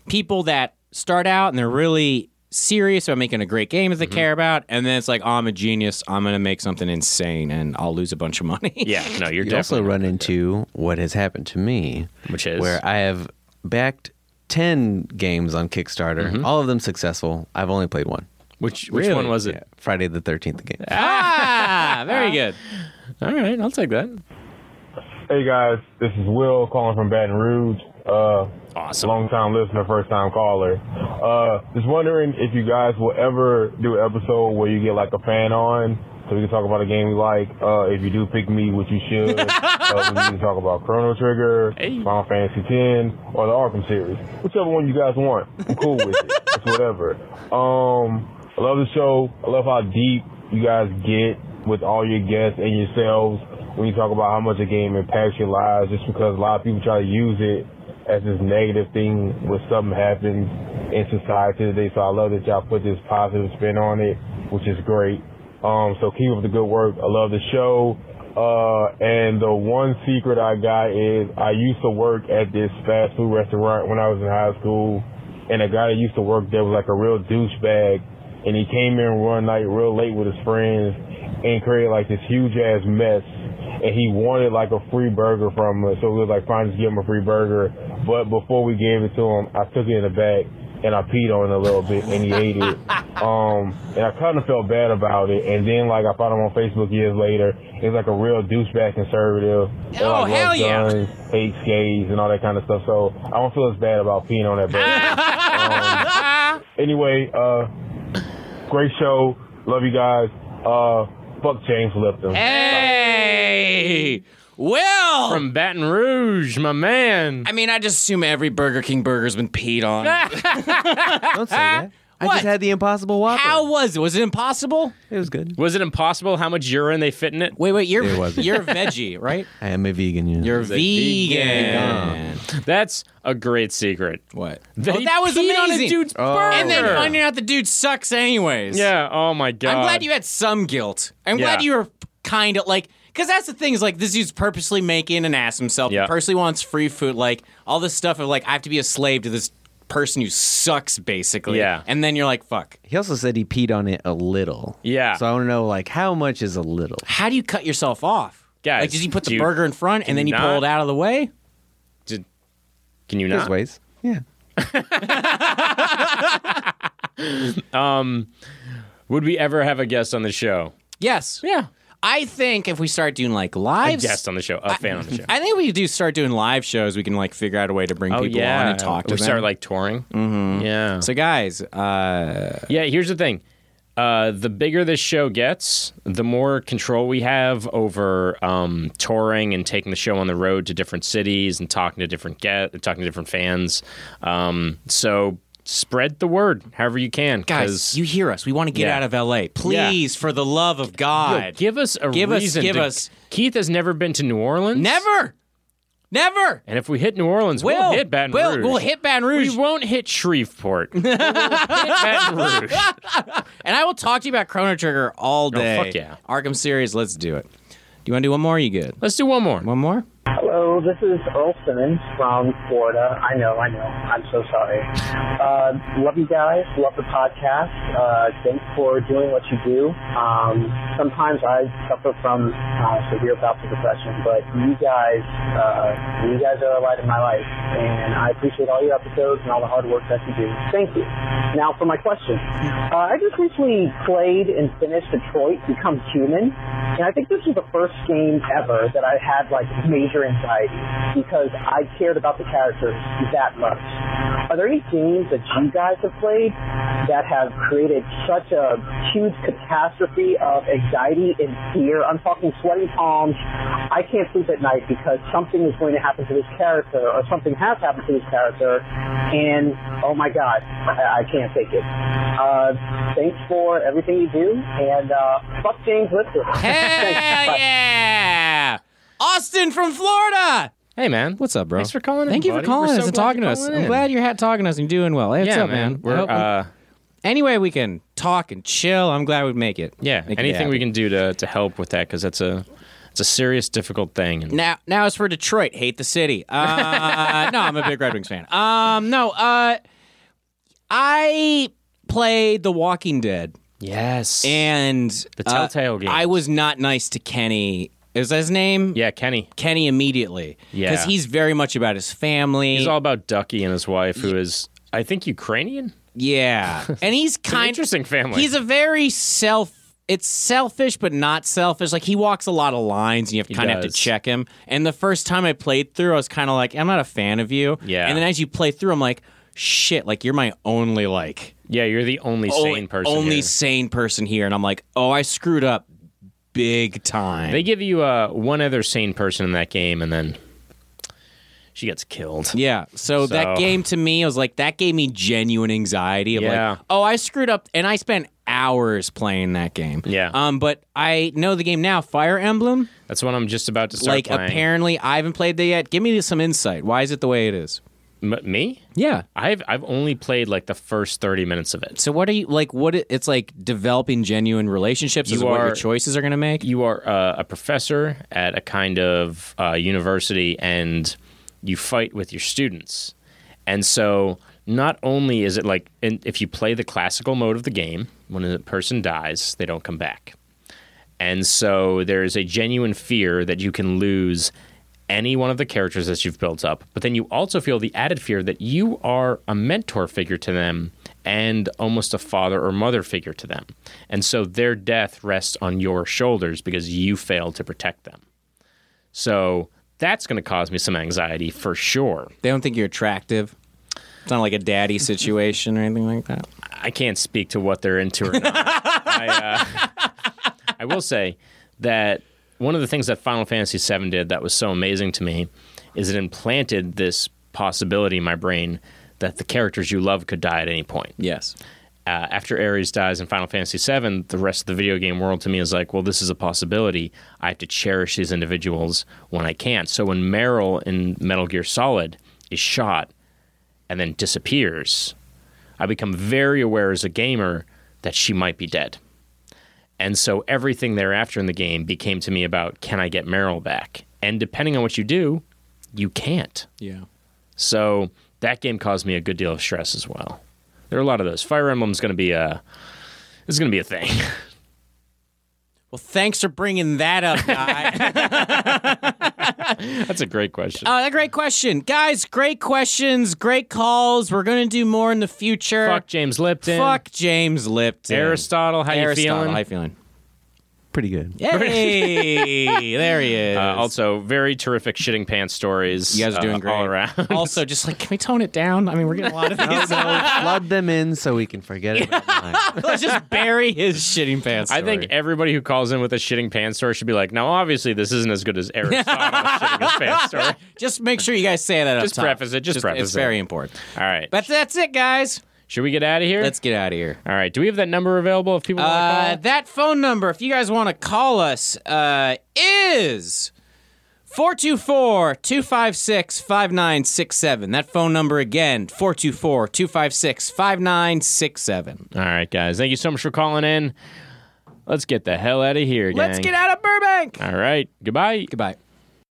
people that start out and they're really serious about making a great game that they Mm-hmm. care about, and then it's like, oh, I'm a genius. I'm gonna make something insane, and I'll lose a bunch of money. yeah, no, you're you also run into what has happened to me, which is where I have backed ten games on Kickstarter, all of them successful. I've only played one. Mm-hmm. Which which one was it? Yeah, Friday the Thirteenth game. ah, very good. All right, I'll take that. Hey guys, this is Will calling from Baton Rouge. Uh, awesome. Long time listener, first time caller. Uh, just wondering if you guys will ever do an episode where you get like a fan on so we can talk about a game we like. Uh, if you do pick me, which you should, uh, we can talk about Chrono Trigger, Final Fantasy X, or the Arkham series. Whichever one you guys want. I'm cool with it. It's whatever. Um, I love the show. I love how deep you guys get with all your guests and yourselves when you talk about how much a game impacts your lives just because a lot of people try to use it as this negative thing when something happens in society today. So I love that y'all put this positive spin on it, which is great. Um, so keep up the good work. I love the show. Uh, and the one secret I got is I used to work at this fast food restaurant when I was in high school. And a guy that used to work there was like a real douchebag and he came in one night real late with his friends and created like this huge ass mess and he wanted like a free burger from us so we was like fine just give him a free burger but before we gave it to him i took it in the back and i peed on it a little bit and he ate it um and i kind of felt bad about it and then like i found him on facebook years later he's like a real douchebag conservative that, Oh, like, hell loves yeah. guns, hates gays and all that kind of stuff so i don't feel as bad about peeing on that burger um, anyway, uh, great show. Love you guys. Uh, fuck James Lipton. Hey, Will from Baton Rouge, my man. I mean, I just assume every Burger King burger's been peed on. Don't say that. I What? just had the Impossible Whopper. How was it? Was it impossible? It was good. Was it impossible how much urine they fit in it? Wait, wait, you're It wasn't. you're veggie, right? I am a vegan. Yeah. You're a vegan. vegan. That's a great secret. What? They Oh, that was peed on a amazing. dude's Oh. burger. And then finding out the dude sucks anyways. yeah. Oh my god. I'm glad you had some guilt. I'm Yeah. glad you were kind of like, because that's the thing is like, this dude's purposely making an ass himself. He Yeah. Purposely wants free food. Like, all this stuff of like, I have to be a slave to this person who sucks, basically. Yeah. And then you're like, fuck. He also said he peed on it a little. Yeah. So I want to know like how much is a little. How do you cut yourself off? Guys, like, does he put the do you- burger in front and then you you pull not- it out of the way? Can you There's not? ways. Yeah. Um, Would we ever have a guest on the show? Yes. Yeah. I think if we start doing like live, A guest on the show. A fan on the show. I think we do start doing live shows. We can like figure out a way to bring people on and talk to Oh, them. we Mm-hmm. start like touring. Yeah. so, guys, uh, Yeah, here's the thing. Uh, the bigger this show gets, the more control we have over um, touring and taking the show on the road to different cities and talking to different get talking to different fans. Um, so spread the word however you can, guys, 'cause, you hear us. We want to get Yeah. out of LA. Please, for the love of yo, God. give us a Give us- reason. give to- us- Keith has never been to New Orleans. never. Never. And if we hit New Orleans, Will, we'll hit Baton Will, Rouge. We'll hit Baton Rouge. We won't hit Shreveport. we will hit Baton Rouge. And I will talk to you about Chrono Trigger all day. Oh, fuck yeah. Arkham series, let's do it. Do you want to do one more? Or you good? Let's do one more. One more? Hello, this is Earl Simmons from Florida. I know, I know. I'm so sorry. Uh, love you guys. Love the podcast. Uh, thanks for doing what you do. Um, sometimes I suffer from uh, severe bouts of depression, but you guys, uh, you guys are a light in my life, and I appreciate all your episodes and all the hard work that you do. Thank you. Now for my question. Uh, I just recently played and finished Detroit Become Human, and I think this was the first game ever that I had like major anxiety because I cared about the characters that much. Are there any games that you guys have played that have created such a huge catastrophe of anxiety and fear? I'm talking sweaty palms. I can't sleep at night because something is going to happen to this character or something has happened to this character, and oh my god, I, I can't take it. Uh, thanks for everything you do, and uh, fuck James Lipton. Thanks. Hell Bye. yeah! Austin from Florida. Hey man, What's up, bro? Thanks for calling in, Thank you for buddy. calling We're us so and glad talking to you're us. calling I'm in. glad you're ha- talking to us and doing well. Hey, what's yeah, up, man? We're I hope- uh, any way we can talk and chill, I'm glad we make it. yeah. Make it anything we happen. can do to to help with that because that's a it's a serious, difficult thing. And Now, now as for Detroit, hate the city. Uh, no, I'm a big Red Wings fan. Um, no, uh, I played The Walking Dead. Yes. And the Telltale games. I was not nice to Kenny. Is that his name? Yeah, Kenny. Kenny immediately. Yeah. Because he's very much about his family. He's all about Ducky and his wife, who is, I think, Ukrainian. Yeah, and he's kind interesting family. He's a very self. It's selfish, but not selfish. Like he walks a lot of lines, and you have He kind of have to does. check him. And the first time I played through, I was kind of like, I'm not a fan of you. Yeah. And then as you play through, I'm like, shit, like you're my only like. Yeah, you're the only sane person Only here. sane person here, and I'm like, oh, I screwed up big time. They give you uh, one other sane person in that game, and then she gets killed. Yeah. So, that game to me, I was like, that gave me genuine anxiety of Yeah. like, oh, I screwed up, and I spent hours playing that game. Yeah. Um, but I know the game now, Fire Emblem. That's what I'm just about to start Like, playing. apparently, I haven't played that yet. Give me some insight. Why is it the way it is? M- me? Yeah. I've I've only played like the first thirty minutes of it. So what are you like? What it- it's like developing genuine relationships is what your choices are going to make? You are uh, a professor at a kind of uh, university, and you fight with your students. And so, not only is it like, and if you play the classical mode of the game, when a person dies, they don't come back. And so, there is a genuine fear that you can lose any one of the characters that you've built up. But then you also feel the added fear that you are a mentor figure to them and almost a father or mother figure to them. And so their death rests on your shoulders because you failed to protect them. So that's going to cause me some anxiety for sure. They don't think you're attractive. It's not like a daddy situation or anything like that. I can't speak to what they're into or not. I, uh, I will say that one of the things that Final Fantasy VII did that was so amazing to me is it implanted this possibility in my brain that the characters you love could die at any point. Yes. Uh, after Ares dies in Final Fantasy VII, the rest of the video game world to me is like, well, this is a possibility. I have to cherish these individuals when I can. So when Meryl in Metal Gear Solid is shot and then disappears, I become very aware as a gamer that she might be dead. And so everything thereafter in the game became to me about can I get Meryl back? And depending on what you do, you can't. Yeah. So that game caused me a good deal of stress as well. There are a lot of those. Fire Emblem's going to be a it's going to be a thing. Well, thanks for bringing that up, guy. That's a great question. Uh, great question, guys. Great questions, great calls. We're gonna do more in the future. Fuck James Lipton. Fuck James Lipton. Aristotle, how you Aristotle, feeling? How you feeling? Pretty good. Hey, there he is. Uh, also, very terrific shitting pants stories. You guys are uh, doing great. all around. also, just like, can we tone it down? I mean, we're getting a lot of these. Flood them in so we can forget about mine. Let's just bury his shitting pants. I think everybody who calls in with a shitting pants story should be like, now obviously this isn't as good as Aristotle shitting his pants story. just make sure you guys say that Just up top. preface it. Just, preface It's it. very important. All right. But that's it, guys. Should we get out of here? Let's get out of here. All right. Do we have that number available if people want to Uh, that phone number, if you guys want to call us, uh, is 424 256 5967. That phone number again, 424 256 5967. call? All right, guys. Thank you so much for calling in. Let's get the hell out of here, gang. Let's get out of Burbank. All right. Goodbye. Goodbye.